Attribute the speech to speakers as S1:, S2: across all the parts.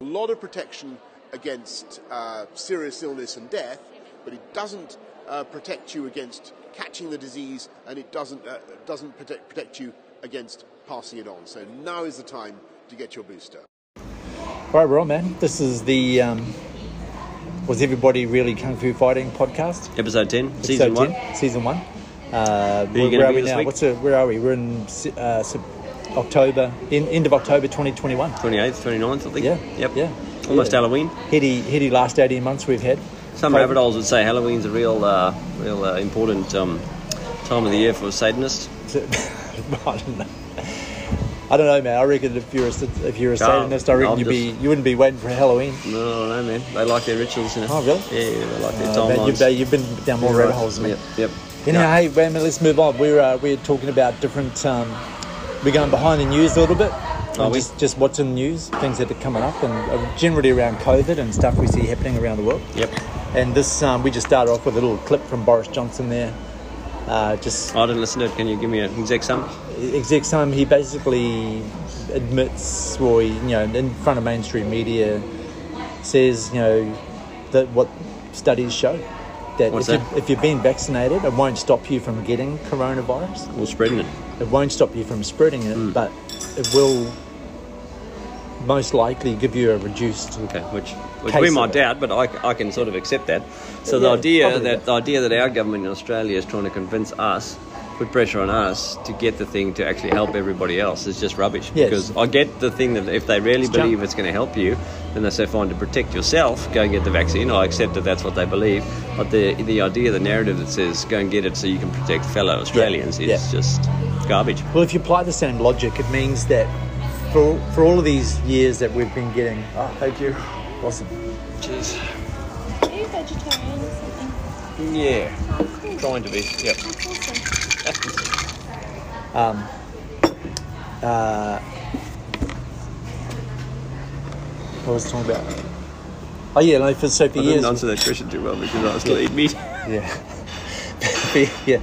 S1: lot of protection against uh, serious illness and death, but it doesn't uh, protect you against catching the disease, and it doesn't, uh, doesn't protect, protect you against passing it on. So now is the time to get your booster.
S2: All right, we're on, man. This is the um, Was Everybody Really Kung Fu Fighting podcast.
S3: Episode 10, season 1.
S2: Episode 10, season one. Uh,
S3: Who are you
S2: where
S3: gonna
S2: where are
S3: be
S2: we
S3: this
S2: now?
S3: week?
S2: What's the, where are we? We're in uh, Sep- October, in, end of October 2021.
S3: 28th, 29th, I think.
S2: Yeah.
S3: Yep.
S2: Yeah.
S3: Almost
S2: Yeah.
S3: Halloween.
S2: Heady, heady last 18 months we've had.
S3: Some
S2: Covid.
S3: rabbit holes would say Halloween's a real, uh, real uh, important um, time of the year for Satanists.
S2: I don't know. I don't know, man. I reckon if you're a, if you're a Satanist, I
S3: no,
S2: reckon
S3: I'm
S2: you'd be you wouldn't be waiting for Halloween.
S3: No, no, man. They like their rituals, you know.
S2: Oh, really?
S3: Yeah, yeah, they like their
S2: Uh, man,
S3: timelines.
S2: you've, been- you've been down more
S3: Yeah,
S2: rabbit
S3: right.
S2: holes than me.
S3: Yep, yep.
S2: Anyhow,
S3: Yeah.
S2: hey, wait a minute, let's move on. We're uh, we're talking about different. Um, we're going behind the news a little bit.
S3: Are
S2: and
S3: we?
S2: Just, just what's in the news, things that are coming up, and uh, generally around COVID and stuff we see happening around the world.
S3: Yep.
S2: And this, um, we just started off with a little clip from Boris Johnson there. Uh, just
S3: I didn't listen to it. Can you give me an exact sum?
S2: exact same. He basically admits, or he, you know, in front of mainstream media, says you know that what studies show that,
S3: What's
S2: if,
S3: that?
S2: You, if you've been vaccinated, it won't stop you from getting coronavirus.
S3: Or spreading it?
S2: It won't stop you from spreading it,
S3: Hmm.
S2: but it will most likely give you a reduced.
S3: Okay, which, which
S2: Case
S3: we
S2: of
S3: might
S2: it.
S3: doubt, but I, I can sort of accept that. So
S2: Yeah,
S3: the idea
S2: probably.
S3: that the idea that our government in Australia is trying to convince us, put pressure on us to get the thing to actually help everybody else is just rubbish.
S2: Yes.
S3: Because I get the thing that if they really
S2: junk.
S3: believe it's going to help you, then they say fine to protect yourself, go and get the vaccine. I accept that that's what they believe, but the the idea, the narrative that says go and get it so you can protect fellow Australians
S2: yeah.
S3: is just garbage.
S2: Well, if you apply the same logic, it means that for for all of these years that we've been getting.
S3: Ah,
S2: Oh, thank you. Awesome.
S3: Jeez.
S4: Are you vegetarian or something?
S3: Yeah,
S4: That's good.
S3: trying to be. Yep.
S4: That's awesome.
S2: I was talking about. Oh yeah, no, for so for
S3: I
S2: years.
S3: didn't answer that question too well because I still eat meat.
S2: Yeah, for, yeah,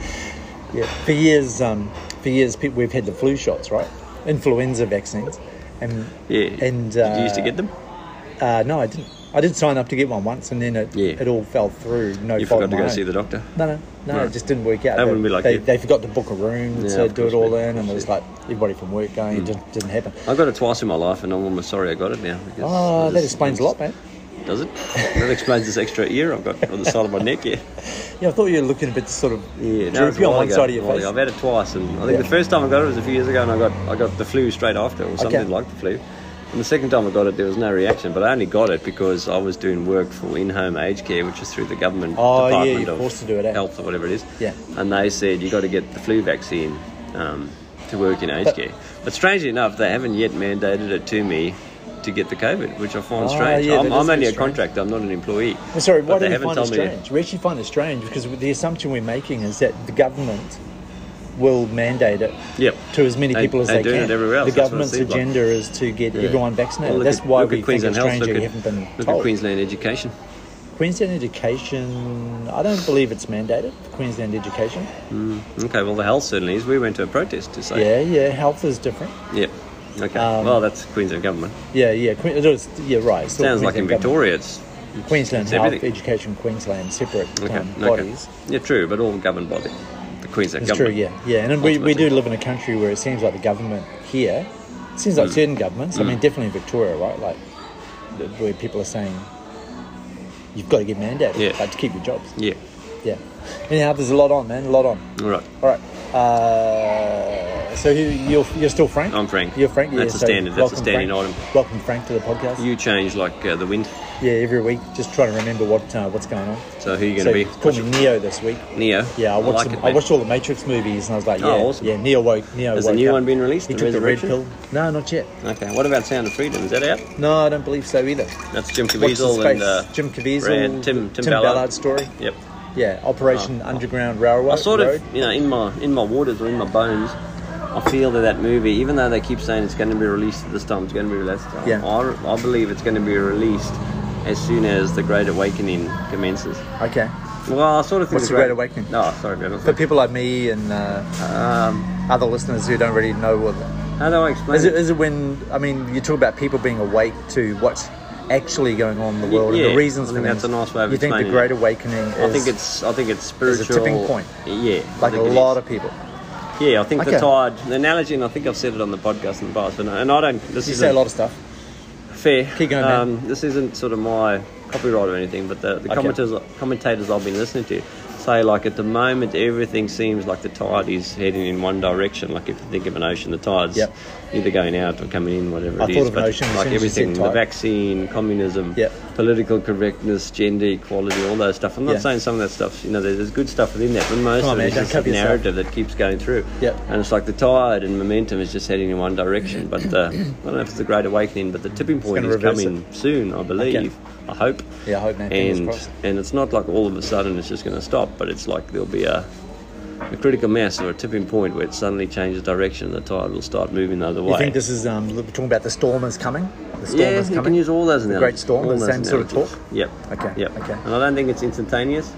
S2: yeah. For years, um, for years, people, we've had the flu shots, right? Influenza vaccines, and
S3: Yeah.
S2: and
S3: Did you used to get them?
S2: Uh, no, I didn't. I did sign up to get one once, and then it
S3: Yeah.
S2: it all fell through. No,
S3: You
S2: fault
S3: forgot
S2: of
S3: to go
S2: my own.
S3: see the doctor.
S2: No, no, no,
S3: No.
S2: it just didn't work out. they,
S3: That wouldn't be like
S2: they,
S3: you.
S2: they forgot to book a room,
S3: Yeah,
S2: so
S3: of
S2: do it
S3: course,
S2: all
S3: mate. Hmm.
S2: in, and it was like everybody from work going. It just didn't happen.
S3: I got it twice in my life, and I'm almost sorry I got it now. Because
S2: Oh,
S3: I
S2: that
S3: just-
S2: explains a lot, man.
S3: Does it? That explains this extra ear I've got on the side of my neck. Yeah.
S2: Yeah, I thought you were looking a bit sort of
S3: Yeah. that was
S2: droopy
S3: a
S2: on
S3: while
S2: one
S3: ago,
S2: side of your
S3: a while
S2: face.
S3: ago. I've had it twice, and I think
S2: Yeah.
S3: the first time I got it was a few years ago, and I got I got the flu straight after, or something like the flu. And the second time I got it, there was no reaction, but I only got it because I was doing work for in-home aged care, which is through the government
S2: Oh, yeah,
S3: department
S2: you're
S3: of
S2: forced to do it, eh?
S3: health or whatever it is.
S2: Yeah.
S3: And they said you got to get the flu vaccine um, to work in aged
S2: But-
S3: care. But strangely enough, they haven't yet mandated it to me to get the COVID, which I find
S2: Ah,
S3: strange.
S2: yeah,
S3: I'm,
S2: that is
S3: I'm
S2: a
S3: only
S2: bit
S3: a
S2: strange.
S3: contractor; I'm not an employee.
S2: Well, sorry,
S3: But
S2: why do
S3: they
S2: we
S3: haven't
S2: find it
S3: told me yet.
S2: strange? We actually find it strange because the assumption we're making is that the government will mandate it
S3: Yep.
S2: to as many
S3: They-
S2: people as
S3: they're
S2: they,
S3: doing
S2: can.
S3: it everywhere else,
S2: the
S3: that's what it
S2: government's
S3: seems like.
S2: agenda is to get
S3: Yeah.
S2: everyone
S3: Well,
S2: vaccinated.
S3: look
S2: that's
S3: at-
S2: why
S3: look at
S2: we think it's strange that we
S3: look at-
S2: haven't been
S3: Look at
S2: told.
S3: Queensland education.
S2: Queensland education, I don't believe it's mandated. Queensland education.
S3: Okay, well, the health certainly is. We went to a protest to say.
S2: Yeah, yeah, health is different.
S3: Yep. Okay.
S2: Um,
S3: well, that's Queensland government.
S2: Yeah, yeah, Que- it is, yeah, right. it's still
S3: Sounds like in
S2: Queensland government.
S3: Victoria, it's
S2: Queensland
S3: it's
S2: Health
S3: everything.
S2: Education Queensland separate
S3: Okay.
S2: um,
S3: okay.
S2: bodies.
S3: Yeah, true, but all governed by the, the Queensland
S2: It's true,
S3: government.
S2: yeah, yeah, and we, we
S3: Ultimately.
S2: do live in a country where it seems like the government here, it seems
S3: Mm.
S2: like certain governments. I mean, definitely in Victoria, right? Like th- where people are saying you've got to get mandated,
S3: Yeah.
S2: like to keep your jobs.
S3: Yeah.
S2: Yeah. Anyhow, there's a lot on, man. A lot on.
S3: All right.
S2: All right. Uh, so who, you're you're still Frank?
S3: I'm Frank.
S2: You're Frank.
S3: That's
S2: yeah,
S3: a
S2: so
S3: standard- that's a
S2: welcome,
S3: standing
S2: Frank.
S3: item.
S2: Welcome, Frank, to the podcast.
S3: You change like uh, the wind.
S2: yeah, every week, just trying to remember what uh, what's going on.
S3: So who you going to
S2: So
S3: be?
S2: call me Neo this week.
S3: Neo.
S2: Yeah, I watched.
S3: like
S2: them-
S3: it,
S2: I
S3: mate.
S2: watched all the Matrix movies, and I was like, yeah,
S3: Oh, awesome.
S2: yeah. Neo woke. Neo
S3: Has the
S2: woke
S3: new
S2: up.
S3: one been released,
S2: He
S3: The
S2: took the red
S3: Resurrection?
S2: pill. No, not yet.
S3: Okay. What about Sound of Freedom? Is that out?
S2: No, I don't believe so either.
S3: That's Jim
S2: What's his
S3: Caviezel
S2: face?
S3: and uh,
S2: Jim Caviezel,
S3: Brad- Tim Tim, Ballard.
S2: story.
S3: Yep.
S2: Yeah, Operation
S3: Oh.
S2: Underground Railroad.
S3: I sort
S2: Road.
S3: of, you know, in my in my waters or in my bones, I feel that that movie, even though they keep saying it's going to be released at this time, it's going to be released. at this time,
S2: Yeah.
S3: I, I believe it's going to be released as soon as the Great Awakening commences.
S2: Okay.
S3: Well, I sort of think
S2: What's the Great Awakening?
S3: No, sorry, man.
S2: For people like me and uh,
S3: Um,
S2: other listeners who don't really know what,
S3: how do I explain?
S2: is it? Is it when? I mean, you talk about people being awake to what actually going on in the world
S3: yeah,
S2: and the reasons for
S3: I think
S2: things.
S3: that's a nice way of
S2: You think the
S3: explaining
S2: Great
S3: it.
S2: Awakening is
S3: I think it's I think it's
S2: is
S3: spiritual.
S2: a tipping point.
S3: Yeah, I
S2: like a
S3: think it
S2: lot
S3: is.
S2: of people.
S3: Yeah, I think
S2: Okay.
S3: the tide. The analogy, and I think I've said it on the podcast in the past, but no, and I don't. This
S2: You
S3: is
S2: say a lot of stuff.
S3: fair.
S2: Keep going, man.
S3: um, this isn't sort of my copyright or anything, but the, the
S2: Okay.
S3: commentators commentators I've been listening to say like at the moment everything seems like the tide is heading in one direction. Like if you think of an ocean, the tide's
S2: Yep.
S3: either going out or coming in, whatever
S2: I
S3: it is.
S2: thought of an
S3: but
S2: ocean as
S3: like
S2: soon as you said
S3: everything, the
S2: tide.
S3: vaccine, communism,
S2: Yep.
S3: political correctness, gender equality, all those stuff. I'm not
S2: Yeah.
S3: saying some of that stuff. You know, there's, there's good stuff within that, but most
S2: Come on,
S3: of
S2: man,
S3: it
S2: don't
S3: is just
S2: cover
S3: a
S2: yourself.
S3: narrative that keeps going through.
S2: Yep.
S3: And it's like the tide and momentum is just heading in one direction. But the, I don't know if it's the Great Awakening, but the tipping point
S2: gonna
S3: is
S2: reverse
S3: coming soon, I believe. I hope.
S2: Yeah, I hope, man. Fingers
S3: And,
S2: crossed.
S3: and it's not like all of a sudden it's just going to stop, but it's like there'll be a, a critical mass or a tipping point where it suddenly changes direction and the tide will start moving the other way.
S2: You think this is um, we're talking about the storm is coming? The storm
S3: yeah,
S2: is
S3: you
S2: coming.
S3: can use all those analogies.
S2: Great Storm,
S3: all
S2: the
S3: those
S2: same sort of
S3: analogies.
S2: talk?
S3: Yep.
S2: Okay,
S3: Yep.
S2: okay.
S3: And I don't think it's instantaneous,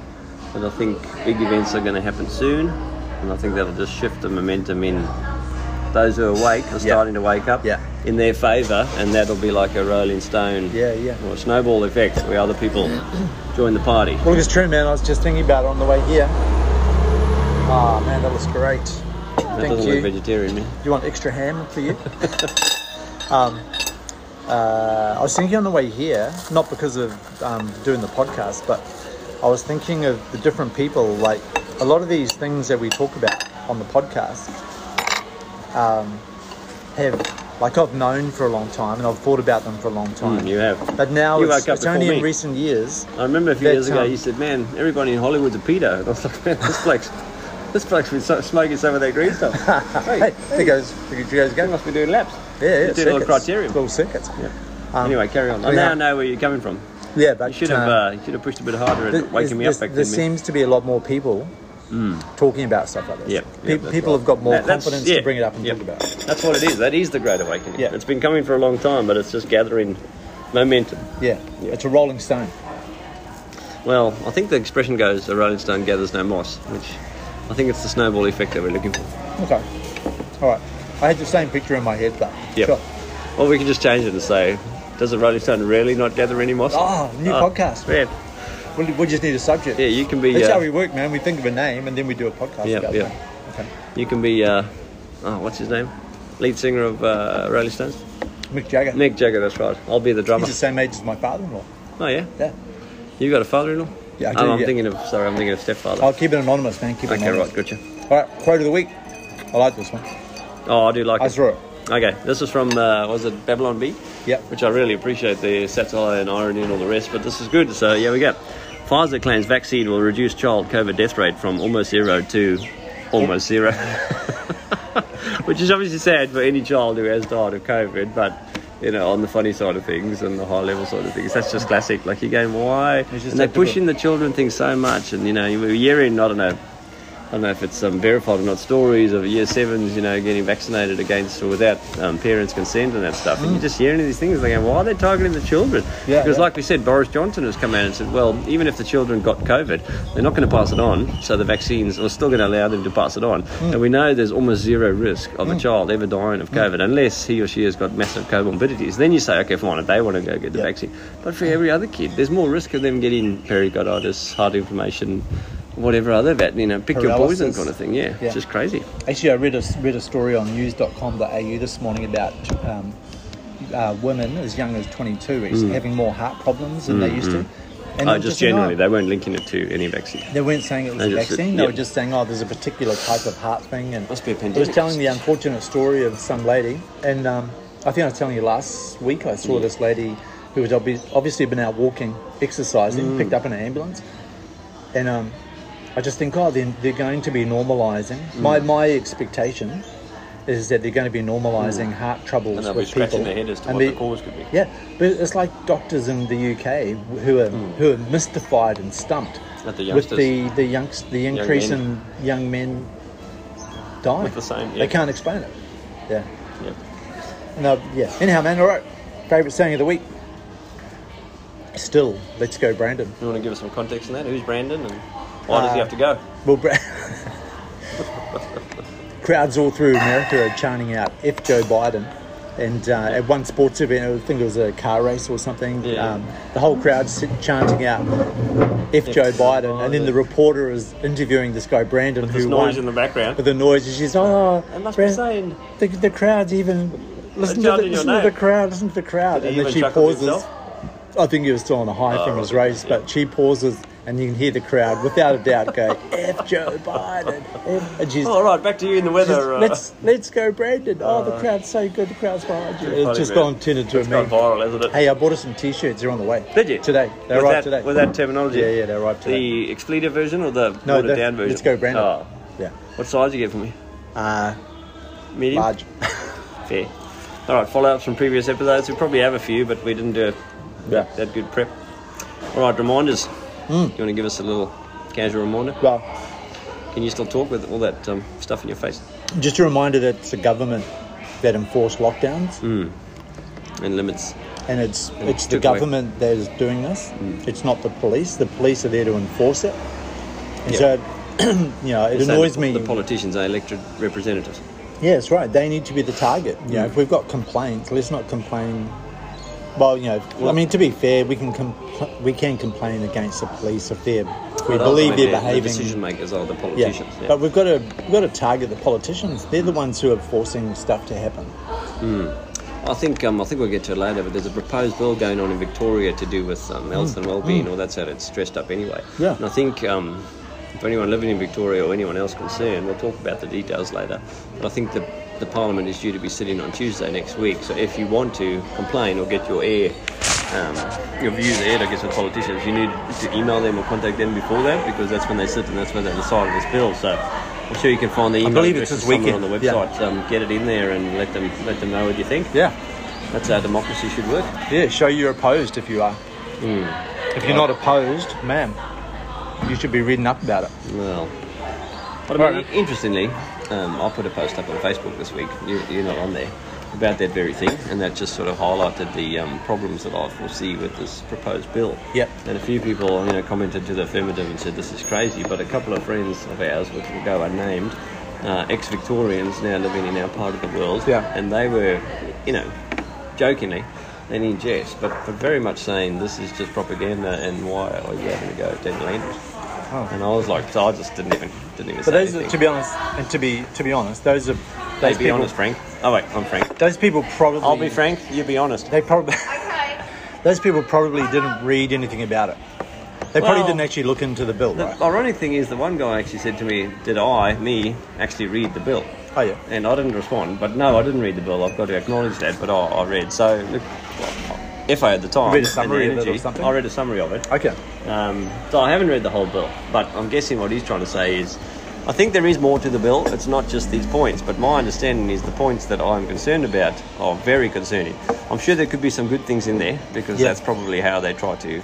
S3: but I think big events are going to happen soon, and I think that'll just shift the momentum in those who are awake are starting to wake up
S2: Yeah.
S3: in their favour, and that'll be like a Rolling Stone
S2: Yeah, yeah.
S3: or a snowball effect where other people join the party.
S2: Well, look, it's true, man. I was just thinking about it on the way here. Ah, man, that was great.
S3: That
S2: Thank
S3: doesn't
S2: you.
S3: look vegetarian, man.
S2: You want extra ham for you? um, uh, I was thinking on the way here, not because of um, doing the podcast, but I was thinking of the different people. Like a lot of these things that we talk about on the podcast um, have, like, I've known for a long time and I've thought about them for a long time.
S3: Mm, you have.
S2: But now
S3: You
S2: it's,
S3: woke up
S2: it's only
S3: before
S2: in
S3: me.
S2: recent years.
S3: I remember a few
S2: That,
S3: years ago
S2: um,
S3: you said, "Man, everybody in Hollywood's a pedo." And I was like, "Man, this bloke's, this bloke's been so- smoking some of that green stuff." Hey,
S2: Hey, there goes, there goes,
S3: You
S2: go.
S3: must be doing laps.
S2: Yeah, yeah,
S3: You did all the
S2: circuits.
S3: criterium.
S2: Little circuits.
S3: Yeah.
S2: Um,
S3: anyway, carry on. I
S2: we
S3: now
S2: have-
S3: know where you're coming from.
S2: Yeah, but
S3: You should have
S2: um,
S3: uh, you should have pushed a bit harder at
S2: th-
S3: waking me up
S2: there's-
S3: back
S2: There
S3: then. man.
S2: seems to be a lot more people talking about stuff like this.
S3: Yep,
S2: Pe-
S3: yep, that's
S2: people
S3: right.
S2: have got more
S3: That- that's-
S2: confidence
S3: yeah,
S2: to bring it up and
S3: yep.
S2: talk about. it.
S3: That's what it is. That is the Great Awakening.
S2: Yeah.
S3: It's been coming for a long time, but it's just gathering momentum.
S2: Yeah,
S3: Yep.
S2: it's a rolling stone.
S3: Well, I think the expression goes, "The rolling stone gathers no moss," which I think it's the snowball effect that we're looking for.
S2: Okay, all right. I had the same picture in my head, but
S3: Yep.
S2: sure.
S3: Or we can just change it and say, "Does the rolling stone really not gather any moss?"
S2: Oh, new podcast.
S3: Man,
S2: We, we just need a subject.
S3: Ah. yeah, you can be.
S2: That's
S3: uh,
S2: how we work, man. We think of a name and then we do a podcast.
S3: Yeah,
S2: about
S3: yeah.
S2: that. Okay.
S3: You can be. Uh, oh, what's his name? Lead singer of uh, Rolling Stones.
S2: Mick Jagger.
S3: Nick Jagger, that's right. I'll be the drummer.
S2: He's the same age as my father-in-law.
S3: Oh yeah,
S2: Yeah.
S3: you got a father-in-law?
S2: Yeah, I
S3: Oh,
S2: do,
S3: I'm
S2: yeah.
S3: thinking of. Sorry, I'm thinking of stepfather.
S2: I'll keep it anonymous, man. Keep it
S3: okay,
S2: anonymous.
S3: right, gotcha.
S2: All right, quote of the week. I like this one.
S3: Oh, I do like
S2: I
S3: it.
S2: saw it.
S3: Okay, this is from uh, was it Babylon B?
S2: Yep.
S3: Which I really appreciate the satire and irony and all the rest, but this is good. So yeah, we go. Pfizer claims vaccine will reduce child COVID death rate from almost zero to almost zero, which is obviously sad for any child who has died of COVID. But you know, on the funny side of things and the high level side of things, that's just classic. Like you're going, why?
S2: It's just
S3: And they're
S2: typical.
S3: pushing the children thing so much, and you know, you- year in, I don't know. I don't know if it's um, verified or not, stories of year sevens, you know, getting vaccinated against or without um, parents' consent and that stuff. And you're just hearing these things, they go, why are they targeting the children?
S2: Mm. Yeah,
S3: because,
S2: yeah.
S3: like we said, Boris Johnson has come out and said, well, even if the children got COVID, they're not going to pass it on, so the vaccines are still going to allow them to pass it on.
S2: Mm.
S3: And we know there's almost zero risk of a child ever dying of COVID unless he or she has got massive comorbidities. Then you say, okay, fine, if they want to go get the
S2: Yeah.
S3: vaccine. But for every other kid, there's more risk of them getting pericarditis, heart inflammation. Whatever other vet, you know, pick your
S2: Paralysis.
S3: poison kind of thing. Yeah,
S2: Yeah.
S3: it's just crazy.
S2: Actually, I read a, read a story on news.com.au this morning about um, uh, women as young as 22 actually having more heart problems than they used to. And
S3: Hmm.
S2: they
S3: Oh,
S2: were
S3: just
S2: saying,
S3: generally,
S2: oh,
S3: they weren't linking it to any vaccine.
S2: They weren't saying it was
S3: They
S2: a
S3: just said-
S2: vaccine. They
S3: yeah.
S2: were just saying, "Oh, there's a particular type of heart thing." And
S3: Must be a
S2: I was
S3: pandemic.
S2: telling the unfortunate story of some lady, and um, I think I was telling you last week. I saw this lady who had obvi- obviously been out walking, exercising,
S3: Mm.
S2: picked up in an ambulance, and um, I just think, "Oh, they're, they're going to be normalising."
S3: Mm.
S2: My my expectation is that they're going to be normalising heart troubles
S3: Mm. And they'll be
S2: with
S3: scratching
S2: people,
S3: their head as to
S2: and
S3: what
S2: be-
S3: the cause could be.
S2: Yeah, but it's like doctors in the UK who are who are mystified and stumped
S3: At Hmm. the
S2: with
S3: youngsters.
S2: the the youngs the increase
S3: men.
S2: in young men dying.
S3: With the same, yeah.
S2: They can't explain it. Yeah.
S3: Yep.
S2: No. Yeah. Anyhow, man. All right. Favorite saying of the week. Still, let's go, Brandon.
S3: You want to give us some context on that? Who's Brandon and why does he
S2: Uh,
S3: have to go?
S2: Well, Bra- crowds all through America are chanting out "F Joe Biden." And uh, at one sports event, I think it was a car race or something,
S3: Yeah.
S2: um, the whole crowd sit chanting out "F Joe Biden," and then the
S3: Biden. reporter
S2: reporter is interviewing this guy Brandon,
S3: There's
S2: who
S3: noise
S2: won
S3: in the background.
S2: with the noise. And she's, oh,
S3: It must be
S2: Brand-
S3: saying-
S2: the, the crowd's even listen, to the,
S3: chanting your
S2: listen to the
S3: name.
S2: crowd, listen to the crowd,
S3: Did
S2: and
S3: he
S2: then
S3: even
S2: she
S3: chuckle
S2: pauses.
S3: himself?
S2: I think he was still on a high from his
S3: right,
S2: race, but she pauses, and you can hear the crowd without a doubt go, "F Joe Biden," F, and she's.
S3: "Oh, All right, back to you in the
S2: she's,
S3: weather. uh,
S2: let's let's go, Brandon! Oh, the crowd's so good. The crowd's behind you. It's
S3: funny,
S2: just
S3: man.
S2: gone turned into
S3: it's
S2: a
S3: gone
S2: meme.
S3: viral, isn't it?
S2: Hey, I bought her some t-shirts. They're on the way.
S3: Did you?
S2: Today. They
S3: with
S2: arrived
S3: that,
S2: today.
S3: With that terminology?
S2: Yeah, yeah, they arrived today.
S3: The expletive version or the
S2: No,
S3: watered
S2: the-
S3: down version?
S2: let's go, Brandon.
S3: Oh.
S2: yeah.
S3: What size you get for me?
S2: Uh,
S3: Medium?
S2: large.
S3: Fair. All right, follow-ups from previous episodes. We probably have a few, but we didn't do a,
S2: Yeah.
S3: that good prep. All right, reminders.
S2: Hmm.
S3: Do you want to give us a little casual reminder?
S2: Well,
S3: Can you still talk with all that um, stuff in your face
S2: just a reminder that it's the government that enforce lockdowns,
S3: and limits?
S2: and it's it's the
S3: took away-
S2: government that is doing this.
S3: Mm.
S2: It's not the police. The police are there to enforce it, and
S3: Yeah.
S2: so you know it
S3: You're saying
S2: annoys
S3: the,
S2: me.
S3: The politicians are elected representatives.
S2: Yeah, that's right. They need to be the target. You
S3: Mm.
S2: know, if we've got complaints, let's not complain. Well, you know, I mean, to be fair, we can compl- we can complain against the police if they're if we
S3: But
S2: believe
S3: ultimately,
S2: they're
S3: The decision
S2: behaving.
S3: makers are the
S2: Yeah.
S3: politicians. yeah.
S2: but we've got to we've got to target the politicians. They're the ones who are forcing stuff to happen.
S3: I think um, I think we'll get to it later, but there's a proposed bill going on in Victoria to do with um, health and well-being, or that's how it's dressed up anyway.
S2: Mm. Yeah.
S3: And I think um, for anyone living in Victoria or anyone else concerned, we'll talk about the details later. But I think the the Parliament is due to be sitting on Tuesday next week, so if you want to complain or get your air. Um, your views aired, I guess, with politicians. You need to email them or contact them before that because that's when they sit and that's when they decide this bill. So I'm sure you can find the email
S2: believe it's
S3: addresses
S2: this
S3: somewhere
S2: weekend.
S3: on the
S2: Yeah.
S3: website. Um, get it in there and let them let them know what you think.
S2: Yeah,
S3: That's how democracy should work.
S2: yeah. Show you're opposed if you are.
S3: Hmm.
S2: If you're not opposed, ma'am, you should be reading up about it.
S3: Well, but I
S2: Right.
S3: mean, interestingly, um, I put a post up on Facebook this week. You, you're not on there about that very thing, and that just sort of highlighted the um, problems that I foresee with this proposed bill.
S2: Yep.
S3: And a few people, you know, commented to the affirmative and said this is crazy. But a couple of friends of ours, which will go unnamed, uh, ex-Victorians now living in our part of the world,
S2: Yeah.
S3: and they were, you know, jokingly. And in jest, but, but very much saying this is just propaganda, and why are you having to go at Daniel Andrews? And I was like, so I just didn't even didn't even
S2: But
S3: say
S2: those, are,
S3: anything.
S2: to be honest, and to be to be honest, those are
S3: Hey,
S2: those
S3: be
S2: people.
S3: honest, Frank. Oh wait, I'm Frank.
S2: Those people probably.
S3: I'll be Frank. You be honest.
S2: They probably.
S4: Okay.
S2: Those people probably didn't read anything about it. They probably
S3: Well-
S2: didn't actually look into the bill,
S3: The
S2: right?
S3: ironic thing is, the one guy actually said to me, "Did I, me, actually read the bill?"
S2: Oh yeah.
S3: And I didn't respond. But no, I didn't read the bill. I've got to acknowledge that. But I, I read. So look, if I had the time
S2: You read a
S3: and the
S2: summary of it or
S3: energy,
S2: something?
S3: I read a summary of it.
S2: Okay.
S3: Um, so I haven't read the whole bill, but I'm guessing what he's trying to say is, I think there is more to the bill. It's not just these points, but my understanding is the points that I'm concerned about are very concerning. I'm sure there could be some good things in there because
S2: Yeah.
S3: that's probably how they try to.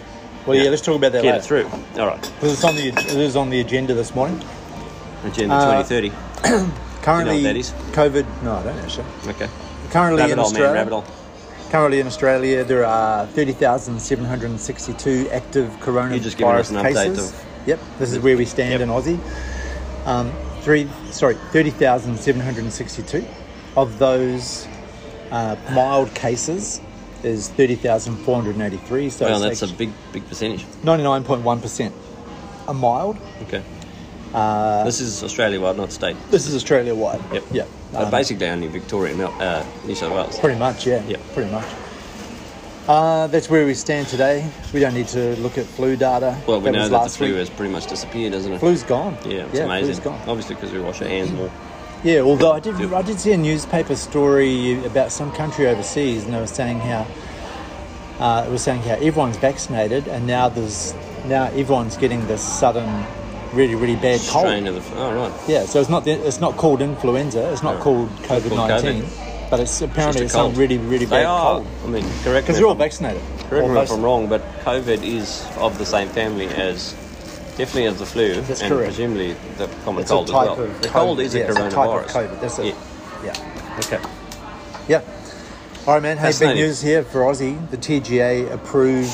S2: Well, yeah.
S3: you know,
S2: Let's talk about that
S3: get
S2: later.
S3: it through. All right,
S2: Because it's on the it is on the agenda this morning.
S3: agenda
S2: Uh,
S3: 2030.
S2: Currently,
S3: that is?
S2: COVID. No, I don't actually.
S3: Okay,
S2: Currently
S3: rabbit
S2: in
S3: hole, man,
S2: Australia.
S3: rabbit hole.
S2: Currently in Australia, there are thirty thousand seven hundred and sixty-two active
S3: You're just giving us an
S2: coronavirus
S3: update
S2: cases.
S3: of-
S2: Yep. This is where we stand
S3: Yep.
S2: in Aussie. Um, three. Sorry, thirty thousand seven hundred and sixty-two. Of those uh, mild cases is thirty thousand four hundred and eighty-three. So
S3: Well,
S2: it's
S3: that's a big, big percentage.
S2: 99.1% are mild.
S3: Okay. this is Australia wide, not state.
S2: Uh, This is Australia wide.
S3: Yep.
S2: Yeah.
S3: Uh,
S2: Um,
S3: basically, only Victoria, Mel- uh, New South Wales.
S2: pretty much, yeah.
S3: Yep.
S2: Pretty much. Uh, that's where we stand today. We don't need to look at flu data.
S3: Well, we know
S2: was
S3: that the
S2: last
S3: flu
S2: week.
S3: has pretty much disappeared, hasn't it?
S2: Flu's gone.
S3: Yeah, it's
S2: yeah, Flu's
S3: amazing.
S2: gone.
S3: Obviously, because we wash our hands more.
S2: Yeah, although I did,
S3: Yep.
S2: I did see a newspaper story about some country overseas, and they were saying how uh, it was saying how everyone's vaccinated, and now there's now everyone's getting this sudden, really, really bad cold.
S3: Strain of the flu. Oh, right.
S2: Yeah, so it's not the, it's not called influenza. It's not
S3: No.
S2: called
S3: called
S2: COVID nineteen, but it's apparently it's
S3: It's just a
S2: some
S3: cold.
S2: really really
S3: They
S2: bad
S3: are.
S2: cold
S3: I mean, correct me,
S2: because they're all
S3: if I'm-
S2: vaccinated.
S3: correct me
S2: Or
S3: if I'm wrong, but COVID is of the same family as definitely as the flu,
S2: That's
S3: and
S2: correct.
S3: presumably the common
S2: It's a
S3: cold
S2: type
S3: as well.
S2: of
S3: the cold
S2: COVID,
S3: is
S2: yeah,
S3: a
S2: it's
S3: coronavirus.
S2: type of COVID. That's it. Yeah,
S3: Yeah. Okay.
S2: yeah. All right, man. Hey, big
S3: Fascinating.
S2: news here for Aussie. The TGA approved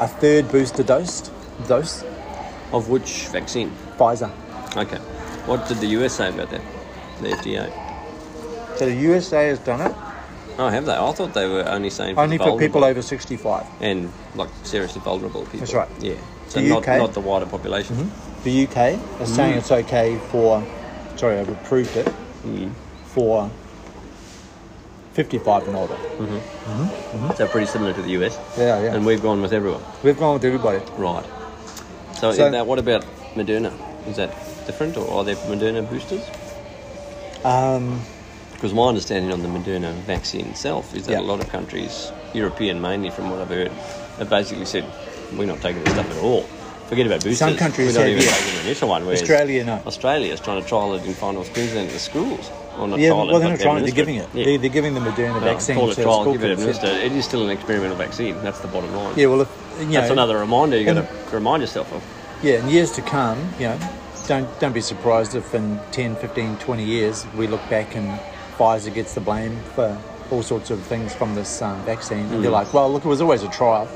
S2: a third booster dose dose
S3: Of which vaccine?
S2: Pfizer.
S3: Okay. What did the US say about that? The FDA.
S2: So the USA has done it.
S3: Oh, have they? I thought they were only saying for
S2: Only
S3: the
S2: for people
S3: vulnerable
S2: over 65.
S3: and like seriously vulnerable people.
S2: That's right.
S3: Yeah. So
S2: The Mm-hmm.
S3: not,
S2: UK
S3: not the wider population.
S2: The UK is saying
S3: Mm.
S2: it's okay for, sorry, I've approved it,
S3: Mm.
S2: for 55 and older.
S3: So pretty similar to the US.
S2: Yeah, yeah.
S3: And we've gone with everyone.
S2: We've gone with everybody.
S3: Right. So,
S2: So-
S3: is that, what about Moderna? Is that different, or are there Moderna boosters?
S2: Um,
S3: Because my understanding on the Moderna vaccine itself is that
S2: Yeah.
S3: a lot of countries, European mainly, from what I've heard, have basically said we're not taking this stuff at all. Forget about boosters.
S2: Some countries
S3: we're not
S2: have,
S3: even
S2: yeah.
S3: taking the initial one. whereas
S2: Australia, no.
S3: Australia is trying to trial it in Far North Queensland at the schools. Or not
S2: yeah,
S3: trial it,
S2: well, they're
S3: but
S2: not trying, they're
S3: administer
S2: giving it.
S3: Yeah.
S2: They're, they're giving the Moderna
S3: No,
S2: vaccine
S3: call
S2: to
S3: it trial,
S2: school
S3: give it
S2: kids, yeah.
S3: administered. It is still an experimental vaccine. That's the bottom line.
S2: Yeah, well, if, you know,
S3: That's another reminder you got
S2: and-
S3: to remind yourself of.
S2: Yeah, in years to come, you know, don't don't be surprised if in 10, 15, 20 years we look back and Pfizer gets the blame for all sorts of things from this um, vaccine. And
S3: Mm.
S2: they're like, well, look, it was always a trial.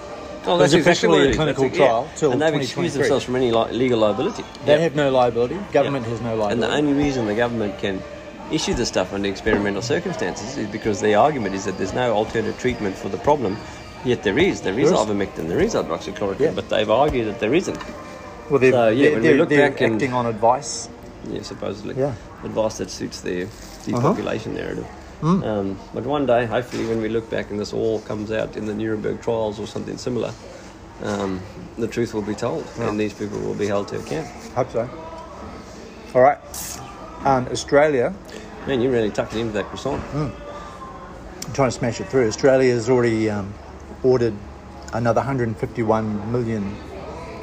S3: Oh,
S2: It was officially a clinical trial till
S3: and they've excused
S2: 2023.
S3: themselves from any li- legal liability.
S2: They
S3: Yep.
S2: have no liability. Government
S3: Yep.
S2: has no
S3: And
S2: liability.
S3: the only reason the government can issue this stuff under experimental circumstances is because the argument is that there's no alternative treatment for the problem. Yet there is. There is
S2: There is.
S3: ivermectin. There is hydroxychloroquine.
S2: Yeah.
S3: But they've argued that there isn't.
S2: well, they're,
S3: So, yeah,
S2: they're-
S3: when we
S2: they're-
S3: look
S2: they're
S3: back and-
S2: acting on advice.
S3: Yeah, supposedly.
S2: Yeah. Uh-huh.
S3: Advice that suits their depopulation narrative.
S2: Mm.
S3: Um, but one day, hopefully, when we look back and this all comes out in the Nuremberg trials or something similar, um, the truth will be told and these people will be held to account.
S2: Hope so. All right. Um, Australia,
S3: Man, you really tucked it into that croissant.
S2: I'm trying to smash it through. Australia has already um, ordered another 151 million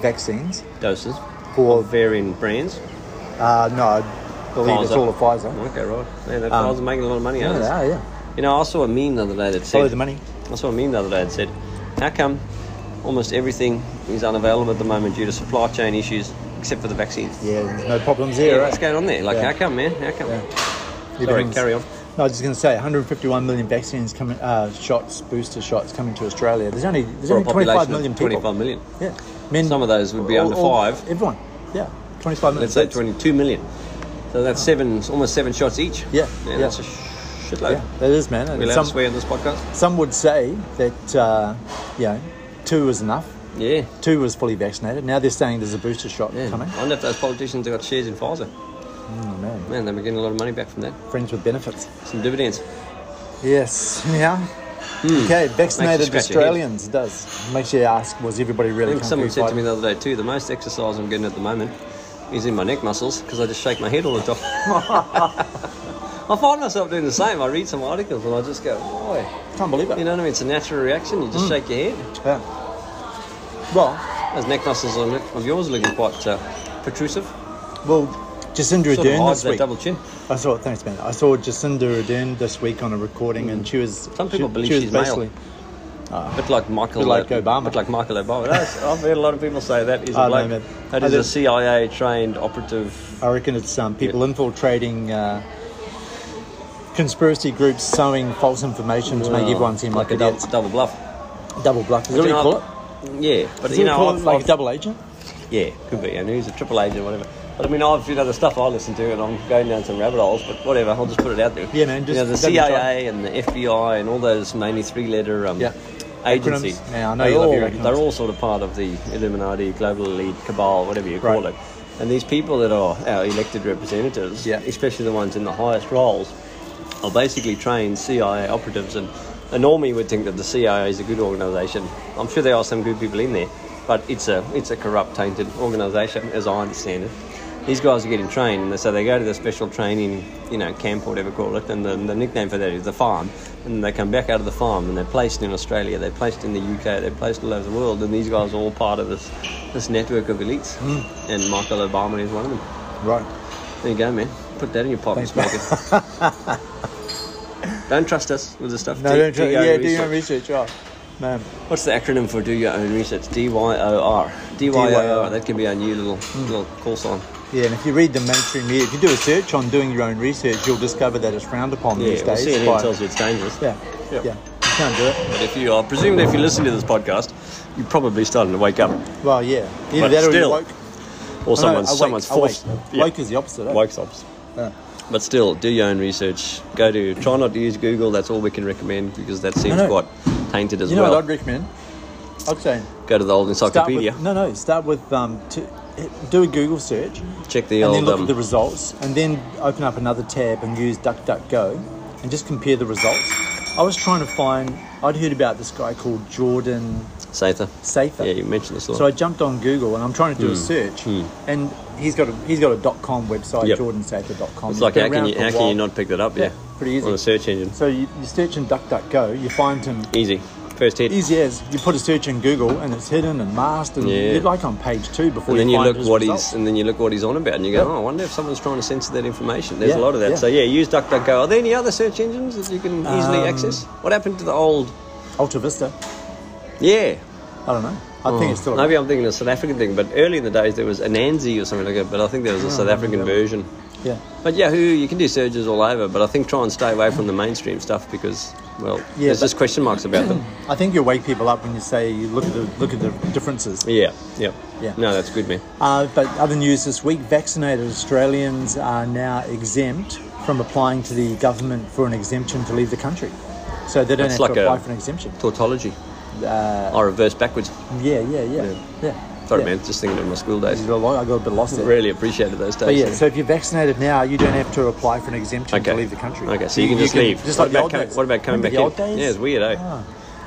S2: vaccines
S3: Doses. Oh,
S2: for
S3: Varying brands.
S2: Uh, no, I believe it's
S3: Pfizer.
S2: all a Pfizer.
S3: Okay, right. Man, that
S2: Um,
S3: Pfizer making a lot of money
S2: Yeah,
S3: out of
S2: they
S3: this.
S2: are, yeah.
S3: You know, I saw a meme the other day that said.
S2: Follow the money.
S3: I saw a meme the other day that said, how come almost everything is unavailable at the moment due to supply chain issues except for the vaccines?
S2: Yeah, there's no problems
S3: Yeah,
S2: there.
S3: what's going on there? Like,
S2: Yeah.
S3: how come, man? How come?
S2: Yeah.
S3: Sorry, carry on.
S2: No, I was just going to say, 151 million vaccines coming, uh, shots, booster shots coming to Australia. There's only there's
S3: For a
S2: only 25
S3: population
S2: million
S3: of
S2: people.
S3: 25 million.
S2: Yeah, men.
S3: Some of those would be
S2: all-
S3: under
S2: all-
S3: five.
S2: Everyone. Yeah, 25 million.
S3: Let's say
S2: That's-
S3: 22 million. So that's seven, almost seven shots each.
S2: Yeah,
S3: Man,
S2: yeah.
S3: that's a shitload.
S2: Yeah, that is man.
S3: We
S2: And
S3: allowed
S2: some,
S3: to swear on this podcast?
S2: some would say that uh, you know, two is enough.
S3: Yeah.
S2: Two was fully vaccinated. Now they're saying there's a booster shot
S3: yeah.
S2: coming.
S3: I wonder if those politicians have got shares in Pfizer.
S2: Oh man,
S3: Man, they'll be getting a lot of money back from that.
S2: friends with benefits.
S3: Some dividends.
S2: Mm. Yes. Yeah. Okay, vaccinated
S3: Hmm. scratch your head.
S2: Australians it does. Makes you ask, was everybody
S3: I
S2: really?
S3: think someone said
S2: comfortable
S3: to me the other day too, the most exercise I'm getting at the moment is in my neck muscles because I just shake my head all the time. I find myself doing the same. I read some articles and I just go, boy.
S2: fighting? Can't believe it.
S3: You know what I mean? It's a natural reaction. You just
S2: Mm.
S3: shake your head.
S2: yeah. Well,
S3: Those neck muscles on it- of yours are looking quite uh, protrusive.
S2: well, Jacinda
S3: Sort of
S2: Ardern
S3: hides
S2: this
S3: that
S2: week.
S3: double chin.
S2: I saw. Thanks, man. I saw Jacinda Ardern this week on a recording, and she was.
S3: Hmm. Some people
S2: she,
S3: believe
S2: she was
S3: she's male.
S2: basically-
S3: A bit like Michael.
S2: Bit like
S3: uh,
S2: Obama.
S3: Bit like Michael Obama. That's- I've heard a lot of people say that is a
S2: Oh, no,
S3: bloke.
S2: man.
S3: that
S2: I
S3: is a
S2: did-
S3: CIA trained operative.
S2: I reckon it's um, people infiltrating. Uh, Conspiracy groups sowing false information to make everyone seem like,
S3: uh, a
S2: a
S3: double,
S2: idiots.
S3: double bluff.
S2: double bluff. Is that what you call it?
S3: Yeah, but
S2: Is
S3: you
S2: that what you
S3: know,
S2: call
S3: I've,
S2: it like
S3: I've-
S2: a double agent?
S3: Yeah, could be. And he's a triple agent, whatever. But I mean, I've, you know, the stuff I listen to, and I'm going down some rabbit holes, but whatever, I'll just put it out there.
S2: Yeah, man,
S3: you know, the
S2: just don't be
S3: CIA and the FBI and all those mainly three letter um,
S2: Yeah.
S3: agencies.
S2: Acronyms. Yeah, I know
S3: they're,
S2: you love
S3: all,
S2: your acronyms.
S3: they're all sort of part of the Illuminati, global elite, cabal, whatever you call
S2: Right.
S3: it. And these people that are our elected representatives,
S2: Yeah.
S3: especially the ones in the highest roles, are basically trained CIA operatives, and a normie would think that the CIA is a good organisation. I'm sure there are some good people in there, but it's a it's a corrupt, tainted organisation, as I understand it. These guys are getting trained, and so they go to the special training, you know, camp or whatever you call it, and the, the nickname for that is the farm. And they come back out of the farm, and they're placed in Australia, they're placed in the UK, they're placed all over the world, and these guys are all part of this this network of elites. And Michael Obama is one of them.
S2: Right.
S3: There you go, man. Put that in your pocket, smoke it. don't trust us with the stuff.
S2: No,
S3: Do-
S2: don't
S3: do
S2: try.
S3: your own
S2: Yeah, do your own research.
S3: research.
S2: Right, man.
S3: What's the acronym for do your own research? D Y O R. D Y O R.
S2: DYOR.
S3: That can be our new little
S2: Hmm.
S3: little call sign.
S2: Yeah, and if you read the mainstream media, if you do a search on doing your own research, you'll discover that it's frowned upon
S3: Yeah,
S2: these
S3: well,
S2: days.
S3: CNN
S2: by-
S3: tells you it's dangerous.
S2: yeah,
S3: Yep.
S2: yeah, you can't do it.
S3: But if you are, presumably, if you listen to this podcast, you're probably starting to wake up,
S2: Well, yeah, either
S3: But
S2: that or
S3: still,
S2: you're woke.
S3: or
S2: Oh, no,
S3: someone's
S2: awake,
S3: someone's
S2: awake.
S3: forced.
S2: Woke.
S3: yeah.
S2: is the opposite. eh?
S3: Woke's ops.
S2: Yeah.
S3: But still, do your own research. Go to try not to use Google. That's all we can recommend because that seems
S2: know.
S3: quite tainted as
S2: You know
S3: well.
S2: what I'd recommend? I'd say
S3: Go to the old
S2: start
S3: encyclopedia.
S2: with no, no. Start with um, to, do a Google search
S3: Check the
S2: and
S3: old.
S2: then look
S3: um,
S2: at the results, and then open up another tab and use DuckDuckGo, and just compare the results. I was trying to find. I'd heard about this guy called Jordan
S3: Sather.
S2: Sather.
S3: Yeah, you mentioned this a lot.
S2: So I jumped on Google and I'm trying
S3: Hmm,
S2: to do a search, and he's got a he's got a dot com website,
S3: Yep.
S2: jordansater.com.
S3: it's like how can you how can you not pick that up? Yeah,
S2: Yeah, pretty easy.
S3: on a search engine.
S2: So you, you search in DuckDuckGo, you find him
S3: Easy. First hit.
S2: easy as you put a search in Google and it's hidden and masked, and
S3: Yeah.
S2: you're like on page two before
S3: and then
S2: you,
S3: you
S2: find
S3: look
S2: his
S3: what
S2: results.
S3: he's and then you look what he's on about, and you go,
S2: Yep.
S3: oh, I wonder if someone's trying to censor that information. There's
S2: Yeah,
S3: a lot of that.
S2: yeah.
S3: So yeah, use DuckDuckGo. Are there any other search engines that you can easily
S2: Um,
S3: access? What happened to the old?
S2: Ultra Vista.
S3: Yeah,
S2: I don't know. I think it's still
S3: Hmm. maybe I'm thinking of a South African thing, but early in the days there was Anansi or something like that. But I think there was a South
S2: I
S3: African
S2: remember.
S3: version.
S2: Oh, yeah.
S3: But Yahoo, you can do surges all over, but I think try and stay away from the mainstream stuff because, well, there's
S2: but-
S3: just question marks about them.
S2: I think you wake people up when you say you look at the look at the differences.
S3: Yeah, yeah,
S2: Yeah.
S3: No, that's good, man.
S2: Uh, but other news this week vaccinated Australians are now exempt from applying to the government for an exemption to leave the country. So they don't
S3: That's
S2: have
S3: like
S2: to apply
S3: a-
S2: for an exemption.
S3: Tautology. I reverse backwards.
S2: Yeah, yeah, yeah.
S3: Yeah.
S2: Yeah.
S3: Sorry,
S2: yeah.
S3: man. Just thinking of my school days.
S2: I got a lot- I got a bit lost there.
S3: Really appreciated those days.
S2: But yeah, so if you're vaccinated now, you don't have to apply for an exemption
S3: okay.
S2: to leave the country.
S3: Okay, so you, can just leave.
S2: Just
S3: what
S2: like the
S3: about
S2: old
S3: com-
S2: days.
S3: what about coming
S2: Remember
S3: back
S2: the old
S3: in?
S2: Days?
S3: Yeah, it's weird, eh?
S2: Ah.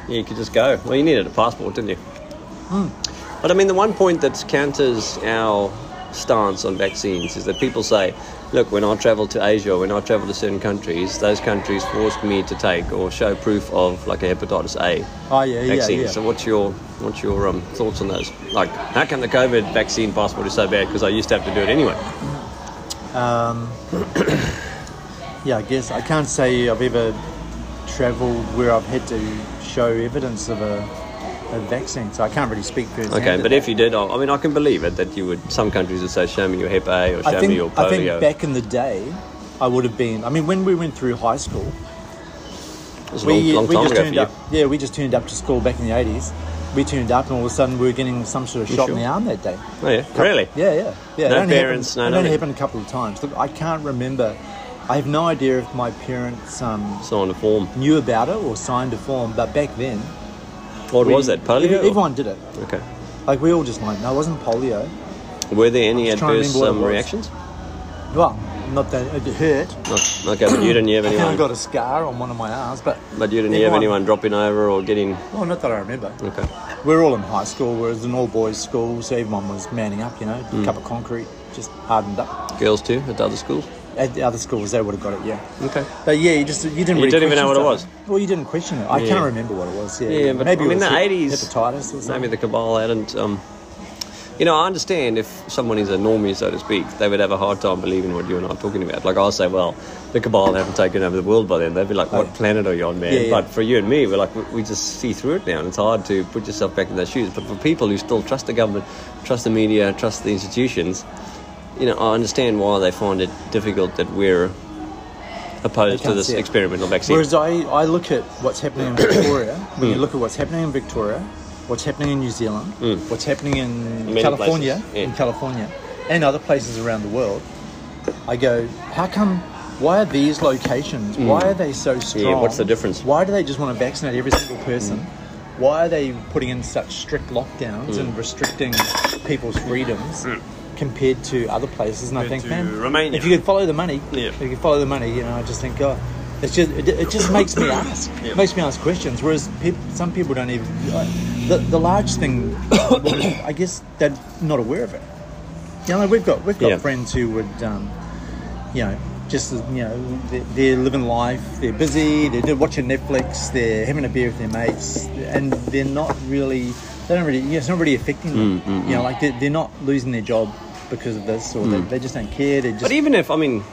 S3: Yeah, you could just go. Well, you needed a passport, didn't you?
S2: Hmm.
S3: But I mean, the one point that counters our stance on vaccines is that people say, look, when I travel to Asia or when I travel to certain countries, those countries forced me to take or show proof of like a hepatitis A
S2: Oh, yeah, yeah,
S3: vaccine.
S2: yeah.
S3: So what's your what's your um, thoughts on those? Like, how come the COVID vaccine passport is so bad? Because I used to have to do it anyway.
S2: Yeah, I guess I can't say I've ever travelled where I've had to show evidence of a, a vaccine, so I can't really speak for
S3: Okay, but if you did, I I mean, I can believe it that you would. Some countries would say, "Show me your Hep A" or "Show
S2: I think,
S3: me your
S2: I think
S3: polio."
S2: back in the day, I would have been. I mean, when we went through high school,
S3: it was a long,
S2: we,
S3: long
S2: we
S3: time
S2: just
S3: ago for
S2: turned
S3: you.
S2: up. Yeah, we just turned up to school back in the eighties. We turned up, and all of a sudden, we were getting some sort of shot in
S3: sure?
S2: the arm that day.
S3: Oh yeah, really?
S2: Yeah, yeah, yeah.
S3: No
S2: it only
S3: parents, no
S2: happened, It only
S3: nothing.
S2: happened a couple of times. Look, I can't remember. I have no idea if my parents um,
S3: So on the form.
S2: knew about it or signed a form, but back then,
S3: What
S2: we-
S3: was that? Polio.
S2: every-
S3: or-
S2: Everyone did it.
S3: Okay.
S2: Like we all just like, no, it wasn't polio.
S3: Were there any
S2: just trying to
S3: adverse
S2: remember what it was.
S3: um, reactions?
S2: Well, not that it hurt.
S3: No. Okay, but you didn't have
S2: I think I
S3: anyone.
S2: got a scar on one of my arms, but
S3: But you didn't have anyone dropping over or getting.
S2: Well, not that I remember.
S3: Okay.
S2: We were all in high school. We was an all boys school, so everyone was manning up. You know,
S3: Mm.
S2: cup of concrete, just hardened up.
S3: Girls too at the other schools.
S2: At the other schools, they would have got it. Yeah.
S3: Okay.
S2: But yeah, you just you didn't.
S3: You
S2: really
S3: didn't even know
S2: question
S3: what it
S2: stuff. Well, you didn't question it. I
S3: Yeah.
S2: can't remember what it was. Yeah,
S3: Yeah, but
S2: maybe
S3: I
S2: it
S3: mean,
S2: was
S3: the
S2: hep-
S3: 80s,
S2: hepatitis or something.
S3: Maybe the cabal hadn't. Um, you know, I understand if someone is a normie, so to speak, they would have a hard time believing what you and I are talking about. Like I'll say, well, the cabal haven't taken over the world by then. They'd be like, what
S2: yeah.
S3: planet are you on, man?
S2: Yeah, yeah.
S3: But for you and me, we're like, we, we just see through it now, and it's hard to put yourself back in their shoes. But for people who still trust the government, trust the media, trust the institutions, you know, I understand why they find it difficult that we're
S2: They
S3: opposed to
S2: can't
S3: this
S2: see it.
S3: experimental vaccine.
S2: Whereas I, I look at what's happening in Victoria. when
S3: Mm.
S2: you look at what's happening in Victoria, what's happening in New Zealand, what's happening in
S3: Mm. Many
S2: California,
S3: places, yeah.
S2: in California, and other places around the world, I go, how come? Why are these locations? Why are they so strong?
S3: Mm. what's the difference?
S2: Why do they just want to vaccinate every single person? Why are they putting in such strict lockdowns
S3: Mm.
S2: and restricting people's freedoms? Compared to other places, and I
S3: Compared
S2: think,
S3: to
S2: man,
S3: Romania.
S2: if you could follow the money,
S3: Yeah.
S2: if you could follow the money, you know, I just think, God, it's just it, it just makes me ask,
S3: Yeah.
S2: makes me ask questions. Whereas peop some people don't even. Like, the the large thing, I guess they're not aware of it. You know, we've got we've got
S3: Yeah.
S2: friends who would, um, you know, just you know, they're, they're living life, they're busy, they're do- watching Netflix, they're having a beer with their mates, and they're not really, they don't really, you know, it's not really affecting them. You know, like they're, they're not losing their job because of this, or they, they just don't care. They just
S3: But even if, I mean,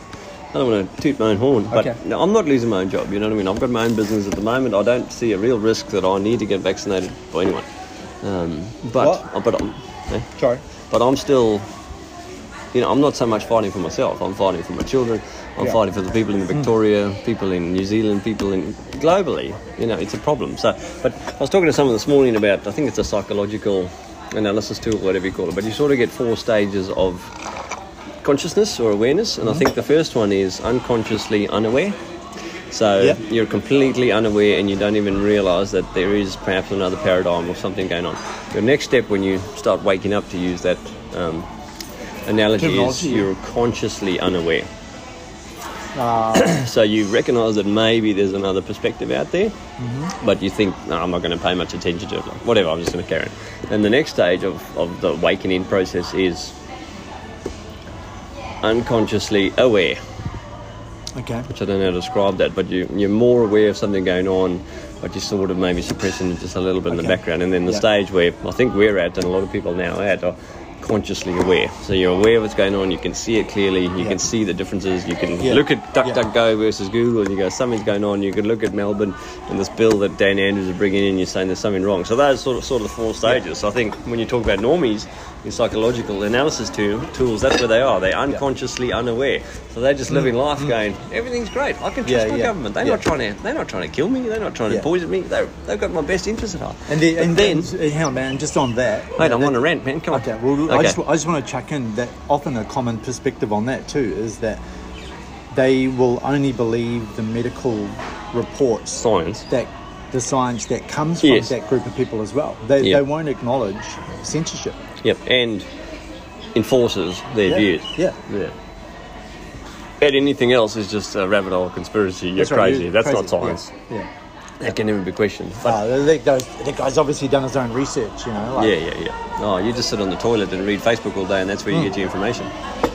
S3: I don't want to toot my own horn, but
S2: Okay.
S3: no, I'm not losing my own job. You know what I mean? I've got my own business at the moment. I don't see a real risk that I need to get vaccinated by anyone. Um, but
S2: What?
S3: but I'm, eh?
S2: sorry.
S3: but I'm still, you know, I'm not so much fighting for myself. I'm fighting for my children. I'm
S2: Yeah.
S3: fighting for the people in Victoria, people in New Zealand, people in globally. You know, it's a problem. So, but I was talking to someone this morning about. I think it's a psychological analysis tool, whatever you call it. But you sort of get four stages of consciousness or awareness, and I think the first one is unconsciously unaware. So
S2: Yeah.
S3: you're completely unaware and you don't even realize that there is perhaps another paradigm or something going on. Your next step when you start waking up, to use that um, analogy, is
S2: Terminology.
S3: you're consciously unaware.
S2: Uh,
S3: so you recognize that maybe there's another perspective out there,
S2: Mm-hmm.
S3: but you think, no, I'm not going to pay much attention to it. Like, whatever, I'm just going to carry on. And the next stage of, of the awakening process is unconsciously aware
S2: Okay.
S3: which I don't know how to describe that, but you, you're more aware of something going on, but you're sort of maybe suppressing it just a little bit in the
S2: Okay.
S3: background. And then the
S2: Yeah.
S3: stage where I think we're at, and a lot of people now are at, are consciously aware. So you're aware of what's going on, you can see it clearly, you
S2: Yeah.
S3: can see the differences, you can
S2: Yeah.
S3: look at
S2: Yeah.
S3: DuckDuckGo versus Google, and you go, something's going on. You can look at Melbourne and this bill that Dan Andrews is bringing in, you're saying there's something wrong. So those sort of, sort of the four stages. So I think when you talk about normies, in psychological analysis tool, tools, that's where they are. They're unconsciously unaware. So they're just living life going, everything's great. I can trust
S2: Mm. Yeah,
S3: my
S2: yeah.
S3: government. They're
S2: Yeah.
S3: not trying to. They're not trying to kill me. They're not trying
S2: Yeah.
S3: to poison me. They're, they've got my best interest at heart.
S2: And, the,
S3: But
S2: and
S3: then,
S2: then, hang on, man, just on that.
S3: wait, I'm on a rant, man. Come on.
S2: Okay, well, I,
S3: Okay.
S2: just, I just want to chuck in that often a common perspective on that too is that they will only believe the medical reports
S3: Science.
S2: that the science that comes from
S3: Yes.
S2: that group of people as well. They,
S3: Yeah.
S2: they won't acknowledge censorship.
S3: Yep, and enforces their
S2: Yeah,
S3: views.
S2: yeah.
S3: yeah. And anything else is just a rabbit hole conspiracy. You're
S2: right,
S3: crazy.
S2: you-
S3: That's not
S2: crazy,
S3: science.
S2: Yeah. yeah.
S3: That can never be questioned. But
S2: Uh, that, guy's, that guy's obviously done his own research, you know. Like,
S3: yeah, yeah, yeah. Hmm. Oh, you just sit on the toilet and read Facebook all day, and that's where you get your information,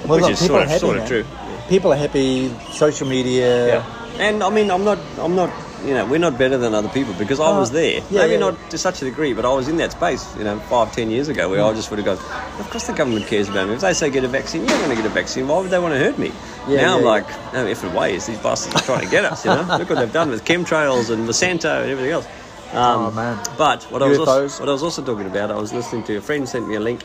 S2: Well,
S3: which
S2: look,
S3: is
S2: people
S3: sort
S2: are
S3: of
S2: happy,
S3: sort of
S2: man.
S3: true.
S2: People are happy. Social media.
S3: Yeah. And I mean, I'm not, I'm not, you know, we're not better than other people because I
S2: Oh,
S3: was there.
S2: yeah,
S3: Maybe
S2: yeah.
S3: not to such a degree, but I was in that space, you know, five, ten years ago, where
S2: Mm.
S3: I just would have gone, of course the government cares about me. If they say get a vaccine, you're going to get a vaccine. Why would they want to hurt me?
S2: Yeah,
S3: now I'm
S2: yeah,
S3: like, no effing way. It's these bastards are trying to get us. You know, look what they've done with chemtrails and Monsanto and everything else. Um,
S2: Oh, man.
S3: But what I was
S2: UFOs.
S3: also, what I was also talking about, I was listening to a friend sent me a link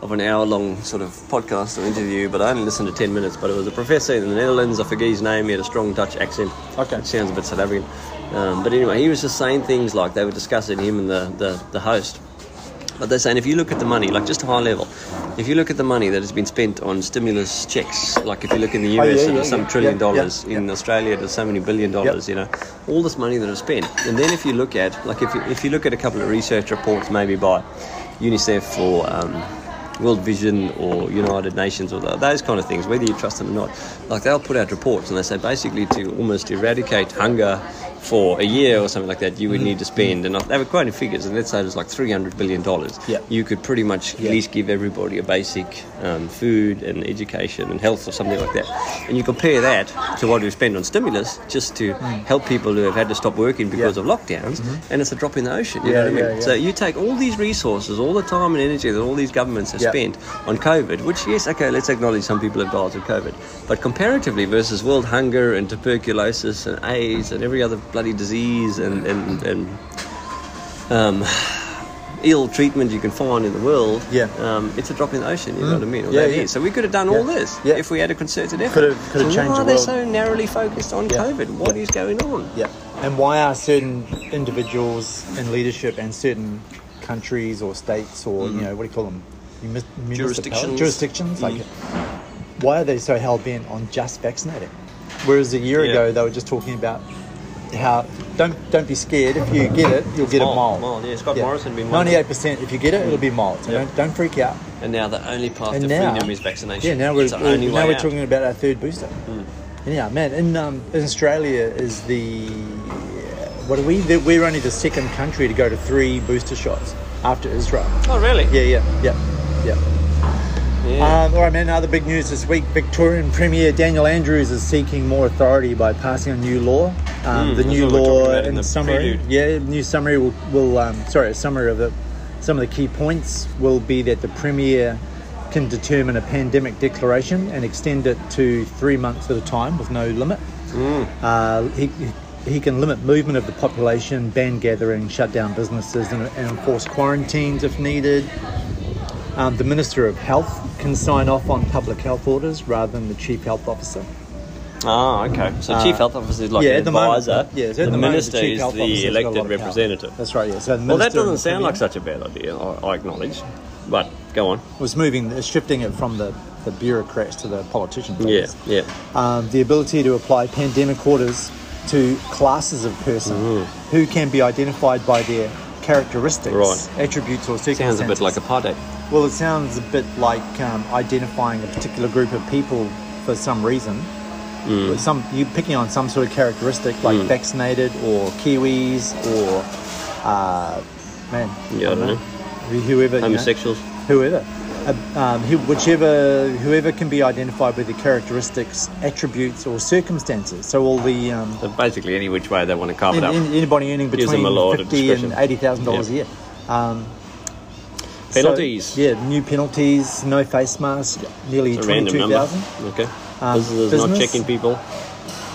S3: of an hour long sort of podcast or interview, but I only listened to 10 minutes. But it was a professor in the Netherlands, I forget his name, he had a strong Dutch accent.
S2: Okay.
S3: It sounds a bit South African. Um, but anyway, he was just saying things like they were discussing him and the, the, the host. But they're saying if you look at the money, like just a high level, if you look at the money that has been spent on stimulus checks, like if you look in the
S2: Oh,
S3: US,
S2: yeah,
S3: it
S2: yeah,
S3: was some
S2: yeah,
S3: trillion
S2: yeah,
S3: dollars.
S2: yeah,
S3: in
S2: yeah.
S3: Australia, there's so many billion dollars, you know, all this money that is spent. And then if you look at, like if you, if you look at a couple of research reports, maybe by UNICEF or um, World Vision or United Nations or tho- those kind of things, whether you trust them or not, like they'll put out reports and they say basically to almost eradicate hunger for a year or something like that, you would need to spend, and I- they were quoting figures, and let's say it was like $300 billion.
S2: Yeah.
S3: You could pretty much
S2: Yeah.
S3: at least give everybody a basic um, food and education and health or something like that. And you compare that to what we spend on stimulus just to help people who have had to stop working because
S2: Hmm. Yeah. Mm-hmm.
S3: of lockdowns, and it's a drop in the ocean. You
S2: Yeah,
S3: know what I mean?
S2: yeah, yeah.
S3: So you take all these resources, all the time and energy that all these governments have
S2: Yeah.
S3: spent on COVID, which, yes, okay, let's acknowledge some people have died of COVID, but comparatively versus world hunger and tuberculosis and AIDS and every other bloody disease and, and, and ill treatment you can find in the world,
S2: Yeah. Mm.
S3: um, it's a drop in the ocean. You know what I mean? Or
S2: Yeah,
S3: that
S2: yeah.
S3: is. So we could have done all
S2: Yeah.
S3: this
S2: Yeah.
S3: if we had a concerted effort.
S2: Could've- could've
S3: so
S2: changed
S3: why
S2: the
S3: are they
S2: world.
S3: so narrowly focused on
S2: Yeah.
S3: COVID? What
S2: Yeah.
S3: is going on?
S2: Yeah. And why are certain individuals in leadership and certain countries or states or, you know, what do you call them? Muni- municipal-
S3: Mm-hmm. Jurisdictions. Mm-hmm.
S2: Jurisdictions. Like, why are they so hell bent on just vaccinating? Whereas a year
S3: Yeah.
S2: ago, they were just talking about how don't don't be scared. If you get it, you'll get it
S3: mild,
S2: mild.
S3: mild, yeah. Scott Morrison been one of the-
S2: Ninety-eight percent. If you get it, it'll be mild. So
S3: Yeah.
S2: don't, don't freak out.
S3: And now the only path
S2: And
S3: to
S2: now,
S3: freedom is vaccination.
S2: yeah, now we're
S3: It's the only
S2: now
S3: way
S2: we're
S3: out. Hmm.
S2: talking about our third booster. Yeah, man. In um, in Australia is the what are we? The, we're only the second country to go to three booster shots after Israel.
S3: Oh, really?
S2: Yeah, yeah, yeah, yeah.
S3: Yeah.
S2: Um, all right, man. Other big news this week: Victorian Premier Daniel Andrews is seeking more authority by passing a new law. Um,
S3: Mm,
S2: the
S3: that's
S2: new
S3: what we were talking
S2: law
S3: about in
S2: in
S3: the
S2: the summary,
S3: prelude.
S2: yeah, new summary will, will um, sorry, a summary of the some of the key points will be that the premier can determine a pandemic declaration and extend it to three months at a time with no limit.
S3: Mm.
S2: Uh, he, he can limit movement of the population, ban gatherings, shut down businesses, and, and enforce quarantines if needed. Um, the Minister of Health can sign off on public health orders rather than the Chief Health Officer.
S3: Ah, okay. So chief health officer is like
S2: Uh, yeah,
S3: an
S2: at the moment-
S3: advisor.
S2: yeah, so
S3: the,
S2: at the moment, the
S3: minister
S2: chief
S3: is
S2: health
S3: the
S2: officer's got a lot
S3: elected
S2: of power.
S3: representative.
S2: That's right. Yeah. So the
S3: Well, that
S2: minister and
S3: doesn't
S2: the
S3: sound
S2: premier-
S3: like such a bad idea. I, I acknowledge. But go on.
S2: was moving, shifting it from the, the bureaucrats to the politicians. I
S3: Yeah,
S2: guess.
S3: yeah.
S2: Um, the ability to apply pandemic orders to classes of person
S3: Mm.
S2: who can be identified by their characteristics,
S3: Right.
S2: attributes, or circumstances.
S3: Sounds a bit like a party.
S2: Well, it sounds a bit like um, identifying a particular group of people for some reason.
S3: Mm.
S2: Some you picking on some sort of characteristic like vaccinated or Kiwis or uh, man,
S3: Yeah, I don't know.
S2: Who- whoever you know,
S3: Homosexuals.
S2: whoever, Uh, um, who, whichever whoever can be identified with the characteristics, attributes, or circumstances. So all the um,
S3: So basically, any which way they want to carve
S2: an-
S3: it up.
S2: an- anybody earning
S3: Gives them a
S2: between
S3: lot of
S2: fifty and
S3: discretion.
S2: eighty thousand dollars a year. Um, so-
S3: Penalties.
S2: yeah, new penalties, no face mask, nearly
S3: It's a random
S2: twenty-two
S3: number.
S2: thousand.
S3: Okay.
S2: Um,
S3: this is not
S2: business?
S3: checking people.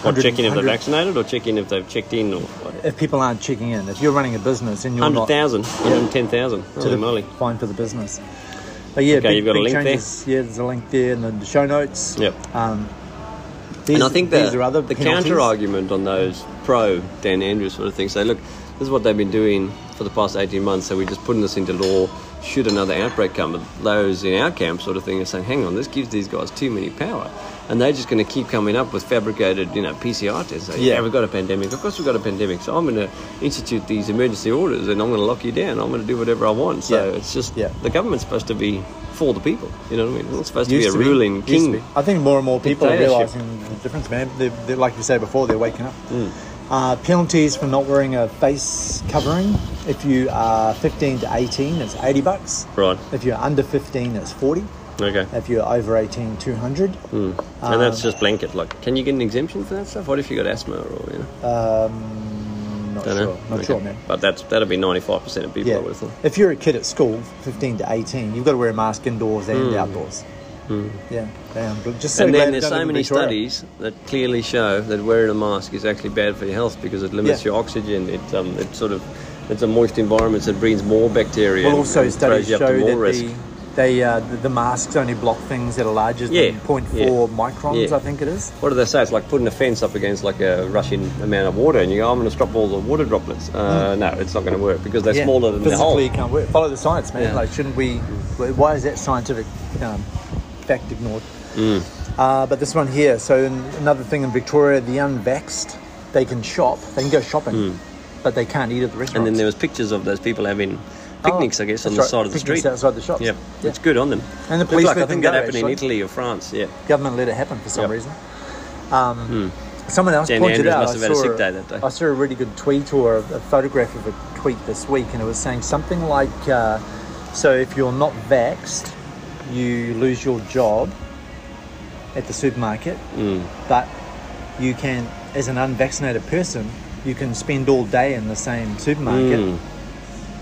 S3: Or
S2: 100
S3: checking if they're
S2: 100
S3: vaccinated, or checking if they've checked in, or what.
S2: If people aren't checking in, if you're running a business and you're not
S3: 100,000, 110,000.
S2: to
S3: Holy
S2: the
S3: moly.
S2: fine for the business. But yeah,
S3: Okay,
S2: big,
S3: you've got a
S2: big
S3: link there?
S2: changes. Yeah, there's a link there in the show notes.
S3: Yep.
S2: Um, these,
S3: and I think
S2: these
S3: the,
S2: are other
S3: the
S2: penalties.
S3: counter argument on those pro Dan Andrews sort of things say, look, this is what they've been doing for the past 18 months, so we're just putting this into law should another outbreak come. But those in our camp sort of thing are saying, hang on, this gives these guys too many power. And they're just going to keep coming up with fabricated, you know, PCR tests. So, yeah.
S2: Yeah.
S3: we've got a pandemic. Of course we've got a pandemic. So I'm going to institute these emergency orders and I'm going to lock you down. I'm going to do whatever I want. So
S2: Yeah.
S3: it's just
S2: Yeah.
S3: the government's supposed to be for the people. You know what I mean? It's not supposed
S2: Used
S3: to be a ruling
S2: used
S3: king.
S2: to be. I think more and more people are
S3: Dictatorship. Mm.
S2: realizing the difference, man. They're, they're, like you said before, they're waking up. Uh, penalties for not wearing a face covering. If you are 15 to 18, it's 80 bucks.
S3: Right.
S2: If you're under 15, it's 40.
S3: Okay.
S2: If you're over 18, 200.
S3: Hmm. and that's
S2: Um,
S3: just blanket. Like, can you get an exemption for that stuff? What if you got asthma or you know?
S2: Um, not
S3: don't
S2: sure.
S3: know.
S2: Not
S3: Okay.
S2: sure, man.
S3: But that's that'd be ninety five percent of people. I
S2: Yeah.
S3: would have thought.
S2: If you're a kid at school, 15 to 18, you've got to wear a mask indoors and outdoors. Yeah. Damn. But just so
S3: Hmm. and
S2: glad
S3: then
S2: we don't live
S3: there's so
S2: in
S3: many
S2: Victoria.
S3: studies that clearly show that wearing a mask is actually bad for your health because it limits
S2: Yeah.
S3: your oxygen. It um, it sort of it's a moist environment, so it brings more bacteria.
S2: Well,
S3: and-
S2: also
S3: and
S2: studies
S3: throws you
S2: show
S3: up to more
S2: that
S3: risk.
S2: the, they, uh, the, the masks only block things that are larger
S3: Yeah,
S2: than 0.4
S3: yeah,
S2: microns,
S3: yeah.
S2: I think it is.
S3: what do they say? It's like putting a fence up against like a rushing amount of water, and you go, "I'm going to stop all the water droplets." Uh, No, it's not going to work because they're
S2: Hmm. Yeah.
S3: smaller than the
S2: Physically,
S3: whole.
S2: you can't work. Follow the science, man.
S3: Yeah.
S2: Like, shouldn't we? Why is that scientific um, fact ignored?
S3: Mm.
S2: Uh, but this one here. So in, another thing in Victoria, the unvaxxed, they can shop. They can go shopping, but they can't eat at the
S3: Mm. And
S2: restaurant.
S3: then there was pictures of those people having
S2: Oh,
S3: picnics, I guess, on the side of the street.
S2: outside the shops.
S3: Yeah,
S2: Yeah.
S3: it's good on them.
S2: And the
S3: Look
S2: police
S3: like, I
S2: let
S3: think
S2: them
S3: that
S2: go,
S3: happened in
S2: actually.
S3: Italy or France. Yeah,
S2: government let it happen for some
S3: Yep. Hmm.
S2: reason. Um, Someone else
S3: Dan
S2: pointed
S3: Andrews
S2: out.
S3: must have
S2: I
S3: had a
S2: saw
S3: sick day that day.
S2: I saw a really good tweet or a, a photograph of a tweet this week, and it was saying something like, uh, "So if you're not vaxxed, you lose your job at the supermarket,
S3: Hmm.
S2: but you can, as an unvaccinated person, you can spend all day in the same supermarket."
S3: Hmm.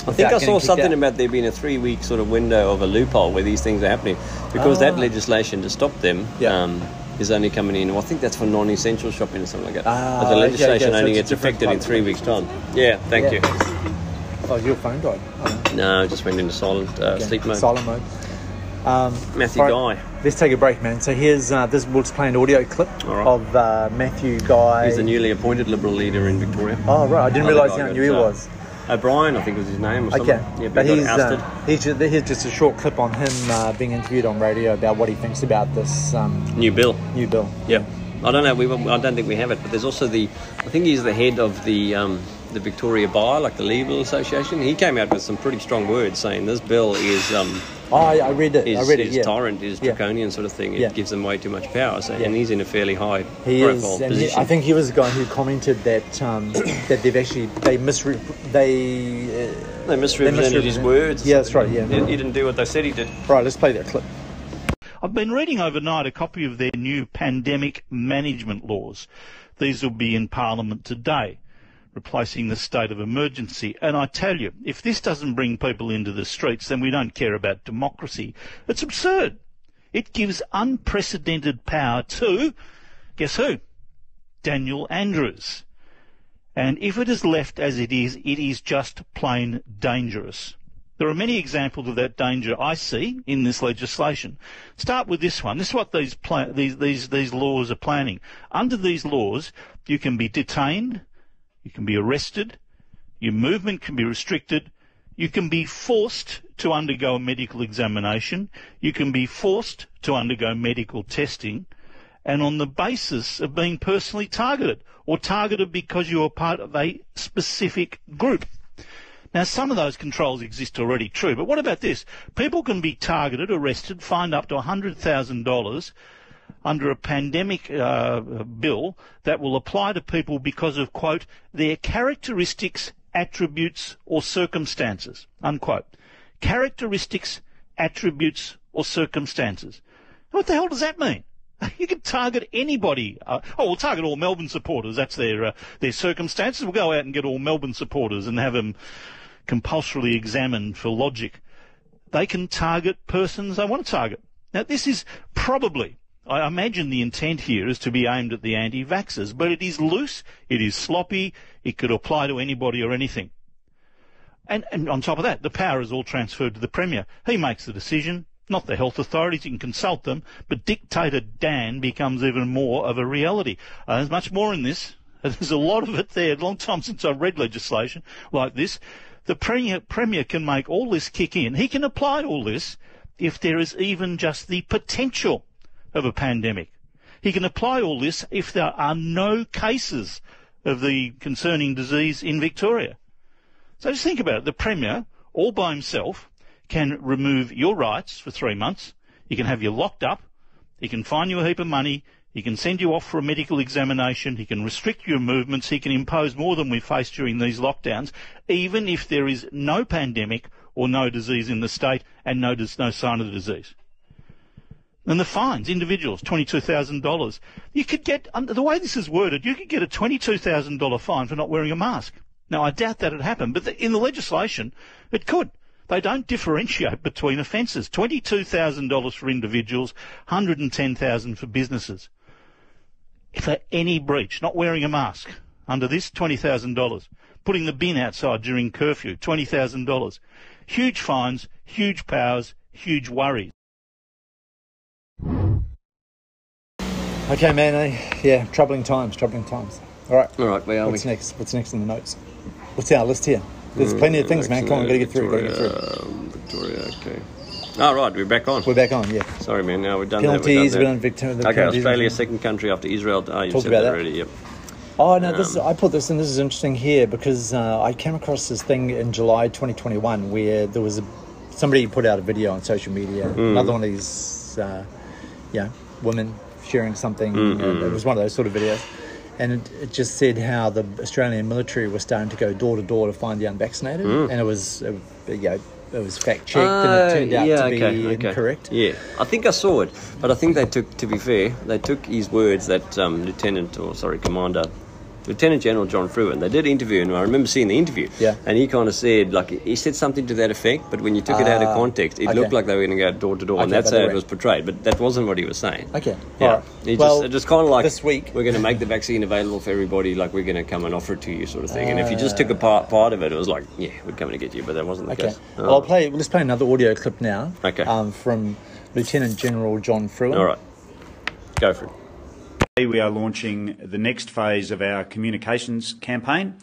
S3: I think I
S2: getting
S3: saw
S2: kicked
S3: something
S2: out.
S3: about there being a three-week sort of window of a loophole where these things are happening because that
S2: Ah.
S3: legislation to stop them.
S2: Yeah.
S3: Um, is only coming in. Well, I think that's for non-essential shopping or something like that.
S2: Ah,
S3: but the
S2: okay,
S3: legislation
S2: okay, so
S3: only
S2: it's a
S3: gets
S2: different
S3: affected in
S2: type.
S3: three weeks' time. Yeah, thank
S2: Yeah. Oh, your phone died. Oh,
S3: you. No, I just went into silent uh,
S2: okay.
S3: sleep mode.
S2: Silent mode. Um,
S3: Matthew
S2: Alright,
S3: Guy.
S2: Let's take a break, man. So here's uh, this. We'll just play an audio clip
S3: Alright.
S2: of uh, Matthew Guy.
S3: He's the newly appointed Liberal leader in Victoria.
S2: oh right, I didn't
S3: Other
S2: realise
S3: guy
S2: how
S3: got,
S2: new he
S3: uh,
S2: was.
S3: O'Brien, I think was his name. Or
S2: Okay,
S3: something. Yeah, but,
S2: but
S3: he
S2: he's,
S3: got ousted.
S2: uh, he's ju- here's just a short clip on him uh, being interviewed on radio about what he thinks about this um,
S3: New bill.
S2: new bill.
S3: Yeah, I don't know. We won't- I don't think we have it, but there's also the. I think he's the head of the um, the Victoria Bar, like the legal association. He came out with some pretty strong words saying this bill is um,
S2: Oh, I, I read it.
S3: is,
S2: I read it.
S3: is
S2: Yeah,
S3: tyrant, is
S2: Yeah.
S3: draconian, sort of thing. It
S2: Yeah.
S3: gives them way too much power. So, and he's in a fairly high
S2: he is.
S3: profile
S2: And he-
S3: position.
S2: I think he was the guy who commented that um, that they've actually they misre they. Uh,
S3: they misrepresented his
S2: misrepresent-
S3: words.
S2: Yeah, that's right, yeah.
S3: he, he didn't do what they said he did.
S2: right, let's play that clip.
S5: I've been reading overnight a copy of their new pandemic management laws. These will be in Parliament today, replacing the state of emergency. And I tell you, if this doesn't bring people into the streets, then we don't care about democracy. It's absurd. It gives unprecedented power to, guess who? Daniel Andrews. And if it is left as it is, it is just plain dangerous. There are many examples of that danger I see in this legislation. Start with this one. This is what these, pla- these, these, these laws are planning. Under these laws, you can be detained, you can be arrested, your movement can be restricted, you can be forced to undergo a medical examination. You can be forced to undergo medical testing and on the basis of being personally targeted or targeted because you are part of a specific group. Now, some of those controls exist already, true, but what about this? People can be targeted, arrested, fined up to $100,000 under a pandemic uh, bill that will apply to people because of, quote, their characteristics, attributes, or circumstances, unquote. Characteristics, attributes, or circumstances. What the hell does that mean? You can target anybody. Uh, oh, we'll target all Melbourne supporters. That's their uh, their circumstances. We'll go out and get all Melbourne supporters and have them compulsorily examined for logic. They can target persons they want to target. Now, this is probably, I imagine the intent here is to be aimed at the anti-vaxxers, but it is loose, it is sloppy, it could apply to anybody or anything. And, and on top of that, the power is all transferred to the Premier. He makes the decision, not the health authorities. You can consult them, but dictator Dan becomes even more of a reality. Uh, there's much more in this. There's a lot of it there. Long time since I've read legislation like this. The premier, premier can make all this kick in. He can apply all this if there is even just the potential of a pandemic. He can apply all this if there are no cases of the concerning disease in Victoria. So just think about it. The premier, all by himself, can remove your rights for three months. He can have you locked up. He can fine you a heap of money. He can send you off for a medical examination. He can restrict your movements. He can impose more than we faced during these lockdowns, even if there is no pandemic or no disease in the state and no, dis- no sign of the disease. And the fines, individuals, $22,000. You could get, under the way this is worded, you could get a $22,000 fine for not wearing a mask. Now, I doubt that it happened, but the, in the legislation, it could. They don't differentiate between offences. $22,000 for individuals, $110,000 for businesses. For any breach, not wearing a mask, under this, $20,000. Putting the bin outside during curfew, $20,000. Huge fines, huge powers, huge worries.
S2: Okay, man. I, yeah, troubling times, troubling times. All right.
S3: All right, where are
S2: What's
S3: we?
S2: next? What's next in the notes? What's our list here?
S3: Mm,
S2: There's plenty of things, man. Come on, gotta get through. Gotta get
S3: Victoria,
S2: through.
S3: um, Victoria, okay. All right, we're back on.
S2: We're back on. Yeah.
S3: Sorry, man. Now we're done.
S2: Penalties,
S3: That.
S2: we've
S3: We're
S2: done
S3: done.
S2: Victoria. the
S3: that. Okay,
S2: penalties.
S3: Australia, second country after Israel. Oh, you
S2: Talked
S3: said
S2: about
S3: that
S2: that.
S3: already. Yep.
S2: Oh no, this is,
S3: Um,
S2: I put this in. This is interesting here because uh, I came across this thing in July 2021 where there was a, somebody put out a video on social media.
S3: Mm.
S2: Another one of these, uh, you know, women sharing something.
S3: Mm-hmm.
S2: and it was one of those sort of videos, and it, it just said how the Australian military was starting to go door to door to find the unvaccinated,
S3: Mm.
S2: and it was, uh, you know, it was fact checked and it
S3: Oh,
S2: turned out
S3: yeah,
S2: to be
S3: okay, okay.
S2: incorrect.
S3: Yeah, I think I saw it, but I think they took, to be fair, they took his words that um, Lieutenant, or sorry, Commander, Lieutenant General John Fruin, they did interview, and I remember seeing the interview.
S2: Yeah.
S3: And he kind of said, like, he said something to that effect, but when you took it out of
S2: Ah,
S3: context, it
S2: okay.
S3: looked like they were going to go door to door,
S2: Okay,
S3: and that's
S2: but
S3: how
S2: they
S3: it
S2: were-
S3: was portrayed, but that wasn't what he was saying.
S2: Okay,
S3: Yeah.
S2: alright.
S3: He just,
S2: Well,
S3: it just kind of like,
S2: this week-
S3: we're going to make the vaccine available for everybody, like, we're going to come and offer it to you, sort of thing. and if you just took a part, part of it, it was like, yeah, we're coming to get you, but that wasn't the
S2: Ah. Okay.
S3: case.
S2: Well, I'll play. Let's play another audio clip now.
S3: Okay.
S2: Um, from Lieutenant General John Fruin.
S3: All right, go for it.
S6: Today we are launching the next phase of our communications campaign,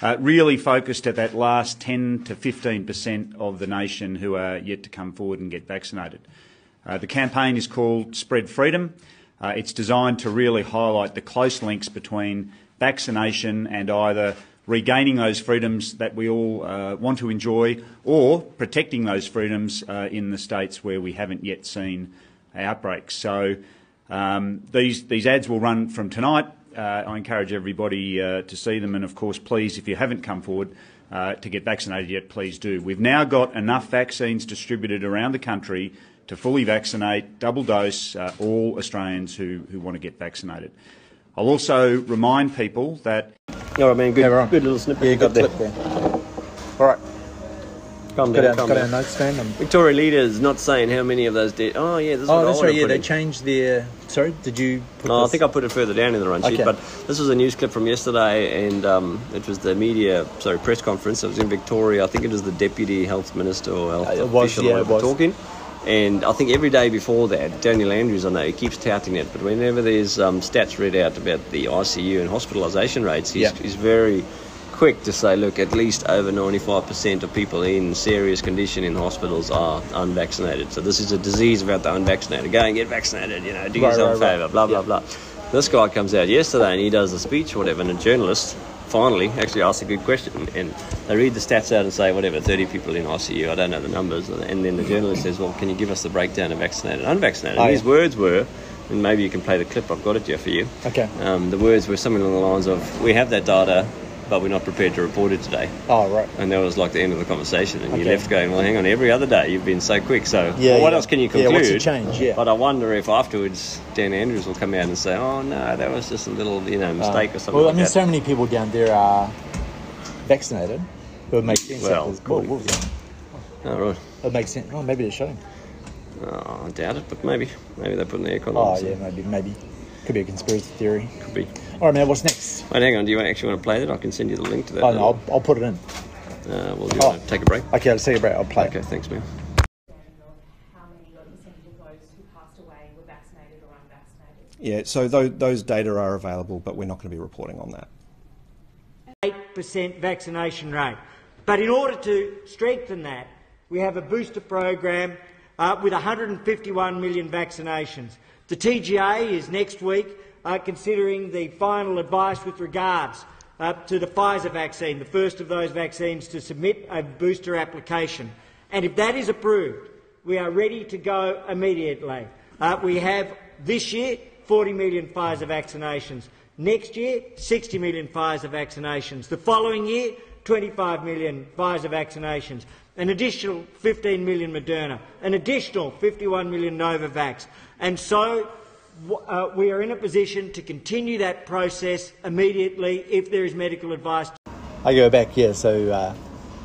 S6: uh, really focused at that last 10 to 15% of the nation who are yet to come forward and get vaccinated. Uh, the campaign is called Spread Freedom. Uh, it's designed to really highlight the close links between vaccination and either regaining those freedoms that we all uh, want to enjoy or protecting those freedoms uh, in the states where we haven't yet seen outbreaks. So um, these these ads will run from tonight. Uh, I encourage everybody uh, to see them, and of course, please, if you haven't come forward uh, to get vaccinated yet, please do. We've now got enough vaccines distributed around the country to fully vaccinate, double dose uh, all Australians who who want to get vaccinated. I'll also remind people that.
S3: All right, man. Good,
S2: Yeah, we're on.
S3: good little snippet.
S2: Yeah, good
S3: up there.
S2: clip there. All right.
S3: Calm
S2: Got,
S3: down.
S2: our,
S3: calm
S2: got our
S3: down.
S2: notes, man. Um,
S3: Victoria leader is not saying how many of those dead. Oh yeah, this is what
S2: oh,
S3: I
S2: that's
S3: wanna
S2: right. Yeah,
S3: put
S2: they
S3: in.
S2: changed their. Sorry, did you? Put
S3: Oh, I
S2: this-
S3: think I put it further down in the run sheet,
S2: Okay.
S3: but this was a news clip from yesterday, and um, it was the media, sorry, press conference. It was in Victoria. I think it was the deputy health minister or health
S2: Uh, it was,
S3: official
S2: yeah,
S3: or
S2: it
S3: whatever
S2: was.
S3: talking. And I think every day before that, Daniel Andrews, I know he keeps touting it, but whenever there's um, stats read out about the ICU and hospitalisation rates, he's,
S2: Yeah.
S3: he's very quick to say, look, at least over 95% of people in serious condition in hospitals are unvaccinated. So this is a disease about the unvaccinated. Go and get vaccinated, you know, do
S2: Right,
S3: yourself
S2: right,
S3: a
S2: right.
S3: favour, blah, blah, blah. This guy comes out yesterday and he does a speech or whatever, and a journalist finally actually asks a good question. And they read the stats out and say, whatever, 30 people in ICU, I don't know the numbers. And then the journalist says, well, can you give us the breakdown of vaccinated and unvaccinated?
S2: Oh,
S3: and his
S2: yeah.
S3: words were, and maybe you can play the clip, I've got it here for you.
S2: Okay.
S3: Um, the words were something along the lines of, "We have that data, but we're not prepared to report it today."
S2: Oh, right.
S3: And that was like the end of the conversation, and you
S2: Okay.
S3: left going, "Well, hang on, every other day you've been so quick, so
S2: Yeah,
S3: what
S2: yeah.
S3: else can you conclude?"
S2: Yeah, what's the change? Yeah.
S3: But I wonder if afterwards Dan Andrews will come out and say, "Oh no, that was just a little, you know, mistake or something."
S2: Uh, Well, I
S3: like
S2: mean,
S3: that.
S2: so many people down there are vaccinated. It would make sense.
S3: Well,
S2: that there's- Whoa, what was that?
S3: oh, right.
S2: It would make sense. Oh, maybe they're showing.
S3: Oh, I doubt it, but maybe, maybe they put an aircon. on
S2: Oh,
S3: or something.
S2: yeah, maybe, maybe. Could be a conspiracy theory.
S3: could be.
S2: All right, man, what's next?
S3: Wait, hang on. Do you actually want to play that? I can send you the link to that.
S2: Oh, no, I'll, I'll put it in.
S3: Uh, well, do you
S2: Oh.
S3: want to take a break?
S2: Okay, I'll take a break. I'll play.
S3: Okay, thanks, man.
S7: how many percentage of those who passed away were vaccinated or unvaccinated.
S8: Yeah, so tho- those data are available, but we're not going to be reporting on that.
S9: 8% vaccination rate. But in order to strengthen that, we have a booster program uh, with 151 million vaccinations. The TGA is next week uh, considering the final advice with regards uh, to the Pfizer vaccine, the first of those vaccines to submit a booster application. And if that is approved, we are ready to go immediately. Uh, we have this year 40 million Pfizer vaccinations. Next year, 60 million Pfizer vaccinations. The following year, 25 million Pfizer vaccinations. An additional 15 million Moderna. An additional 51 million Novavax. And so w- uh, we are in a position to continue that process immediately if there is medical advice.
S2: I go back, yeah, so, uh,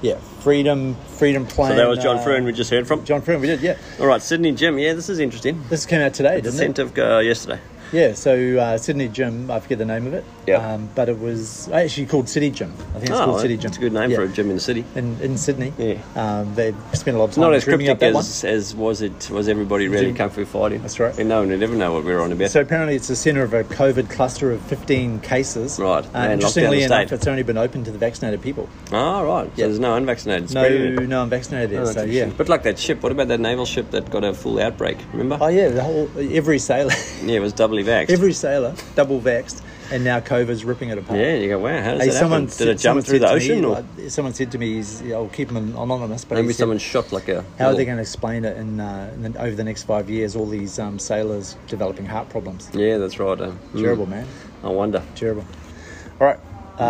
S2: yeah, freedom, freedom plane.
S3: So that was John
S2: uh,
S3: Fruin we just heard from.
S2: John Fruin, we did, yeah.
S3: All right, Sydney Jim. Yeah, this is interesting.
S2: This came out today,
S3: The
S2: didn't it?
S3: scent of uh, yesterday.
S2: Yeah, so uh, Sydney Gym, I forget the name of it. Um,
S3: Yeah.
S2: but it was actually called City Gym. I think it's called City Gym.
S3: Oh, It's a good name
S2: Yeah.
S3: for a gym in the city.
S2: In, in Sydney.
S3: Yeah.
S2: Um, they spent a lot of
S3: It's
S2: time
S3: not as
S2: dreaming up that
S3: cryptic
S2: one.
S3: as, as was it was everybody really
S2: Gym.
S3: kung fu fighting.
S2: That's right.
S3: And no one would ever know what we were on about.
S2: So apparently, it's the centre of a COVID cluster of 15 cases.
S3: Right,
S2: Uh,
S3: and
S2: interestingly
S3: locked down the
S2: enough,
S3: state.
S2: it's only been open to the vaccinated people.
S3: oh right. So
S2: Yeah.
S3: there's no unvaccinated
S2: No,
S3: spreading it.
S2: no, I'm vaccinated there.
S3: Oh, that's
S2: so yeah.
S3: interesting. But like that ship, what about that naval ship that got a full outbreak? Remember?
S2: Oh yeah, the whole every sailor,
S3: Yeah, it was doubly vaxxed.
S2: every sailor, double vaxxed, and now COVID's ripping it apart.
S3: yeah, you go, wow, how does
S2: Hey,
S3: that happen?
S2: someone
S3: Did
S2: said-
S3: it jump
S2: someone
S3: through
S2: said
S3: the
S2: to me,
S3: ocean? or
S2: like, someone said to me, he's, "I'll keep him anonymous." But he
S3: maybe
S2: said,
S3: someone shot like
S2: How
S3: a.
S2: are they
S3: little-
S2: going to explain it in, uh, in the, over the next five years? All these um, sailors developing heart problems.
S3: Yeah, that's right. uh, mm.
S2: Terrible, man.
S3: I wonder.
S2: Terrible. All right.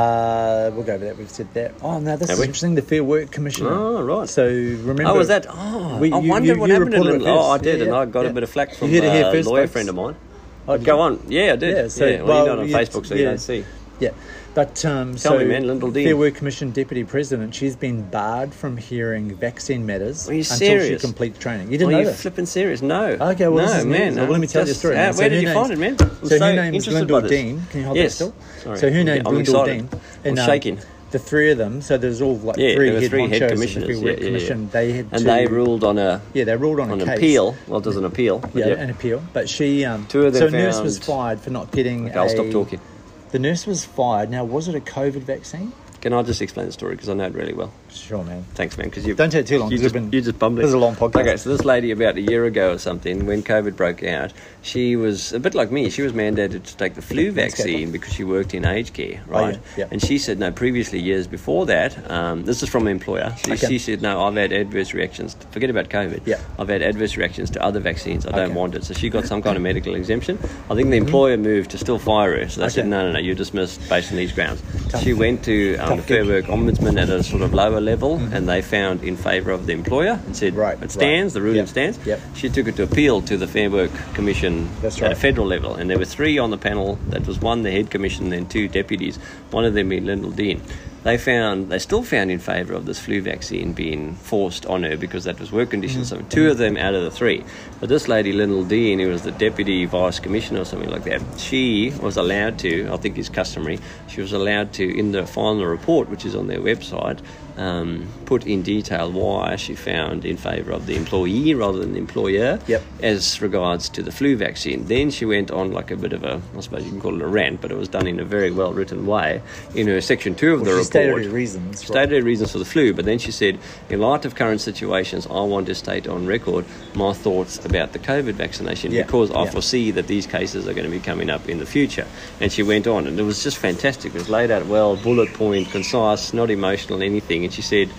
S2: Uh, we'll go over that. We've said that. Oh, now this
S3: Have
S2: is
S3: we?
S2: interesting. The Fair Work Commissioner.
S3: Oh, right.
S2: So remember.
S3: Oh, was that? Oh,
S2: We-
S3: I
S2: you-
S3: wondered
S2: you-
S3: what
S2: you
S3: happened. In
S2: reported
S3: London.
S2: it
S3: oh, I
S2: first.
S3: did, and
S2: Yeah,
S3: I got
S2: yeah.
S3: a bit of flack
S2: You
S3: from
S2: heard it here
S3: uh,
S2: first,
S3: lawyer
S2: folks.
S3: friend of mine.
S2: Oh, did
S3: Go
S2: you?
S3: on. Yeah, I did.
S2: Yeah, so,
S3: yeah.
S2: well,
S3: well, you do it
S2: yeah,
S3: on Facebook, so you
S2: yeah.
S3: don't see.
S2: Yeah. But um,
S3: Tell
S2: so
S3: me, man, Lyndall Dean.
S2: Fair Work Commission Deputy President, she's been barred from hearing vaccine matters
S3: Are you
S2: until
S3: serious?
S2: she completes training. You
S3: Are
S2: didn't
S3: you
S2: know this.
S3: flipping serious? No.
S2: Okay, well,
S3: no,
S2: this is news.
S3: man.
S2: Well, let me tell you a
S3: just-
S2: story.
S3: uh,
S2: man. So
S3: where did
S2: her
S3: you
S2: name's-
S3: find it, man? I'm
S2: so her name's
S3: interested
S2: Lyndall
S3: by this.
S2: Dean. Can you hold
S3: yes.
S2: that still?
S3: Sorry.
S2: So her name's
S3: I'm
S2: Lyndall
S3: excited.
S2: Dean.
S3: I'm
S2: um,
S3: shaking.
S2: The three of them. So there's all like
S3: Yeah,
S2: three
S3: there were
S2: head
S3: three
S2: honchos of
S3: head
S2: the
S3: commissioners.
S2: Fair
S3: yeah,
S2: Work
S3: yeah, yeah.
S2: Commission. They had
S3: and
S2: to-
S3: they ruled on a
S2: Yeah, they ruled on,
S3: on
S2: a
S3: an
S2: case.
S3: appeal. Well, it was an appeal. but
S2: Yeah,
S3: yep.
S2: an appeal. But she, um,
S3: Two of them
S2: so a nurse was
S3: found-
S2: fired for not getting.
S3: Okay, I'll stop
S2: a-
S3: talking.
S2: The nurse was fired. Now, was it a COVID vaccine?
S3: Can I just explain the story because I know it really well?
S2: Sure, man.
S3: Thanks, man. Because you
S2: Don't take too long,
S3: You
S2: 'cause we've
S3: just,
S2: been-
S3: you just bummed it.
S2: this is a long podcast.
S3: Okay, so this lady about a year ago or something, when COVID broke out, she was a bit like me. She was mandated to take the flu vaccine because she worked in aged care, right?
S2: Oh, yeah.
S3: And she said no. Previously, years before that, um, this is from an employer. She,
S2: Okay.
S3: she said no. I've had adverse reactions. Forget about COVID.
S2: Yeah.
S3: I've had adverse reactions to other vaccines. I don't
S2: Okay. Mm-hmm.
S3: want it. So she got some kind of medical exemption. I think the employer moved to still fire her. So they said
S2: Okay.
S3: no, no, no. You're dismissed based on these grounds.
S2: Tough.
S3: She went to um, the
S2: Tough gig.
S3: Fair Work Ombudsman at a sort of lower level, and they found in favour of the employer and said
S2: Mm-hmm. Right,
S3: it stands,
S2: right.
S3: the ruling
S2: Yep,
S3: stands.
S2: yep.
S3: She took it to appeal to the Fair Work Commission
S2: That's
S3: at a
S2: right.
S3: federal level, and there were three on the panel. That was one the head commission, then two deputies. One of them being Lyndall Dean. They found they still found in favour of this flu vaccine being forced on her because that was work conditions. So two of them out of the three. But this lady Lyndall Dean, who was the deputy vice commissioner or something like that, she was allowed to. I think is customary. She was allowed to in the final report, which is on their website, um, put in detail why she found in favour of the employee rather than the employer
S2: Yep.
S3: as regards to the flu vaccine. Then she went on like a bit of a, I suppose you can call it a rant, but it was done in a very well written way in her section two of
S2: Well,
S3: the
S2: she
S3: report.
S2: stated her reasons, right.
S3: Stated her reasons for the flu, but then she said, in light of current situations, I want to state on record my thoughts about the COVID vaccination
S2: Yeah,
S3: because I
S2: yeah.
S3: foresee that these cases are going to be coming up in the future. And she went on, and it was just fantastic. It was laid out well, bullet point, concise, not emotional, anything. And she said,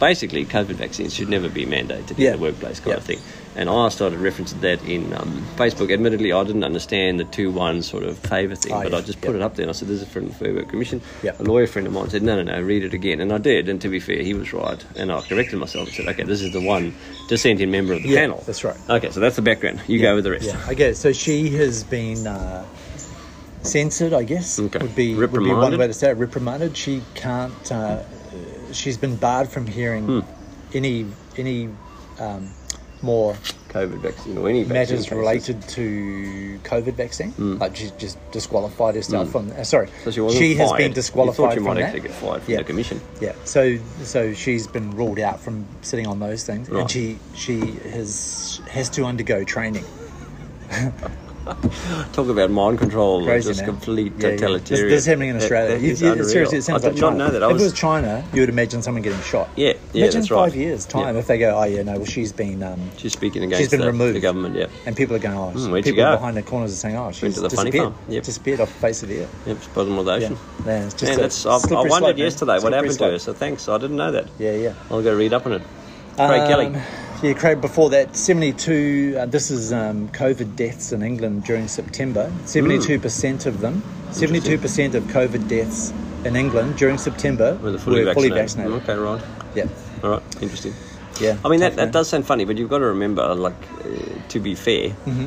S3: basically, COVID vaccines should never be mandated
S2: Yeah.
S3: in the workplace kind of
S2: Yeah.
S3: thing. And I started referencing that in um, Facebook. Admittedly, I didn't understand the 2 1 sort of favour thing,
S2: Ah,
S3: but
S2: yeah,
S3: I just put
S2: yeah.
S3: it up there and I said, This is from the Fair Work Commission.
S2: Yeah.
S3: A lawyer friend of mine said, No, no, no, read it again. And I did. And to be fair, he was right. And I corrected myself and said, Okay, this is the one dissenting member of the
S2: Yeah,
S3: panel.
S2: that's right.
S3: Okay, so that's the background. You go with the rest.
S2: Yeah. Okay. So she has been uh, censored. I guess
S3: Okay.
S2: would be would be one
S3: Reprimanded?
S2: way to say it. Reprimanded. She can't. Uh, she's been barred from hearing
S3: Hmm.
S2: any any um, more
S3: COVID vaccine or any vaccine
S2: matters
S3: cases. Hmm.
S2: related to COVID vaccine. Like she's just disqualified herself from. Uh, sorry,
S3: So she wasn't
S2: has
S3: fired.
S2: been disqualified
S3: You thought you
S2: from
S3: might
S2: that.
S3: actually get fired from
S2: Yeah.
S3: the commission.
S2: Yeah, so so she's been ruled out from sitting on those things,
S3: Right.
S2: and she she has has to undergo training.
S3: Talk about mind control
S2: Crazy,
S3: and just
S2: man.
S3: complete
S2: Yeah, yeah.
S3: totalitarian.
S2: This, this is happening in
S3: That-
S2: Australia.
S3: that
S2: You-
S3: is
S2: you-
S3: unreal.
S2: seriously, it sounds
S3: I
S2: like
S3: did
S2: China.
S3: not know that. I
S2: If it was
S3: was
S2: China, you would imagine someone getting shot.
S3: Yeah, yeah,
S2: imagine
S3: that's
S2: five
S3: right.
S2: years time
S3: Yeah.
S2: if they go, oh yeah, no, well she's been um,
S3: She's speaking against
S2: she's been
S3: the,
S2: removed.
S3: the government. Yeah,
S2: and people are going, oh,
S3: Hmm, where'd she
S2: people
S3: go?
S2: behind the corners are saying, oh, she's
S3: to the funny
S2: disappeared,
S3: farm. Yep.
S2: disappeared off the face of the earth.
S3: yeah, it's bottom of the
S2: Yeah,
S3: ocean.
S2: man, it's just
S3: Man,
S2: a
S3: that's, I, I
S2: slippery
S3: wondered
S2: slope, man.
S3: yesterday what
S2: Slippery
S3: happened to her.
S2: slope.
S3: So thanks, I didn't know that.
S2: Yeah, yeah.
S3: I'll go read up on it. Craig
S2: Um,
S3: Kelly.
S2: Yeah, Craig, before that, 72, uh, this is um, COVID deaths in England during September. 72% of them, 72% of COVID deaths in England during September
S3: Were the fully
S2: were fully vaccinated.
S3: Okay, right.
S2: Yeah.
S3: All right, interesting.
S2: Yeah.
S3: I mean, that,
S2: Tough,
S3: that
S2: man.
S3: does sound funny, but you've got to remember, like, uh, to be fair,
S2: Mm-hmm.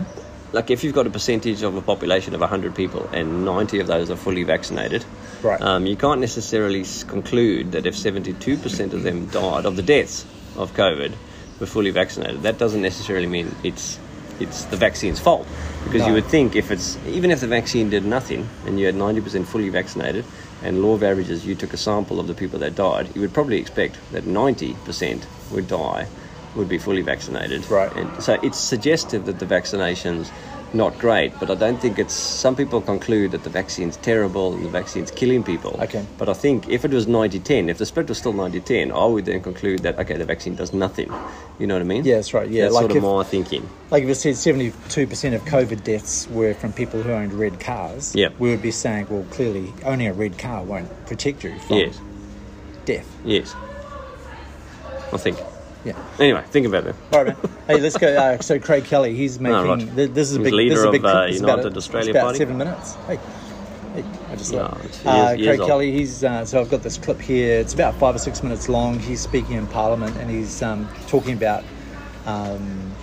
S3: like if you've got a percentage of a population of 100 people and 90 of those are fully vaccinated,
S2: Right.
S3: um, you can't necessarily s- conclude that if 72% of them died of the deaths of COVID were fully vaccinated, that doesn't necessarily mean it's it's the vaccine's fault because
S2: No.
S3: you would think if it's even if the vaccine did nothing and you had 90% fully vaccinated and law of averages you took a sample of the people that died you would probably expect that 90% would die would be fully vaccinated
S2: Right.
S3: and so it's suggestive that the vaccination's not great, but I don't think it's. Some people conclude that the vaccine's terrible and the vaccine's killing people.
S2: Okay.
S3: But I think if it was 90 10, if the split was still 90 10, I would then conclude that, okay, the vaccine does nothing. You know what I mean?
S2: Yeah, that's right. Yeah,
S3: That's
S2: like
S3: sort of
S2: if-
S3: my thinking.
S2: Like if it said 72% of COVID deaths were from people who owned red cars,
S3: Yep.
S2: we would be saying, well, clearly owning a red car won't protect you from
S3: Yes,
S2: death.
S3: yes. I think.
S2: Yeah.
S3: Anyway, think about that.
S2: All right, man. Hey, let's go. Uh, so Craig Kelly, he's making
S3: Ah, right.
S2: th- this is a
S3: He's
S2: big
S3: leader
S2: this is a
S3: of,
S2: big clip.
S3: uh,
S2: It's about
S3: United
S2: a-
S3: Australia
S2: it's about
S3: Party.
S2: seven minutes. Hey, hey, I just love.
S3: No, it's
S2: uh,
S3: years- years
S2: Craig
S3: old.
S2: Kelly, he's uh, so I've got this clip here. It's about five or six minutes long. He's speaking in Parliament and he's um, talking about um,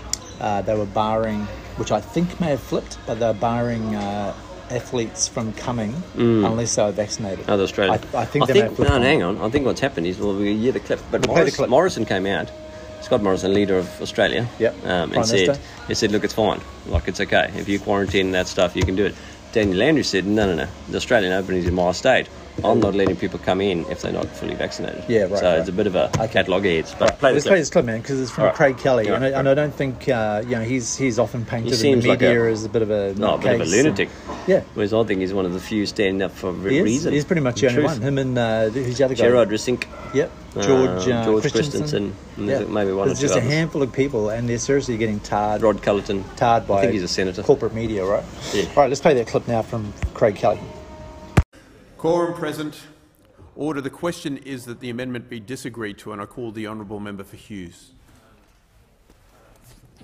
S2: uh, they were barring, which I think may have flipped, but they're barring. Uh, Athletes from coming unless they were vaccinated.
S3: Another Mm. Australia.
S2: I, I think they may have flipped
S3: no,
S2: on.
S3: hang on. I think what's happened is, well, we hear the clip, but
S2: We'll play the
S3: Morris,
S2: clip.
S3: Morrison came out, Scott Morrison, leader of Australia,
S2: Yep,
S3: um,
S2: Prime
S3: and said,
S2: Minister.
S3: he said, look, it's fine. Like, it's okay. If you quarantine that stuff, you can do it. Daniel Andrews said, no, no, no. The Australian Open is in my state. I'm not letting people come in if they're not fully vaccinated.
S2: Yeah, right,
S3: So
S2: right.
S3: it's a bit of a
S2: Okay.
S3: catalogue heads. But
S2: Right,
S3: play the
S2: let's
S3: clip.
S2: play this clip, man, because it's from
S3: All right.
S2: Craig Kelly,
S3: All
S2: and,
S3: right,
S2: I, and I don't think uh, you know he's he's often painted in
S3: seems
S2: the
S3: like
S2: media
S3: a-
S2: as a bit of a
S3: No, Oh, a bit of a
S2: nutcase.
S3: lunatic.
S2: yeah,
S3: Whereas I think he's one of the few standing up for re-
S2: he is.
S3: reason.
S2: He's pretty much the
S3: and
S2: only
S3: truth.
S2: one. Him and uh, who's the other guy?
S3: Gerard Rissink.
S2: Yep.
S3: uh,
S2: George uh,
S3: George
S2: Christensen.
S3: Christensen, and there's maybe one or
S2: There's
S3: two
S2: just a
S3: others.
S2: handful of people, and they're seriously getting tarred,
S3: Rod Cullerton.
S2: tarred by
S3: I think he's a senator.
S2: corporate media, right?
S3: Yeah.
S2: All right, let's play that clip now from Craig Kelly.
S10: Quorum present. Order. The question is that the amendment be disagreed to, and I call the honourable member for Hughes.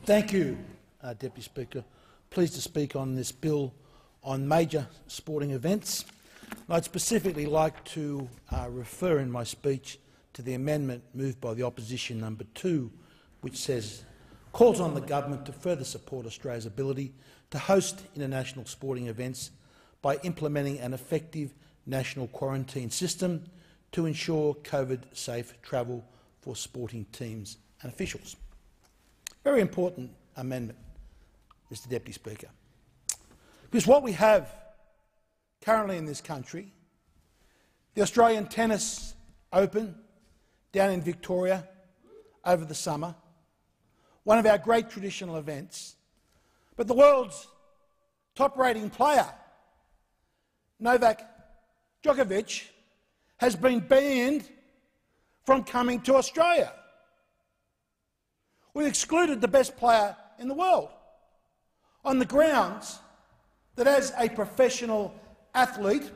S11: Thank you, uh, Deputy Speaker. Pleased to speak on this bill on major sporting events. And I'd specifically like to uh, refer in my speech to the amendment moved by the opposition number two, which says calls on the government to further support Australia's ability to host international sporting events by implementing an effective national quarantine system to ensure COVID safe travel for sporting teams and officials. Very important amendment, Mr Deputy Speaker. Because what we have currently in this country, the Australian Tennis Open down in Victoria over the summer, one of our great traditional events. But the world's top rating player, Novak Djokovic, has been banned from coming to Australia. We've excluded the best player in the world on the grounds that, as a professional athlete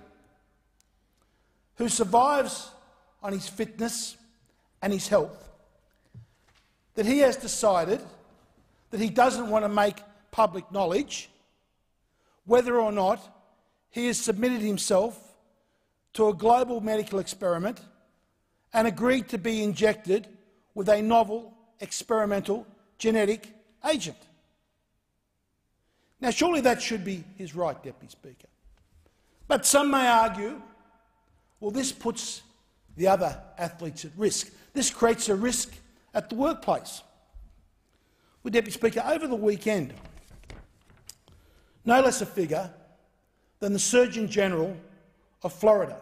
S11: who survives on his fitness and his health, that he has decided that he doesn't want to make public knowledge whether or not he has submitted himself to a global medical experiment and agreed to be injected with a novel experimental genetic agent. Now, surely that should be his right, Deputy Speaker. But some may argue, well, this puts the other athletes at risk. This creates a risk at the workplace. Well, Deputy Speaker, over the weekend, no less a figure than the Surgeon General of Florida,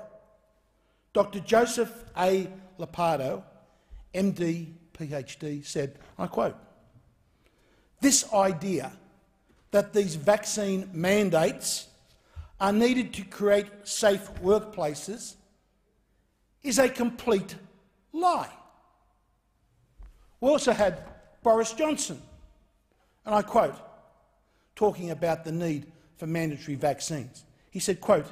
S11: Dr. Joseph A. Lepardo, MD, PhD, said, I quote, this idea that these vaccine mandates are needed to create safe workplaces is a complete lie. We also had Boris Johnson, and I quote, talking about the need for mandatory vaccines. He said, quote,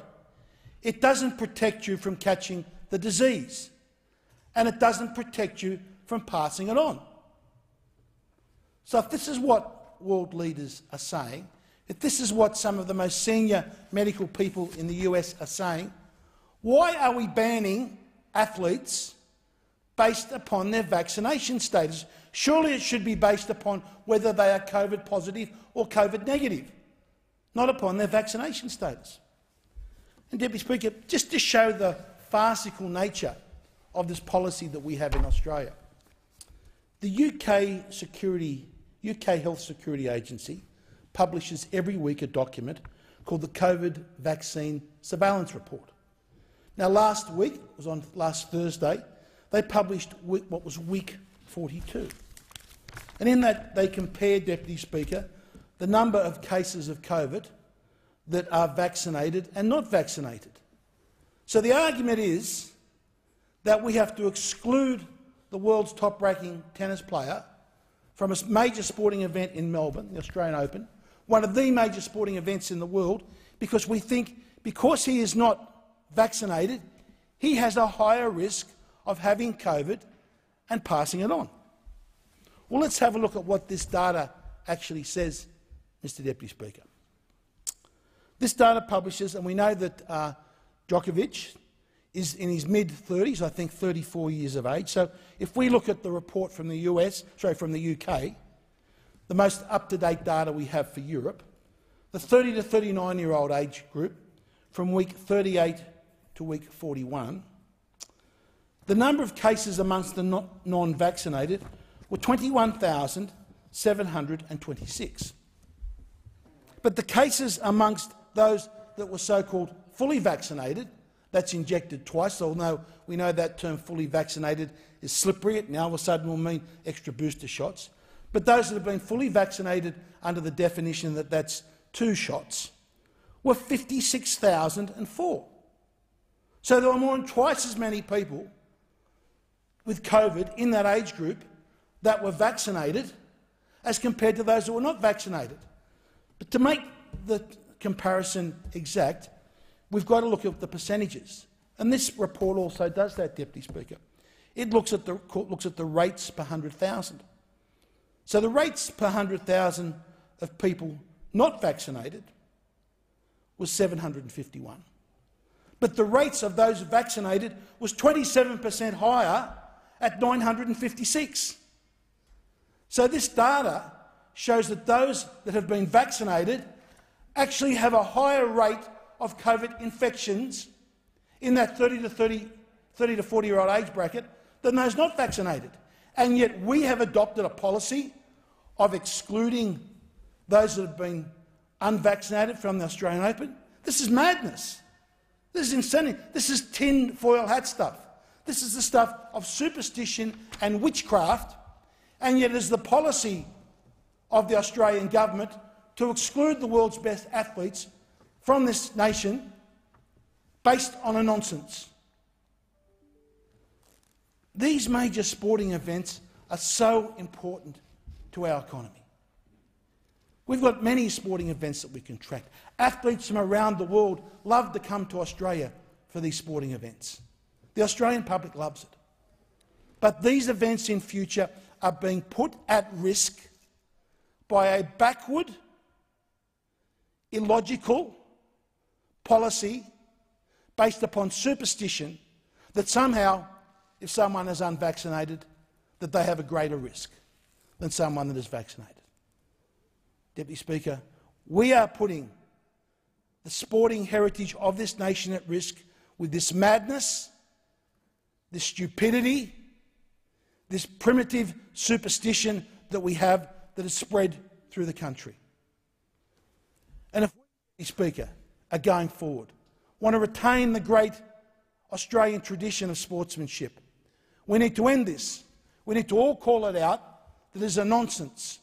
S11: it doesn't protect you from catching the disease, and it doesn't protect you from passing it on. So if this is what world leaders are saying, if this is what some of the most senior medical people in the US are saying, why are we banning athletes based upon their vaccination status? Surely it should be based upon whether they are COVID positive or COVID negative, not upon their vaccination status. And Deputy Speaker, just to show the farcical nature of this policy that we have in Australia, the UK, security, UK Health Security Agency publishes every week a document called the COVID Vaccine Surveillance Report. Now, last week, it was on last Thursday, they published what was week 42. And in that, they compared, Deputy Speaker, the number of cases of COVID that are vaccinated and not vaccinated. So the argument is that we have to exclude the world's top-ranking tennis player from a major sporting event in Melbourne, the Australian Open, one of the major sporting events in the world, because we think because he is not vaccinated, he has a higher risk of having COVID and passing it on. Well, let's have a look at what this data actually says, Mr Deputy Speaker. This data publishes, and we know that uh, Djokovic is in his mid-30s, I think 34 years of age. So if we look at the report from the US, sorry, from the UK, the most up-to-date data we have for Europe, the 30 to 39-year-old age group from week 38 to week 41, the number of cases amongst the non-vaccinated were 21,726. But the cases amongst those that were so-called fully vaccinated, that's injected twice, although we know that term fully vaccinated is slippery, it now all of a sudden will mean extra booster shots. But those that have been fully vaccinated under the definition that that's two shots were 56,004. So there were more than twice as many people with COVID in that age group that were vaccinated as compared to those that were not vaccinated. But to make the comparison exact, we've got to look at the percentages. And this report also does that, Deputy Speaker. It looks at the, looks at the rates per 100,000. So the rates per 100,000 of people not vaccinated was 751. But the rates of those vaccinated was 27 per cent higher at 956. So this data shows that those that have been vaccinated actually have a higher rate of COVID infections in that 30 to, 30, 30 to 40 year old age bracket than those not vaccinated. And yet we have adopted a policy of excluding those that have been unvaccinated from the Australian Open. This is madness. This is insanity. This is tin foil hat stuff. This is the stuff of superstition and witchcraft, and yet it is the policy of the Australian government to exclude the world's best athletes from this nation based on a nonsense. These major sporting events are so important to our economy. We've got many sporting events that we contract. Athletes from around the world love to come to Australia for these sporting events. The Australian public loves it. But these events in future are being put at risk by a backward, illogical policy based upon superstition that somehow, if someone is unvaccinated, that they have a greater risk than someone that is vaccinated. Deputy Speaker, we are putting the sporting heritage of this nation at risk with this madness, this stupidity, this primitive superstition that we have that is spread through the country. And if we, Speaker, are going forward, want to retain the great Australian tradition of sportsmanship, we need to end this. We need to all call it out that it is a nonsense.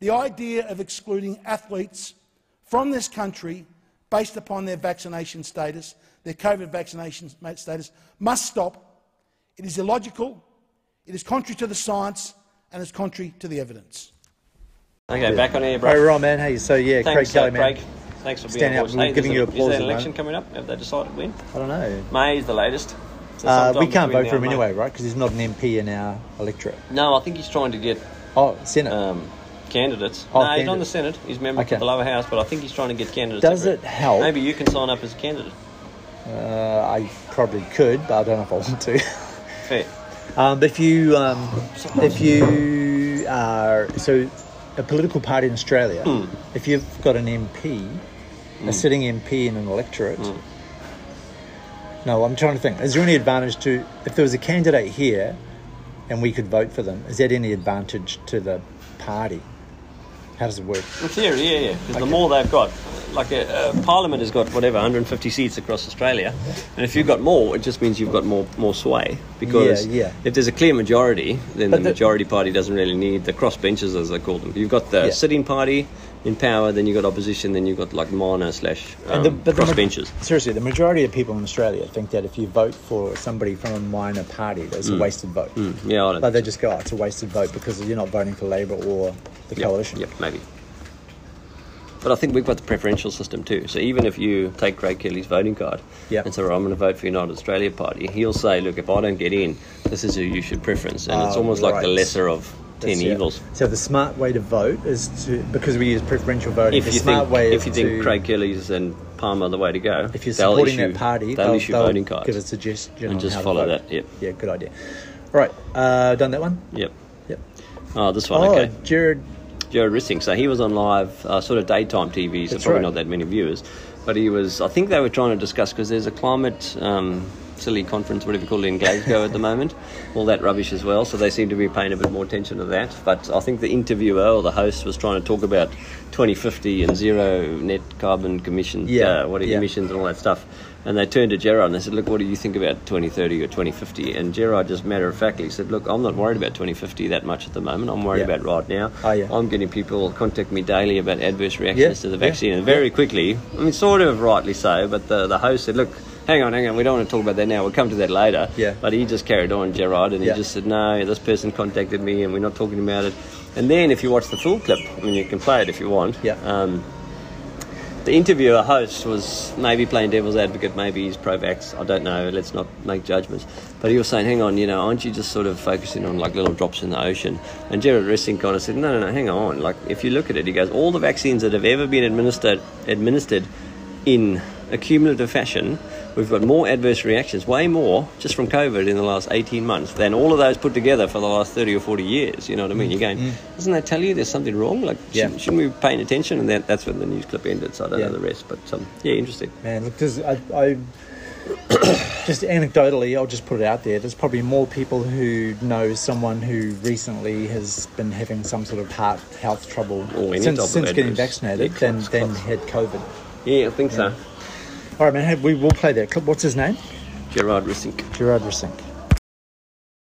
S11: The idea of excluding athletes from this country based upon their vaccination status, their COVID vaccination status, must stop. It is illogical, it is contrary to the science, and it's contrary to the evidence.
S3: Okay, back on air, bro.
S2: Hey, Ron, man. Hey, so yeah,
S3: Thanks,
S2: Craig
S3: uh,
S2: Kelly, man.
S3: Craig. Thanks for being
S2: Standing
S3: on
S2: up,
S3: board
S2: we're
S3: today.
S2: giving
S3: is
S2: you
S3: there-
S2: applause
S3: Is
S2: at the
S3: there an election
S2: moment.
S3: coming up? Have they decided when?
S2: I don't know.
S3: May is the latest. So
S2: Uh, we
S3: sometime
S2: can't
S3: between
S2: vote for
S3: now
S2: him
S3: and
S2: anyway, right? Because he's not an MP in our electorate.
S3: May. No, I think he's trying to get
S2: oh Senate
S3: um, candidates.
S2: Oh,
S3: no, he's on the
S2: candidates.
S3: Senate. He's a member
S2: Okay.
S3: of the lower house, but I think he's trying to get candidates.
S2: Does
S3: every-
S2: it help?
S3: Maybe you can sign up as a candidate.
S2: Uh, I probably could, but I don't know if I want to.
S3: Fair.
S2: Um, but if you, um, if you are so a political party in Australia, if you've got an MP, a
S12: Mm.
S2: sitting MP in an electorate. No, I'm trying to think. Is there any advantage to if there was a candidate here, and we could vote for them? Is that any advantage to the party? How does it work?
S3: In theory, yeah, yeah. Because the more they've got, like a, a parliament has got whatever 150 seats across Australia, and if you've got more, it just means you've got more more sway. Because
S2: Yeah, yeah.
S3: if there's a clear majority, then
S2: But
S3: the,
S2: the-
S3: majority party doesn't really need the crossbenchers as they call them. You've got the
S2: Yeah.
S3: sitting party in power, then you've got opposition, then you've got like minor slash um,
S2: And the- but the ma-
S3: crossbenchers.
S2: seriously, the majority of people in Australia think that if you vote for somebody from a minor party, that's
S3: Mm.
S2: a wasted vote.
S3: Mm, yeah, I don't
S2: But they just go, oh, it's a wasted vote because you're not voting for Labor or the coalition.
S3: Yep, maybe. But I think we've got the preferential system too. So even if you take Craig Kelly's voting card
S2: Yep.
S3: and say, "Right, I'm going to vote for United Australia Party, he'll say, look, if I don't get in, this is who you should preference. And it's
S2: Ah,
S3: almost like the
S2: right.
S3: lesser of 10
S2: That's it.
S3: evils.
S2: So the smart way to vote is to because we use preferential voting.
S3: If
S2: the
S3: you,
S2: smart
S3: think,
S2: way
S3: if
S2: is
S3: you think
S2: to,
S3: Craig Kelly's and Palmer are the way to go,
S2: if you're
S3: they'll
S2: supporting
S3: issue,
S2: that party,
S3: they'll, issue
S2: they'll
S3: voting cards.
S2: Give a suggestion
S3: And
S2: on
S3: just
S2: how to
S3: follow
S2: vote.
S3: that, yep.
S2: Yeah, good idea. All right, uh, done that one.
S3: Yep. Yep. Oh, this one.
S2: Oh,
S3: okay.
S2: Jared.
S3: Jared Rissing. So he was on live, uh, sort of daytime TV. So
S2: That's
S3: probably
S2: right.
S3: not that many viewers, but he was. I think they were trying to discuss because there's a climate. Um, Silly conference, whatever you call it in Glasgow at the moment, all that rubbish as well. So they seem to be paying a bit more attention to that. But I think the interviewer or the host was trying to talk about 2050 and zero net carbon commission,
S2: Yeah,
S3: uh, what are
S2: yeah.
S3: emissions and all that stuff. And they turned to Gerard and they said, "Look, what do you think about 2030 or 2050?" And Gerard just matter of factly said, "Look, I'm not worried about 2050 that much at the moment. I'm worried
S2: Yeah.
S3: about right now.
S2: Oh, yeah.
S3: I'm getting people contact me daily about adverse reactions
S2: Yeah,
S3: to the
S2: yeah,
S3: vaccine, and very quickly, I mean, sort of rightly so, but the, the host said, Look, hang on, hang on, we don't want to talk about that now, we'll come to that later.
S2: Yeah.
S3: But he just carried on, Gerard, and he
S2: Yeah.
S3: just said, No, this person contacted me, and we're not talking about it. And then if you watch the full clip, I mean, you can play it if you want. Yeah. Um, the interviewer host was maybe playing devil's advocate, maybe he's pro-vax. I don't know. Let's not make judgments. But he was saying, "Hang on, you know, aren't you just sort of focusing on like little drops in the ocean?" And Jared Ressing kind of said, "No, no, no. Hang on. Like if you look at it, he goes, all the vaccines that have ever been administered administered in a cumulative fashion, we've got more adverse reactions, way more, just from COVID in the last 18 months than all of those put together for the last 30 or 40 years. You know what I mean? You're going, doesn't that tell you there's something wrong? Like,
S2: Yeah.
S3: shouldn't, shouldn't we be paying attention? And that, that's when the news clip ended, so I don't
S2: Yeah.
S3: know the rest. But um, yeah, interesting.
S2: Man, look, there's, I, I just anecdotally, I'll just put it out there. There's probably more people who know someone who recently has been having some sort of heart health trouble
S3: Or any type
S2: since,
S3: of
S2: since getting
S3: adverse-
S2: vaccinated
S3: yeah,
S2: than
S3: clots,
S2: than
S3: clots.
S2: had COVID.
S3: Yeah, I think so.
S2: All right, man. hey, We will play that clip. What's his name?
S3: Gerard Rissink.
S2: Gerard Rissink.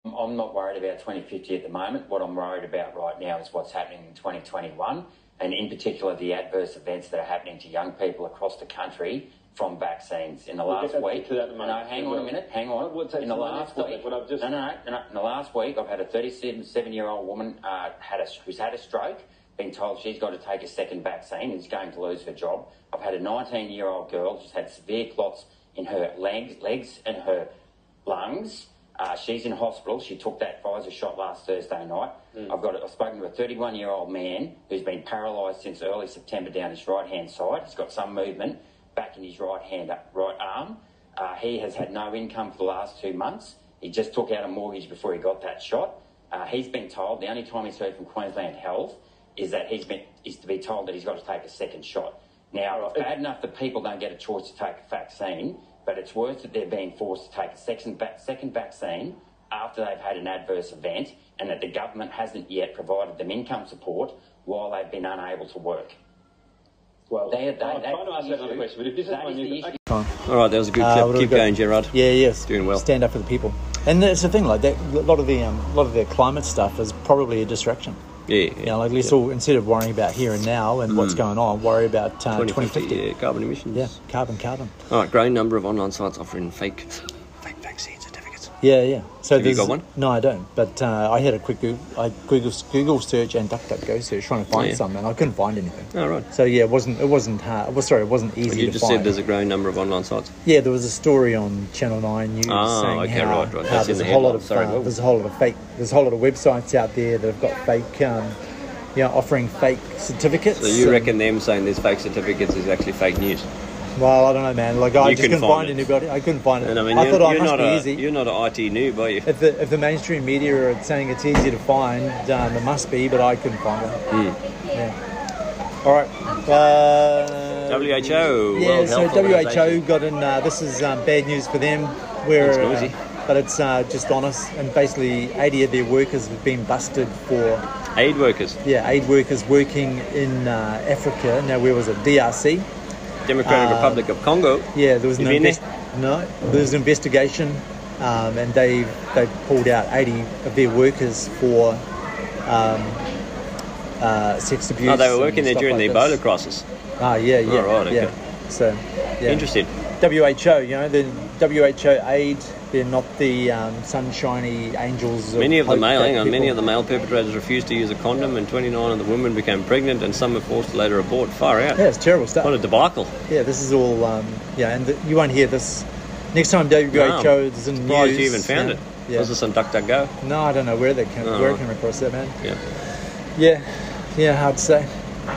S12: about 2050 at the moment. What I'm worried about right now is what's happening in 2021, and in particular the adverse events that are happening to young people across the country from vaccines. In the
S13: We'll get
S12: last
S13: that-
S12: week,
S13: to that in a moment
S12: no, hang
S13: as
S12: on a
S13: well.
S12: minute, hang on.
S13: I would say
S12: in the
S13: to my next
S12: last week,
S13: topic, but I've just-
S12: no, no, no, no. In the last week, I've had a 37-year-old woman uh, had a, who's had a stroke, been told she's got to take a second vaccine and is going to lose her job. I've had a 19-year-old girl who's had severe clots in her legs, legs and her lungs. Uh, she's in hospital. She took that Pfizer shot last Thursday night.
S13: Hmm.
S14: Mm.
S12: I've got. I've spoken to a 31-year-old man who's been paralysed since early September down his right-hand side. He's got some movement back in his right hand, right arm. Uh, he has had no income for the last two months. He just took out a mortgage before he got that shot. Uh, he's been told the only time he's heard from Queensland Health is that he's been is to be told that he's got to take a second shot. Now, it's bad enough that people don't get a choice to take a vaccine, but it's worse that they're being forced to take a second, va- second vaccine after they've had an adverse event and that the government hasn't yet provided them income support while they've been unable to work. Well, they, they,
S13: I'm
S12: that's
S13: trying to ask
S12: the
S13: that another
S12: issue.
S13: question, but if this is
S12: That
S13: my
S12: the
S13: new-
S12: issue.
S3: All right, that was a good
S2: Uh, what
S3: clip.
S2: have
S3: Keep
S2: we got?
S3: going, Gerard.
S2: Yeah, yes,
S3: doing well.
S2: Stand up for the people, and that's the thing. Like that, a lot of the um, a lot of the climate stuff is probably a distraction.
S3: Yeah, yeah.
S2: You know, like let's all instead of worrying about here and now and what's
S3: Mm.
S2: going on, worry about uh,
S3: 2050,
S2: 2050.
S3: yeah, carbon emissions.
S2: Yeah, carbon, carbon.
S3: All right, growing number of online sites offering fake fake vaccine certificates.
S2: Yeah, yeah.
S3: Have you
S2: there's-
S3: got one?
S2: No, I don't. But uh, I had a quick Google, I Google, Google search and DuckDuckGo search trying to find
S3: Yeah.
S2: some, and I couldn't find anything.
S3: Oh, right.
S2: So yeah, it wasn't it wasn't hard. It was sorry, it wasn't
S3: Well,
S2: easy
S3: you
S2: to
S3: just
S2: find.
S3: said there's a growing number of online sites.
S2: Yeah, there was a story on Channel Nine News
S3: Ah,
S2: saying
S3: okay,
S2: how,
S3: right, right.
S2: how
S3: That's in
S2: there's
S3: the
S2: a whole lot
S3: headline.
S2: of
S3: Sorry,
S2: uh,
S3: Will.
S2: there's a whole lot of fake there's a whole lot of websites out there that have got fake, um, you know, offering fake certificates.
S3: So you
S2: and-
S3: reckon them saying there's fake certificates is actually fake news?
S2: Well, I don't know, man. Like I
S3: You
S2: just
S3: couldn't
S2: couldn't
S3: find
S2: find,
S3: it.
S2: anybody. I couldn't find it.
S3: And I mean,
S2: I
S3: you're,
S2: thought I
S3: you're
S2: must
S3: not
S2: be
S3: a,
S2: easy.
S3: You're not an IT noob, are you?
S2: If the if the mainstream media are saying it's easy to find, um, it must be. But I couldn't find it.
S3: Hmm.
S2: Yeah. All right. Uh,
S3: WHO.
S2: Yeah,
S3: World
S2: so
S3: Health
S2: WHO
S3: Organization.
S2: got in. Uh, this is um, bad news for them. We're,
S3: It's noisy.
S2: uh, but it's uh, just on us, and basically, 80 of their workers have been busted for
S3: Aid workers.
S2: yeah aid workers working in uh, Africa. Now, where was it? DRC.
S3: Democratic
S2: Uh,
S3: Republic of Congo.
S2: Yeah, there was
S3: You
S2: an
S3: been
S2: invest- no, there was an investigation, um, and they they pulled out 80 of their workers for um, uh, sex abuse.
S3: No, Oh, they were
S2: and
S3: working there
S2: stuff
S3: during
S2: like
S3: the
S2: this.
S3: Ebola crisis.
S2: Ah, yeah, yeah,
S3: Oh, right,
S2: yeah.
S3: okay.
S2: So, yeah.
S3: Interesting.
S2: WHO, you know, the WHO aid. They're not the um, sunshiny angels. Of
S3: Many of the
S2: hope
S3: male,
S2: that
S3: hang on, many
S2: people-
S3: of the male perpetrators refused to use a condom, and 29 of the women became pregnant, and some were forced to later abort. Far out.
S2: Yeah, it's terrible stuff.
S3: What a debacle.
S2: Yeah, this is all. Um, yeah, and the, you won't hear this next time WHO
S3: No,
S2: is in
S3: surprised
S2: news.
S3: you even found
S2: yeah.
S3: it.
S2: Yeah.
S3: Was this on DuckDuckGo?
S2: No, I don't know where they came,
S3: Oh.
S2: where I came across that man.
S3: Yeah.
S2: Yeah, yeah, hard to say.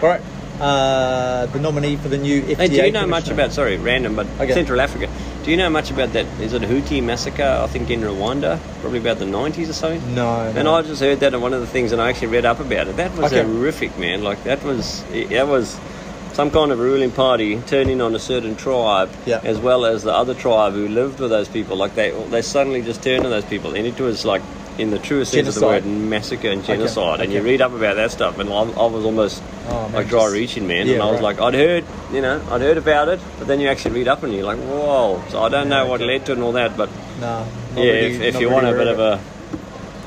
S2: All right, uh, the nominee for the new FDA.
S3: Hey, do you know much
S2: commissioner.
S3: about, sorry, random, but
S2: Okay.
S3: Central Africa? Do you know much about that? Is it Houthi massacre, I think, in Rwanda, probably about the 90s or something?
S2: No,
S3: And
S2: no.
S3: I just heard that in one of the things, and I actually read up about it. That was
S2: Oh. Okay.
S3: horrific, man. Like, that was, that was some kind of ruling party turning on a certain tribe, as well as the other tribe who lived with those people. Like, they, they suddenly just turned on those people. And it was like, in the truest sense of
S2: Genocide.
S3: the word, massacre and genocide. And you
S2: okay.
S3: read up about that stuff, and I, I was almost
S2: Oh, man,
S3: like dry
S2: just-
S3: reaching, man.
S2: Yeah,
S3: and I was
S2: right.
S3: like, I'd heard, you know, I'd heard about it, but then you actually read up and you're like, whoa. So I don't know what led to it and all that, but
S2: No.
S3: yeah, if, if you want a bit of a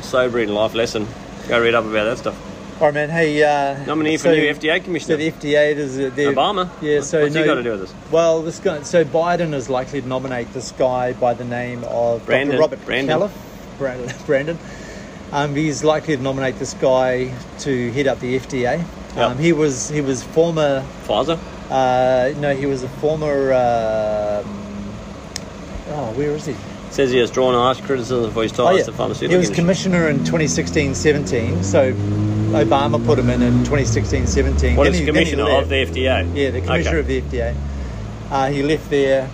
S3: sobering life lesson, go read up about that stuff.
S2: All right, man. Hey, uh,
S3: Nominee for
S2: so-
S3: new FDA commissioner.
S2: So the FDA does it. they're-
S3: Obama?
S2: Yeah. So
S3: What's
S2: no,
S3: he got to do with this?
S2: Well, this guy. So Biden is likely to nominate this guy by the name of
S3: Brandon-
S2: Dr. Robert
S3: Brandon.
S2: Califf. Brandon. Brandon. Um, he's likely to nominate this guy to head up the FDA. Um, he was he was former
S3: Pfizer.
S2: Uh, no, he was a former. Um, oh, where is he?
S3: Says he has drawn harsh criticism for his ties to pharmaceutical
S2: Oh, He was commissioner in 2016-17, so Obama put him in in 2016-17.
S3: What
S2: Then
S3: is
S2: he- then he
S3: commissioner
S2: left.
S3: of the FDA?
S2: Yeah, the commissioner
S3: Okay.
S2: of the FDA. Uh, he left there,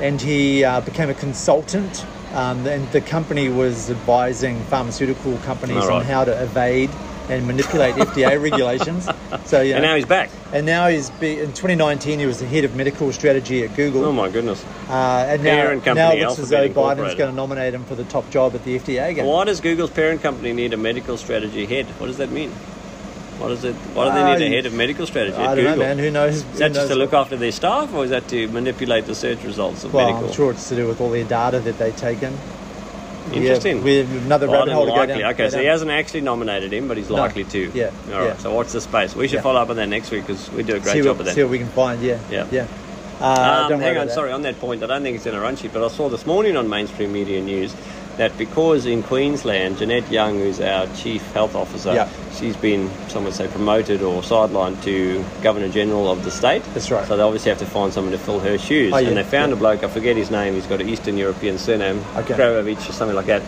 S2: and he uh, became a consultant. Um, and the company was advising pharmaceutical companies
S3: All
S2: on
S3: right.
S2: how to evade and manipulate FDA regulations. So you know,
S3: And now he's back.
S2: And now he's be, in 2019. He was the head of medical strategy at Google.
S3: Oh my goodness!
S2: Uh, and now,
S3: Parent company,
S2: now it looks as though
S3: Alphabet
S2: Biden's
S3: Incorporated.
S2: going to nominate him for the top job at the FDA again.
S3: Why does Google's parent company need a medical strategy head? What does that mean? What is it? Why do
S2: Uh,
S3: they need a head of medical strategy?
S2: I
S3: at
S2: don't know,
S3: Google?
S2: man. Who knows-
S3: Is
S2: who
S3: that just
S2: knows
S3: to look after their staff, or is that to manipulate the search results of
S2: Well,
S3: medical?
S2: I'm sure it's to do with all their data that they take in.
S3: Interesting.
S2: Yeah, we have another
S3: Well,
S2: rabbit hole to go
S3: likely.
S2: down.
S3: Okay,
S2: go
S3: so
S2: down.
S3: he hasn't actually nominated him, but he's
S2: No.
S3: likely to.
S2: Yeah,
S3: All right.
S2: yeah.
S3: So watch the space. We should
S2: Yeah.
S3: follow up on that next week because we do a great
S2: see
S3: job
S2: what,
S3: of that.
S2: See what we can find. Yeah,
S3: Yeah.
S2: yeah. Uh,
S3: Um,
S2: don't worry
S3: hang
S2: about
S3: on,
S2: that.
S3: sorry, on that point, I don't think it's in a run sheet, but I saw this morning on mainstream media news that because in Queensland, Jeanette Young, who's our chief health officer,
S2: Yeah.
S3: she's been, some would say, promoted or sidelined to Governor General of the state. That's right. So they obviously have to find someone to fill her shoes.
S2: Oh, yeah,
S3: And they found
S2: yeah.
S3: a bloke, I forget his name, he's got an Eastern European surname,
S2: Okay.
S3: Kravovich or something like that.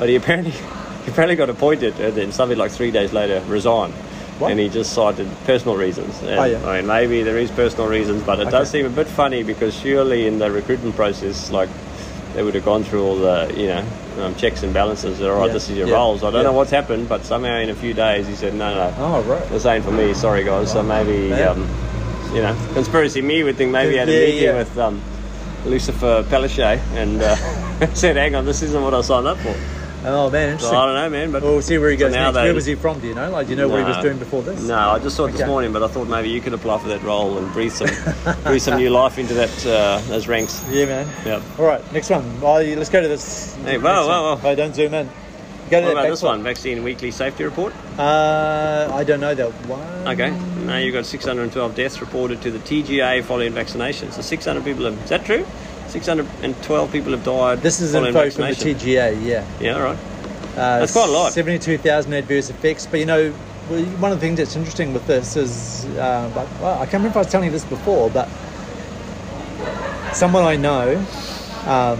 S3: But he apparently, he apparently got appointed and then something like three days later resigned.
S2: What?
S3: And he just cited personal reasons. And,
S2: Oh, yeah.
S3: I mean, maybe there is personal reasons, but it
S2: Okay.
S3: does seem a bit funny because surely in the recruitment process, like they would have gone through all the you know um, checks and balances. All right,
S2: Yeah,
S3: this is your
S2: yeah,
S3: roles. I don't know
S2: yeah.
S3: what's happened, but somehow in a few days he said, no, no,
S2: Oh, right.
S3: this ain't for me. Sorry, guys. So maybe
S2: Yeah.
S3: um, you know, conspiracy me would think maybe he had a
S2: Yeah,
S3: meeting
S2: yeah.
S3: with um, Lucifer Palaszczuk and uh, said, hang on, this isn't what I signed up for.
S2: Oh man, interesting.
S3: I don't know, man. But
S2: Well, we'll see where he
S3: for
S2: goes
S3: now
S2: next.
S3: they-
S2: Where was he from? Do you know? Like, do you know what he was
S3: No.
S2: doing before this?
S3: No, I just saw it this
S2: Okay.
S3: morning, but I thought maybe you could apply for that role and breathe some, breathe some new life into that uh, those ranks.
S2: Yeah, man.
S3: Yep.
S2: All right, next one. Oh, you- let's go to this.
S3: Hey,
S2: next one.
S3: whoa, whoa, whoa!
S2: Oh, don't zoom in. Go to that
S3: what about
S2: back
S3: this
S2: slide.
S3: one? Vaccine weekly safety report.
S2: Uh, I don't know that one.
S3: Okay.
S2: Mm.
S3: Now you've got 612 deaths reported to the TGA following vaccination. So 600 people have. Is that true? 612 people have died.
S2: This is
S3: following
S2: info from the
S3: vaccination.
S2: TGA. Yeah.
S3: Yeah. All right.
S2: Uh,
S3: That's quite a lot.
S2: 72,000 adverse effects. But you know, well, one of the things that's interesting with this is, uh, but, well, I can't remember if I was telling you this before, but someone I know um,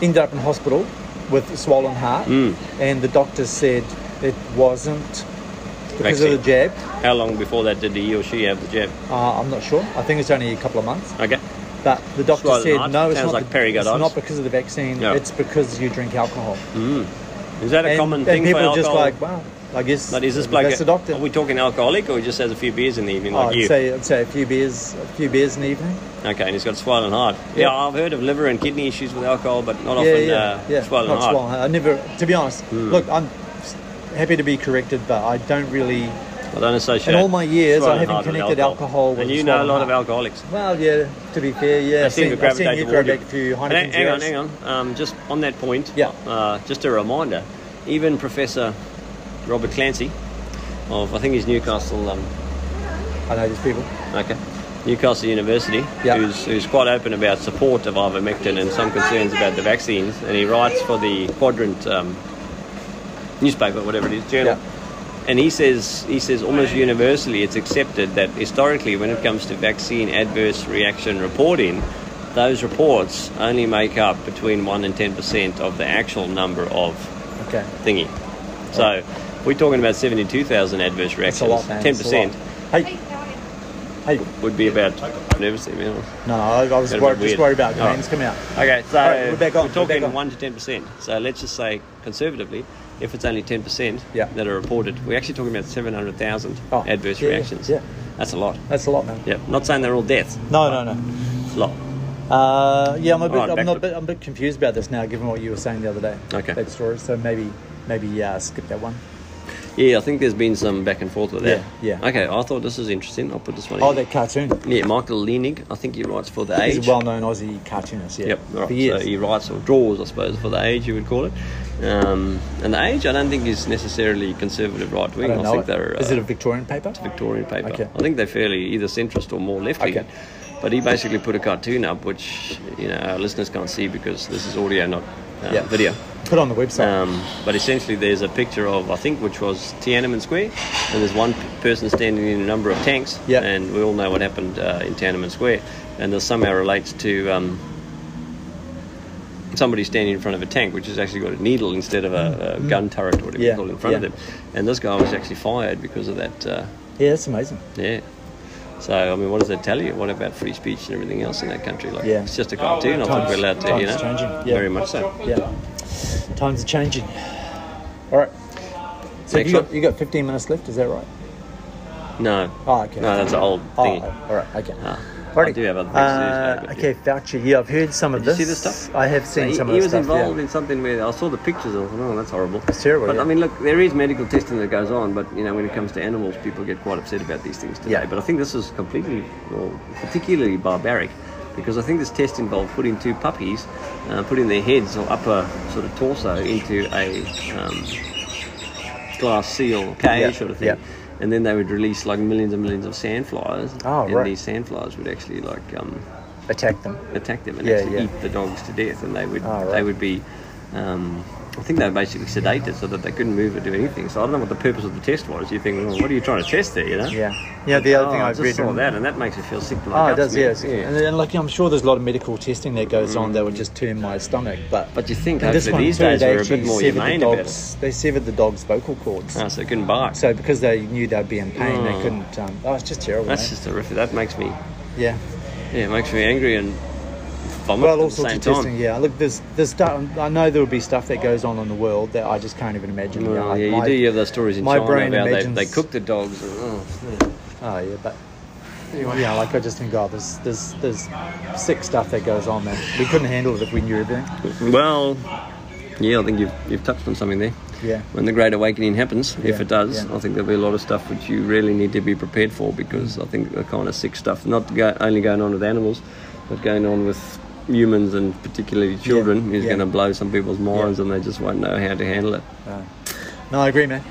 S2: ended up in hospital with a swollen heart,
S3: Mm.
S2: and the doctor said it wasn't because of the jab.
S3: How long before that did he or she have the jab?
S2: Uh, I'm not sure. I think it's only a couple of months.
S3: Okay.
S2: But the doctor
S3: Swollen
S2: said
S3: heart.
S2: no, it's
S3: Sounds
S2: not.
S3: like
S2: the, it's
S3: pericarditis.
S2: not because of the vaccine.
S3: No.
S2: It's because you drink alcohol.
S3: Mm. Is that a
S2: And-
S3: common
S2: and
S3: thing
S2: people
S3: for
S2: are just
S3: alcohol?
S2: like, wow, I guess.
S3: But is this bloke?
S2: that's the doctor. Oh,
S3: Are we talking alcoholic, or he just has a few beers in the evening, like
S2: I'd
S3: you?
S2: say I'd say a few beers, a few beers in the evening.
S3: Okay, and he's got swollen heart. Yeah.
S2: Yeah.
S3: I've heard of liver and kidney issues with alcohol, but not
S2: yeah,
S3: often
S2: yeah,
S3: uh,
S2: yeah.
S3: swollen
S2: Not
S3: heart.
S2: swollen. I never, to be honest.
S3: Mm.
S2: Look, I'm s- happy to be corrected, but I don't really.
S3: I don't associate.
S2: In all my years,
S3: swollen
S2: I haven't
S3: heart with
S2: connected alcohol, with
S3: and
S2: a
S3: you know a
S2: swollen
S3: lot
S2: heart.
S3: of alcoholics.
S2: Well, yeah. To be fair, yeah.
S3: They seem to
S2: I've seen
S3: gravitate
S2: you
S3: toward
S2: grab
S3: you.
S2: a few
S3: Hang-
S2: Heineken
S3: Hang on,
S2: Zeros.
S3: hang on. Um, just on that point. Yeah. Uh, just a reminder. Even Professor Robert Clancy, of I think he's Newcastle. Um,
S2: I know these people.
S3: Okay. Newcastle University, who's, who's quite open about support of ivermectin and some concerns about the vaccines, and he writes for the Quadrant um, newspaper, whatever it is, journal. And he says he says almost universally it's accepted that historically, when it comes to vaccine adverse reaction reporting, those reports only make up between one and ten percent of the actual number of
S2: Okay.
S3: thingy. So we're talking about 72,000
S2: That's
S3: adverse
S2: a
S3: reactions.
S2: lot, man. That's a
S3: 10%
S2: lot. Hey. Hey.
S3: would be about nervously. You know.
S2: No, I, I was
S3: That'd be
S2: worried, just
S3: weird.
S2: worried about
S3: Alright.
S2: names coming out.
S3: Okay, so
S2: Alright, we're back on.
S3: we're talking 1 to 10%. So let's just say conservatively, if it's only 10% that are reported, we're actually talking about 700,000 adverse
S2: Oh, yeah, yeah,
S3: reactions.
S2: yeah.
S3: That's a lot.
S2: That's a lot, man.
S3: Yeah, not saying they're all deaths.
S2: No, no, no.
S3: It's a lot.
S2: Uh, yeah, I'm a bit,
S3: Alright, back
S2: I'm, not, a bit, I'm a bit confused about this now, given what you were saying the other day.
S3: Okay.
S2: That story. So maybe, maybe uh, skip that one.
S3: Yeah, I think there's been some back and forth with that.
S2: Yeah,
S3: Okay, I thought this was interesting. I'll put this one
S2: Oh,
S3: in.
S2: that cartoon.
S3: Yeah, Michael Lenig. I think he writes for The Age.
S2: He's a well-known Aussie cartoonist. Yeah.
S3: Yep, right.
S2: For years.
S3: So he writes or draws, I suppose, for the age you would call it. Um, and the age, I don't think is necessarily conservative right
S2: I
S3: wing.
S2: don't
S3: I,
S2: know.
S3: think
S2: it.
S3: they're uh,
S2: Is it a Victorian paper?
S3: Victorian paper.
S2: Okay.
S3: I think they're fairly either centrist or more left wing. But he basically put a cartoon up, which you know our listeners can't see because this is audio, not uh,
S2: Yeah.
S3: video.
S2: Put on the website.
S3: Um, but essentially, there's a picture of I think which was Tiananmen Square, and there's one p- person standing in a number of tanks.
S2: Yeah.
S3: And we all know what happened uh, in Tiananmen Square, and this somehow relates to um, somebody standing in front of a tank, which has actually got a needle instead of a, a gun turret or whatever
S2: Mm-hmm. Yeah,
S3: you call it in front
S2: yeah.
S3: of them. And this guy was actually fired because of that. Uh,
S2: yeah, that's amazing.
S3: yeah. So I mean, what does that tell you? What about free speech and everything else in that country? Like,
S2: Yeah.
S3: it's just a cartoon. I think
S2: Times-
S3: we're allowed to, you know,
S2: times changing. Yeah.
S3: very much so.
S2: Yeah. Times are changing. All right. So
S3: Next
S2: you got,
S3: one.
S2: you got 15 minutes left. Is that right?
S3: No.
S2: Oh, okay.
S3: No, that's an old
S2: Oh,
S3: thing.
S2: all right. Okay.
S3: I do have other things
S2: Uh,
S3: to do. so-
S2: okay, Fauci. Yeah, I've heard some of
S3: Did you
S2: this.
S3: see this stuff?
S2: I have seen
S3: he,
S2: some of
S3: he
S2: this
S3: was
S2: stuff.
S3: involved
S2: yeah.
S3: in something where I saw the pictures and I thought, oh, that's horrible. It's
S2: terrible.
S3: But
S2: yeah.
S3: I mean, look, there is medical testing that goes on, but you know, when it comes to animals, people get quite upset about these things today. But I think this is completely, or particularly barbaric, because I think this test involved putting two puppies, uh, putting their heads or upper sort of torso into a um, glass seal cage
S2: Yeah,
S3: sort of thing.
S2: yeah.
S3: And then they would release like millions and millions of sandflies,
S2: Oh,
S3: and
S2: right.
S3: these sandflies would actually like um,
S2: attack them,
S3: attack them, and
S2: Yeah,
S3: actually
S2: yeah.
S3: eat the dogs to death. And they would
S2: Oh, right.
S3: they would be, um, I think they were basically sedated so that they couldn't move or do anything. So I don't know what the purpose of the test was. You think, well, what are you trying to test there? You know?
S2: Yeah. Yeah, the other
S3: Oh,
S2: thing I
S3: just
S2: read
S3: saw
S2: in-
S3: that, and that makes me feel sick. To my
S2: Oh, it
S3: guts,
S2: does,
S3: man.
S2: yes. And, and like I'm sure there's a lot of medical testing that goes on that would just turn my stomach. But
S3: but you think
S2: in
S3: hopefully these
S2: too,
S3: days
S2: they
S3: we're a bit
S2: actually
S3: more
S2: severed the
S3: humane about
S2: dog's- They severed the dog's vocal cords.
S3: Ah, so it couldn't bark.
S2: So because they knew they'd be in pain,
S3: Oh.
S2: they couldn't. Um, oh, it's just terrible.
S3: That's
S2: eh?
S3: just horrific. That makes me,
S2: yeah.
S3: yeah, it makes me angry and vomit
S2: Well, all
S3: at the
S2: sorts
S3: same
S2: of
S3: time.
S2: testing. Yeah, look, there's there's stuff. I know there will be stuff that goes on in the world that I just can't even imagine.
S3: Well,
S2: like
S3: yeah, you
S2: my-
S3: do have those stories in
S2: my
S3: China
S2: brain
S3: about
S2: imagines,
S3: they, they cook the dogs. and, oh,
S2: Oh yeah, but yeah, like I just think, oh, there's there's there's sick stuff that goes on that we couldn't handle it if we knew everything.
S3: Well, yeah, I think you've, you've touched on something there.
S2: Yeah.
S3: When the Great Awakening happens, if
S2: Yeah,
S3: it does,
S2: yeah.
S3: I think there'll be a lot of stuff which you really need to be prepared for because I think the kind of sick stuff, not go, only going on with animals, but going on with humans and particularly children, is
S2: yeah.
S3: going to blow some people's minds and they just won't know how to handle it.
S2: Uh, no, I agree, man.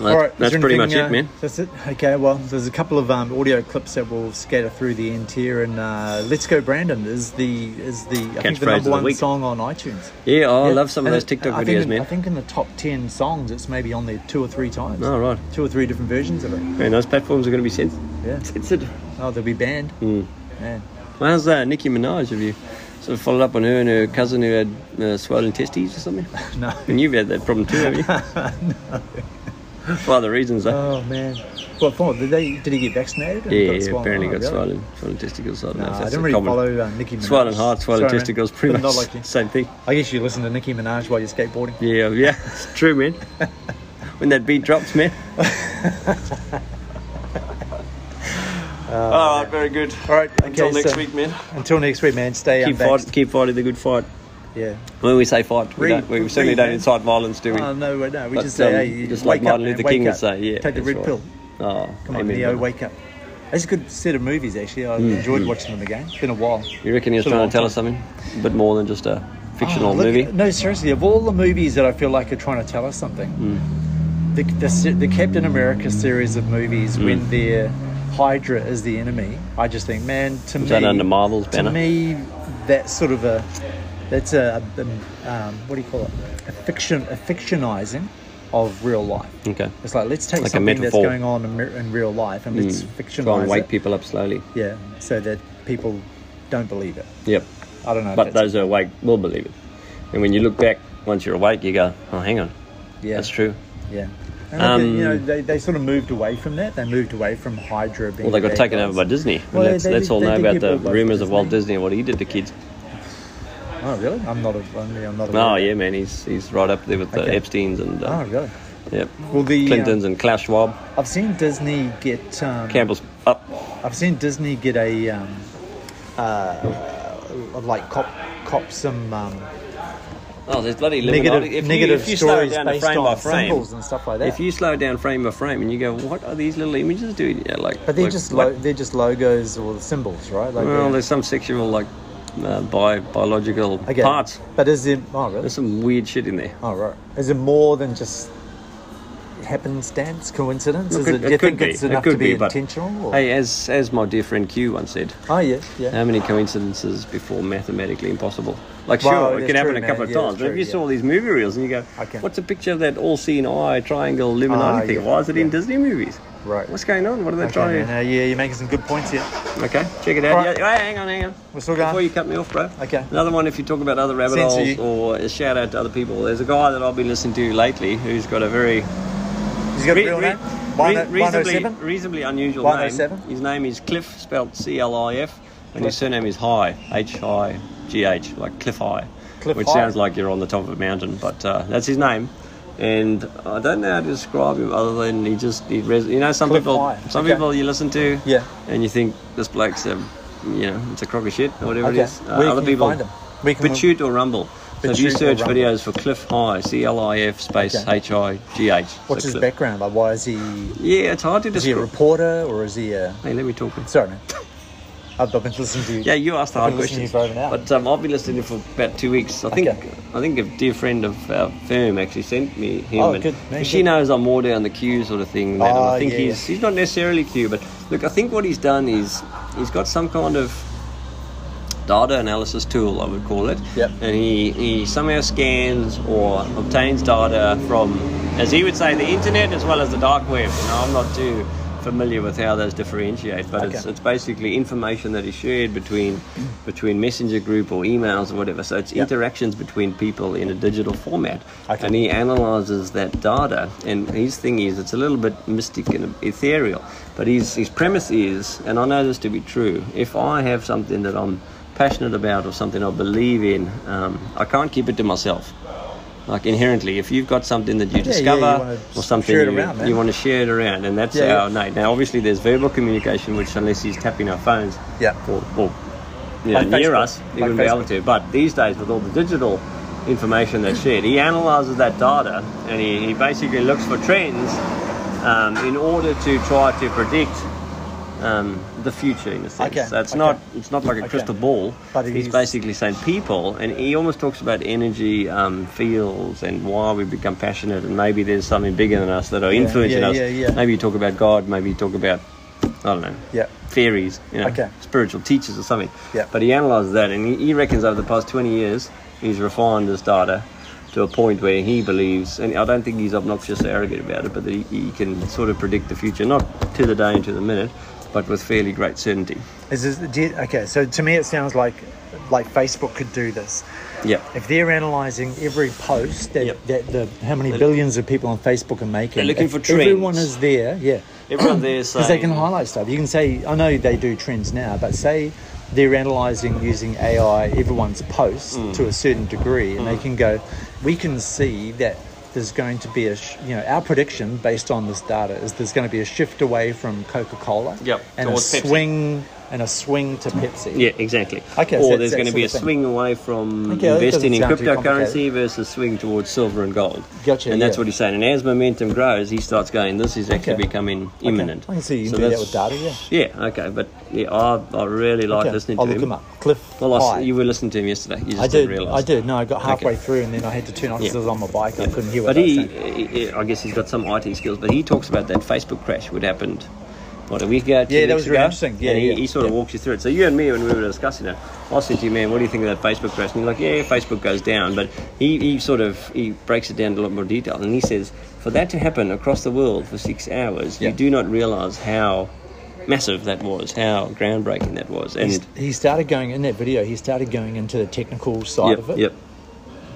S3: Well, that's-
S2: is
S3: that's
S2: there
S3: pretty much
S2: anything, uh,
S3: it, man.
S2: That's it. Okay, well, there's a couple of um, audio clips that will scatter through the end here, and uh, "Let's Go Brandon" is the is the I think
S3: Catchphrase
S2: the
S3: of
S2: number
S3: the
S2: one
S3: week.
S2: song on iTunes.
S3: Yeah, oh, I love some of
S2: and
S3: those
S2: it-
S3: TikTok
S2: I think
S3: videos,
S2: in-
S3: man.
S2: I think in the top ten songs, it's maybe on there two or three times.
S3: Oh, right.
S2: two or three different versions of it.
S3: And those platforms are going to be censored.
S2: Yeah,
S3: censored.
S2: Oh, they'll be banned.
S3: Mm.
S2: Man.
S3: Well, how's uh, Nicki Minaj? Have you sort of followed up on her and her cousin who had uh, swollen testes or something?
S2: No.
S3: And you've had that problem too, have you? For other reasons, though.
S2: Oh man, what for? Did they? Did he get vaccinated? and
S3: yeah,
S2: got
S3: yeah,
S2: swollen?
S3: apparently
S2: Oh,
S3: got
S2: really?
S3: swollen, swollen testicles. I don't
S2: Nah,
S3: know if
S2: I
S3: that's
S2: didn't
S3: a
S2: really
S3: common.
S2: follow uh, Nicki Minaj.
S3: Swollen heart, swollen
S2: Sorry, man.
S3: testicles, pretty
S2: But not
S3: much
S2: like you.
S3: same thing.
S2: I guess you listen to Nicki Minaj while you're skateboarding.
S3: Yeah, yeah, it's true, man. when that beat drops, man. All right, very good.
S2: Oh, All right,
S3: Until
S2: okay,
S3: next
S2: so-
S3: week, man.
S2: Until next week, man. Stay
S3: Keep,
S2: unvaxxed.
S3: fight, keep fighting the good fight.
S2: Yeah.
S3: When we say fight, we,
S2: Read-
S3: don't, we certainly
S2: read,
S3: don't
S2: man.
S3: incite violence, do we?
S2: Oh, no, we don't. We
S3: But,
S2: just say,
S3: um,
S2: hey, you
S3: just
S2: wake
S3: like
S2: up,
S3: Martin
S2: man,
S3: Luther King
S2: wake
S3: would
S2: up.
S3: say, yeah.
S2: Take the
S3: that's
S2: red
S3: right.
S2: pill.
S3: Oh,
S2: Come on,
S3: amen,
S2: Neo,
S3: brother.
S2: wake up. That's a good set of movies, actually. I
S3: Mm.
S2: enjoyed
S3: Mm.
S2: watching them again. It's been a while.
S3: You reckon he was
S2: Been a
S3: trying
S2: long
S3: to tell
S2: time.
S3: us something? A bit more than just a fictional
S2: Oh, look,
S3: movie?
S2: No, seriously, of all the movies that I feel like are trying to tell us something,
S3: Hmm.
S2: the, the, se- the Captain America series of movies,
S3: Mm.
S2: when their Hydra is the enemy, I just think, man, to
S3: Was
S2: me,
S3: that under Marvel's
S2: to
S3: banner?
S2: me, that's sort of a that's a, a- um, what do you call it? A fiction, a fictionizing of real life.
S3: Okay.
S2: It's like let's take
S3: Like a
S2: something that's
S3: metaphor.
S2: going on in, mer- in real life and let's
S3: Mm. Try
S2: fictionize
S3: and wake
S2: it.
S3: people up slowly.
S2: Yeah, so that people don't believe it.
S3: Yep.
S2: I don't know. if
S3: But
S2: that's-
S3: those who are awake will believe it. And when you look back, once you're awake, you go, oh, hang on.
S2: Yeah.
S3: That's true.
S2: Yeah. And I think,
S3: Um,
S2: you know, they, they sort of moved away from that. They moved away from Hydra being.
S3: Well, they got
S2: bad
S3: taken
S2: guys.
S3: over by Disney. And
S2: Well,
S3: let's,
S2: they-
S3: let's all
S2: they
S3: know
S2: did
S3: about
S2: get
S3: the
S2: bought by
S3: rumours of
S2: Disney.
S3: Walt Disney and what he did to kids.
S2: Oh, really? I'm not a. I'm, I'm not a.
S3: Oh, yeah, man. He's, he's right up there with the
S2: Okay.
S3: Epsteins and uh,
S2: Oh, really?
S3: yep.
S2: Well, the, um,
S3: Clintons and Klaus Schwab.
S2: I've seen Disney get. Um,
S3: Campbell's up.
S2: I've seen Disney get a. Um, uh, like cop, cop some. Um,
S3: Oh, there's bloody
S2: Negative-
S3: Illuminati. If
S2: negative
S3: you, if you slow it
S2: stories
S3: down to
S2: based
S3: frame
S2: on
S3: by frame,
S2: symbols and stuff like that.
S3: If you slow it down frame by frame, and you go, "What are these little images doing?" Yeah, like,
S2: but they're
S3: like,
S2: just
S3: what?
S2: lo- they're just logos or symbols, right? Like uh,
S3: well,
S2: they're-
S3: there's some sexual like uh, bi- biological
S2: I get it.
S3: parts.
S2: But is it? Oh, really?
S3: There's some weird shit in there.
S2: Oh, right. Is it more than just happenstance, coincidence? is
S3: Look,
S2: it, do you think it's
S3: It
S2: enough
S3: could
S2: to be,
S3: but-
S2: intentional? Or?
S3: Hey, um, as as my dear friend Q once said.
S2: oh, yeah, yeah.
S3: How many coincidences before mathematically impossible? Like,
S2: Well,
S3: sure, it
S2: that's
S3: can happen
S2: true,
S3: a couple
S2: man.
S3: of
S2: Yeah,
S3: times,
S2: that's
S3: but if
S2: true,
S3: you
S2: yeah.
S3: saw these movie reels and you go, "What's a picture of that all-seeing eye triangle Illuminati
S2: Ah,
S3: thing?
S2: yeah,
S3: Why is it in Disney movies?
S2: Right.
S3: What's going on? What are they
S2: Okay,
S3: trying?"
S2: man, uh, yeah, you're making some good points here.
S3: Okay, check it out.
S2: Alright.
S3: Yeah, hey, hang on, hang on.
S2: We're still going.
S3: Before you cut me off, bro.
S2: Okay.
S3: Another one, if you talk about other rabbit
S2: Censor
S3: holes
S2: you.
S3: or a shout out to other people, there's a guy that I've been listening to lately who's got a very.
S2: He's got a real name? One-
S3: reasonably,
S2: 107?
S3: reasonably unusual name.
S2: 107?
S3: His name is Cliff, spelled C L I F, and his surname is High, H I G H, like Cliff High.
S2: Cliff
S3: which
S2: High.
S3: sounds like you're on the top of a mountain, but uh, that's his name. And I don't know how to describe him other than he just he res- you know some
S2: Cliff
S3: people
S2: High,
S3: some
S2: okay.
S3: people you listen to
S2: Yeah.
S3: and you think this bloke's a, you know, it's a crock of shit or whatever
S2: Okay.
S3: it is. Uh,
S2: Where can you find him? Where can we-
S3: BitChute or Rumble. So if you
S2: BitChute or
S3: search
S2: Rumble.
S3: videos for Cliff High, C L I F space
S2: Okay.
S3: H I G H.
S2: What's his background? Like, why is he?
S3: Yeah, it's hard to
S2: Is he a
S3: describe.
S2: reporter or is he a?
S3: Hey, let me talk.
S2: Sorry, man. I've been listening to you.
S3: Yeah, you asked the
S2: I've
S3: hard
S2: been listening
S3: questions.
S2: to you for over an hour.
S3: But um, I've been listening for about two weeks. I think I think a dear friend of our firm actually sent me him.
S2: Oh,
S3: and
S2: good, man,
S3: she
S2: good.
S3: knows I'm more down the queue sort of thing. That, and
S2: Oh,
S3: I think
S2: yeah.
S3: he's he's not necessarily queue, but look, I think what he's done is he's got some kind of data analysis tool, I would call it. Yep. And he, he somehow scans or obtains data from, as he would say, the internet as well as the dark web. Now, I'm not too familiar with how those differentiate, but it's,
S2: Okay.
S3: it's basically information that is shared between between messenger group or emails or whatever. So it's interactions between people in a digital format.
S2: Okay.
S3: And he analyzes that data. And his thing is, it's a little bit mystic and ethereal. But his, his premise is, and I know this to be true, if I have something that I'm passionate about or something I believe in, um, I can't keep it to myself. Like inherently, if you've got something that you
S2: Yeah, yeah, you
S3: discover
S2: wanna
S3: or something
S2: share it
S3: you,
S2: around, man.
S3: you want to share it around, and that's
S2: Yeah, yeah.
S3: our innate. Now, obviously, there's verbal communication, which unless he's tapping our phones,
S2: Yeah.
S3: or, or you know,
S2: Like
S3: near
S2: Facebook.
S3: us, he
S2: Like
S3: wouldn't be able
S2: Facebook.
S3: to. But these days, with all the digital information that's shared, he analyzes that data and he, he basically looks for trends um, in order to try to predict um, the future in a sense.
S2: Okay,
S3: So it's
S2: okay.
S3: not it's not like a
S2: Okay.
S3: crystal ball.
S2: But
S3: he's,
S2: he's-
S3: basically saying people, and he almost talks about energy um, fields and why we become passionate, and maybe there's something bigger than us that are
S2: Yeah,
S3: influencing
S2: yeah,
S3: us.
S2: yeah, yeah.
S3: Maybe you talk about God. Maybe you talk about I don't know.
S2: Yeah.
S3: Fairies, you know,
S2: Okay.
S3: spiritual teachers or something.
S2: Yeah.
S3: But he analyzes that, and he, he reckons over the past 20 years, he's refined this data to a point where he believes, and I don't think he's obnoxious or arrogant about it, but that he, he can sort of predict the future, not to the day and to the minute, but with fairly great certainty.
S2: Is this, do you, okay, so to me it sounds like like Facebook could do this.
S3: Yeah.
S2: If they're analysing every post that, that the how many billions of people on Facebook are making,
S3: They're looking
S2: if
S3: for trends.
S2: Everyone is there, yeah.
S3: Everyone there is
S2: Because they can
S3: saying-
S2: highlight stuff. You can say, I know they do trends now, but say they're analysing using AI everyone's posts
S3: Mm.
S2: to a certain degree, and they
S3: Mm.
S2: can go, we can see that there's going to be a, sh- you know, our prediction based on this data is there's going to be a shift away from Coca Cola
S3: Yep,
S2: and a
S3: towards Pepsi.
S2: swing and a swing to Pepsi.
S3: Yeah, exactly.
S2: Okay,
S3: or
S2: so
S3: there's
S2: it's that
S3: going to be a
S2: sort of thing.
S3: swing away from
S2: Okay, that
S3: investing in
S2: doesn't sound too
S3: cryptocurrency versus swing towards silver and gold.
S2: Gotcha,
S3: And that's
S2: yeah.
S3: what he's saying. And as momentum grows, he starts going, this is actually
S2: Okay.
S3: becoming
S2: Okay,
S3: imminent.
S2: I can see you can
S3: So
S2: do that with
S3: that's-
S2: data, yeah.
S3: Yeah, okay. But yeah, I, I really like
S2: Okay,
S3: listening
S2: I'll
S3: to
S2: look
S3: him.
S2: him up. Cliff
S3: Well, I
S2: High.
S3: s you were listening to him yesterday. You just
S2: I
S3: didn't
S2: did.
S3: realise.
S2: I did. No, I got
S3: Okay.
S2: halfway through and then I had to turn off
S3: Yeah.
S2: because I was on my bike. I couldn't hear what
S3: But
S2: they were
S3: he,
S2: saying.
S3: he- I guess he's got some IT skills. But he talks about that Facebook crash what happened, what a week ago. two
S2: Yeah, that
S3: weeks
S2: was really
S3: ago.
S2: interesting. Yeah,
S3: and he,
S2: yeah,
S3: he sort of walks you through it. So you and me, when we were discussing it, I said to you, man, what do you think of that Facebook crash? And you're like, yeah, Facebook goes down. But he, he sort of he breaks it down in a lot more detail, and he says for that to happen across the world for six hours,
S2: Yeah.
S3: you do not realise how massive that was, how groundbreaking that was, and.
S2: He's- he started going in that video. He started going into the technical side
S3: Yep,
S2: of it.
S3: yep.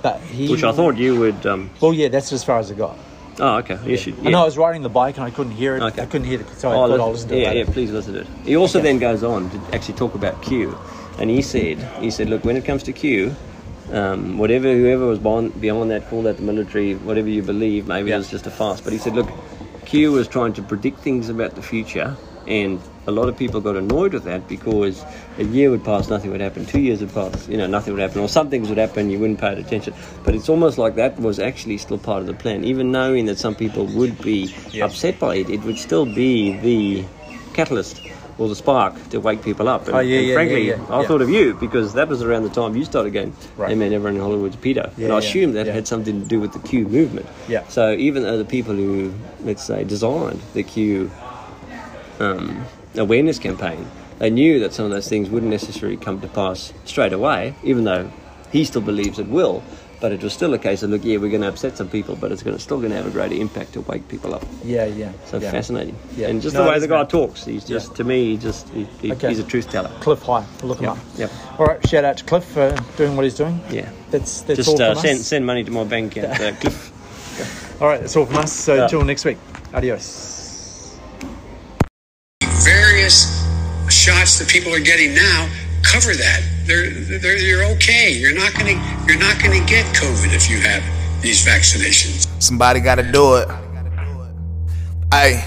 S2: But he,
S3: Which I thought you would. Um,
S2: Well, yeah, that's as far as I got.
S3: oh, okay. You should.
S2: I know I
S3: yeah.
S2: was riding the bike and I couldn't hear it. I couldn't hear the. So I thought I'll listen to it.
S3: Oh, yeah,
S2: later.
S3: yeah, please listen to it. He also then goes on to actually talk about Q, and he said, he said, look, when it comes to Q, um, whatever whoever was born beyond that called that the military, whatever you believe, maybe it was just a farce. But he said, look, Q was trying to predict things about the future, and a lot of people got annoyed with that because a year would pass, nothing would happen. Two years would pass, you know, nothing would happen, or some things would happen, you wouldn't pay it attention. But it's almost like that was actually still part of the plan, even knowing that some people would be upset by it. It would still be the catalyst or the spark to wake people up. And,
S2: Oh, yeah,
S3: and
S2: yeah,
S3: frankly,
S2: yeah, yeah,
S3: I
S2: yeah.
S3: thought of you because that was around the time you started going, right. hey man, everyone in Hollywood's a pedo.
S2: Yeah,
S3: and
S2: yeah,
S3: I assumed that
S2: yeah.
S3: had something to do with the Q movement.
S2: Yeah.
S3: So even though the people who, let's say, designed the Q um, awareness campaign, they knew that some of those things wouldn't necessarily come to pass straight away, even though he still believes it will. But it was still a case of, look, yeah, we're going to upset some people, but it's gonna, still going to have a greater impact to wake people up.
S2: Yeah, yeah.
S3: So
S2: yeah.
S3: fascinating.
S2: Yeah.
S3: And just
S2: No,
S3: the
S2: it
S3: way
S2: is
S3: the guy
S2: great.
S3: talks, he's just, to me, he just, he, he-
S2: Okay.
S3: he's a truth teller.
S2: Cliff High. Look him
S3: Yep.
S2: up.
S3: Yep.
S2: All right. Shout out to Cliff for doing what he's doing.
S3: Yeah.
S2: That's that's
S3: just
S2: all
S3: uh,
S2: from
S3: send,
S2: us.
S3: send money to my bank account. Uh, Cliff.
S2: All right. That's all from us. So
S3: Yeah.
S2: until next week. Adios.
S13: various shots that people are getting now cover that. They're, they're, you're okay. You're not going to you're not going to get COVID if you have these vaccinations.
S14: Somebody gotta do it. Hey,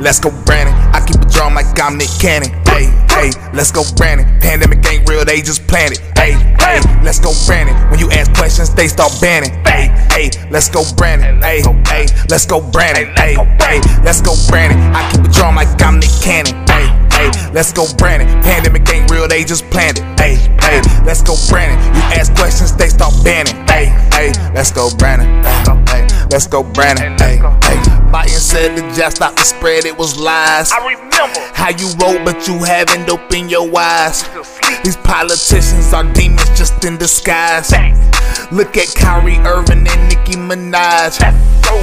S14: let's go, Brandon. I keep it drawn like I'm Nick Cannon. Hey, hey, let's go, Brandon. Pandemic ain't real, they just planned it. Hey, hey, let's go, Brandon. When you ask questions, they start banning. Hey, hey, let's go, Brandon. Hey, hey, let's go, Brandon. Hey, hey, let's go, Brandon. I keep it drawn like I'm Nick Cannon. Hey, hey, let's go, Brandon. Pandemic ain't real, they just planned it. Hey, hey, let's go, Brandon. You ask questions, they start banning. Hey, hey, let's go, Brandon. Hey, let's go, Brandon. Hey, hey. Biden said the jab stopped the spread, it was lies. I remember how you roll, but you haven't opened your eyes. These politicians are demons just in disguise. Look at Kyrie Irving and Nicki Minaj.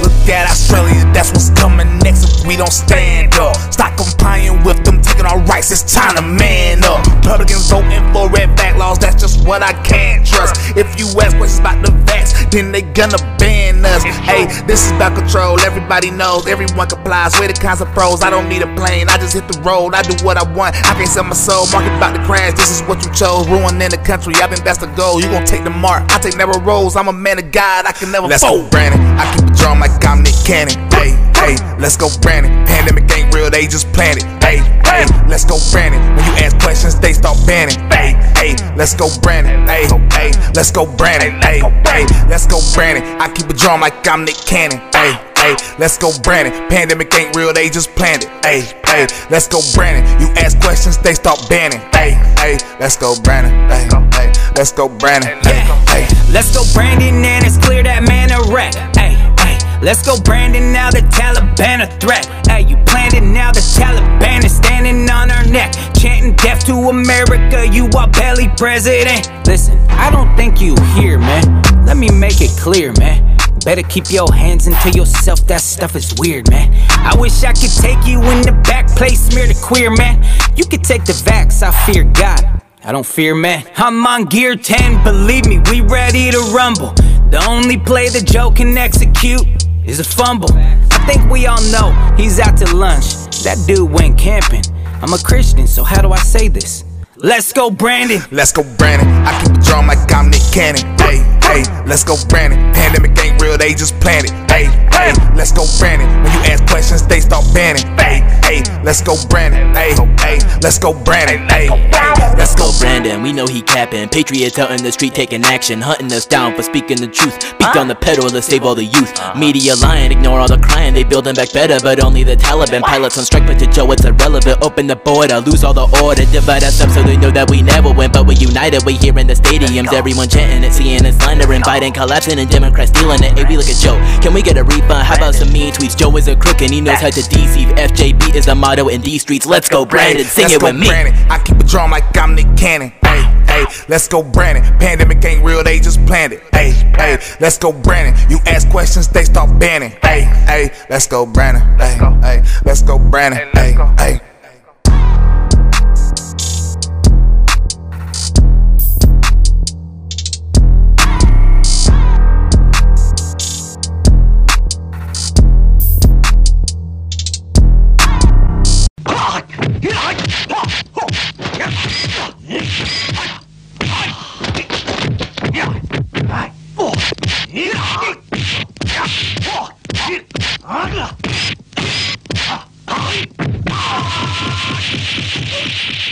S14: Look at Australia, that's what's coming next if we don't stand up. Stop complying with them taking our rights, it's time to man up. Republicans voting for red back laws, that's just what I can't trust. If you ask questions about the vax, then they gonna ban us. Hey, this is about control, everybody knows, everyone complies. Where the cons and pros, I don't need a plane, I just hit the road, I do what I want. I can't sell my soul, market about to crash, this is what you chose. Ruining the country, I've been best to go, oh, you gon' take the mark. I take never rolls, I'm a man of God, I can never
S13: Let's
S14: fold.
S13: go,
S14: Brandon. I keep it drum like I'm Nick Cannon. Hey, hey, let's go, Brandon. Pandemic ain't real, they just planned it. Hey, hey, let's go, Brandon. When you ask questions, they start banning. Hey, hey, let's go, Brandon. Hey, hey, let's go, Brandon. Hey, hey, let's go, Brandon. I keep it drum like I'm Nick Cannon. Hey, hey, let's go, Brandon. Pandemic ain't real, they just planned it. Hey, hey, let's go, Brandon. You ask questions, they start banning. Hey, hey, let's go, Brandon. Hey, hey, let's go, Brandon. Hey, hey.
S15: Let's go, Brandon, and it's clear that man a rat. Hey, hey, let's go, Brandon. Now the Taliban a threat. Hey, you planned it. Now the Taliban is standing on our neck, chanting death to America. You are belly president. Listen, I don't think you hear, man. Let me make it clear, man. Better keep your hands into yourself, that stuff is weird, man. I wish I could take you in the back, play smear the queer, man. You could take the vax, I fear God. I don't fear man. I'm on gear 10, believe me, we ready to rumble. The only play the Joe can execute is a fumble. I think we all know he's out to lunch. That dude went camping. I'm a Christian, so how do I say this? Let's go, Brandon.
S14: Let's go, Brandon. I keep it drum like I'm Nick Cannon. Hey, hey, let's go, Brandon. Pandemic ain't real, they just planned it. Hey, hey, let's go, Brandon. When you ask questions, they start banning. Hey, hey, let's go, Brandon. Hey, hey, let's go, Brandon. Hey, hey, let's go,
S16: Go Brandon, we know he capping. Patriots out in the street taking action, hunting us down for speaking the truth. Beat on the pedal to save all the youth.
S3: Uh-huh.
S16: Media lying, ignore all the crying. They building back better, but only the Taliban pilots on strike. But to Joe, it's irrelevant. Open the border, lose all the order, divide us up so they know that we never win. But we united, we here in the stadiums. Everyone chanting it, seeing it, slandering, Biden collapsing and Democrats stealing it. Hey, we look at Joe. Can we get a refund? How about some mean tweets? Joe is a crook and he knows how to deceive. FJB is the motto in these streets. Let's go, Brandon. Sing
S14: Let's
S16: it
S14: go,
S16: with me.
S14: Brandon. I keep it drum like I'm Nick Cannon. Hey, hey, let's go, Brandon. Pandemic ain't real, they just planned it. Hey, hey, let's go, Brandon. You ask questions, they start banning. Hey, hey, let's go, Brandon. Hey, hey, let's go, Brandon. Hey, hey.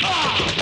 S13: Ah!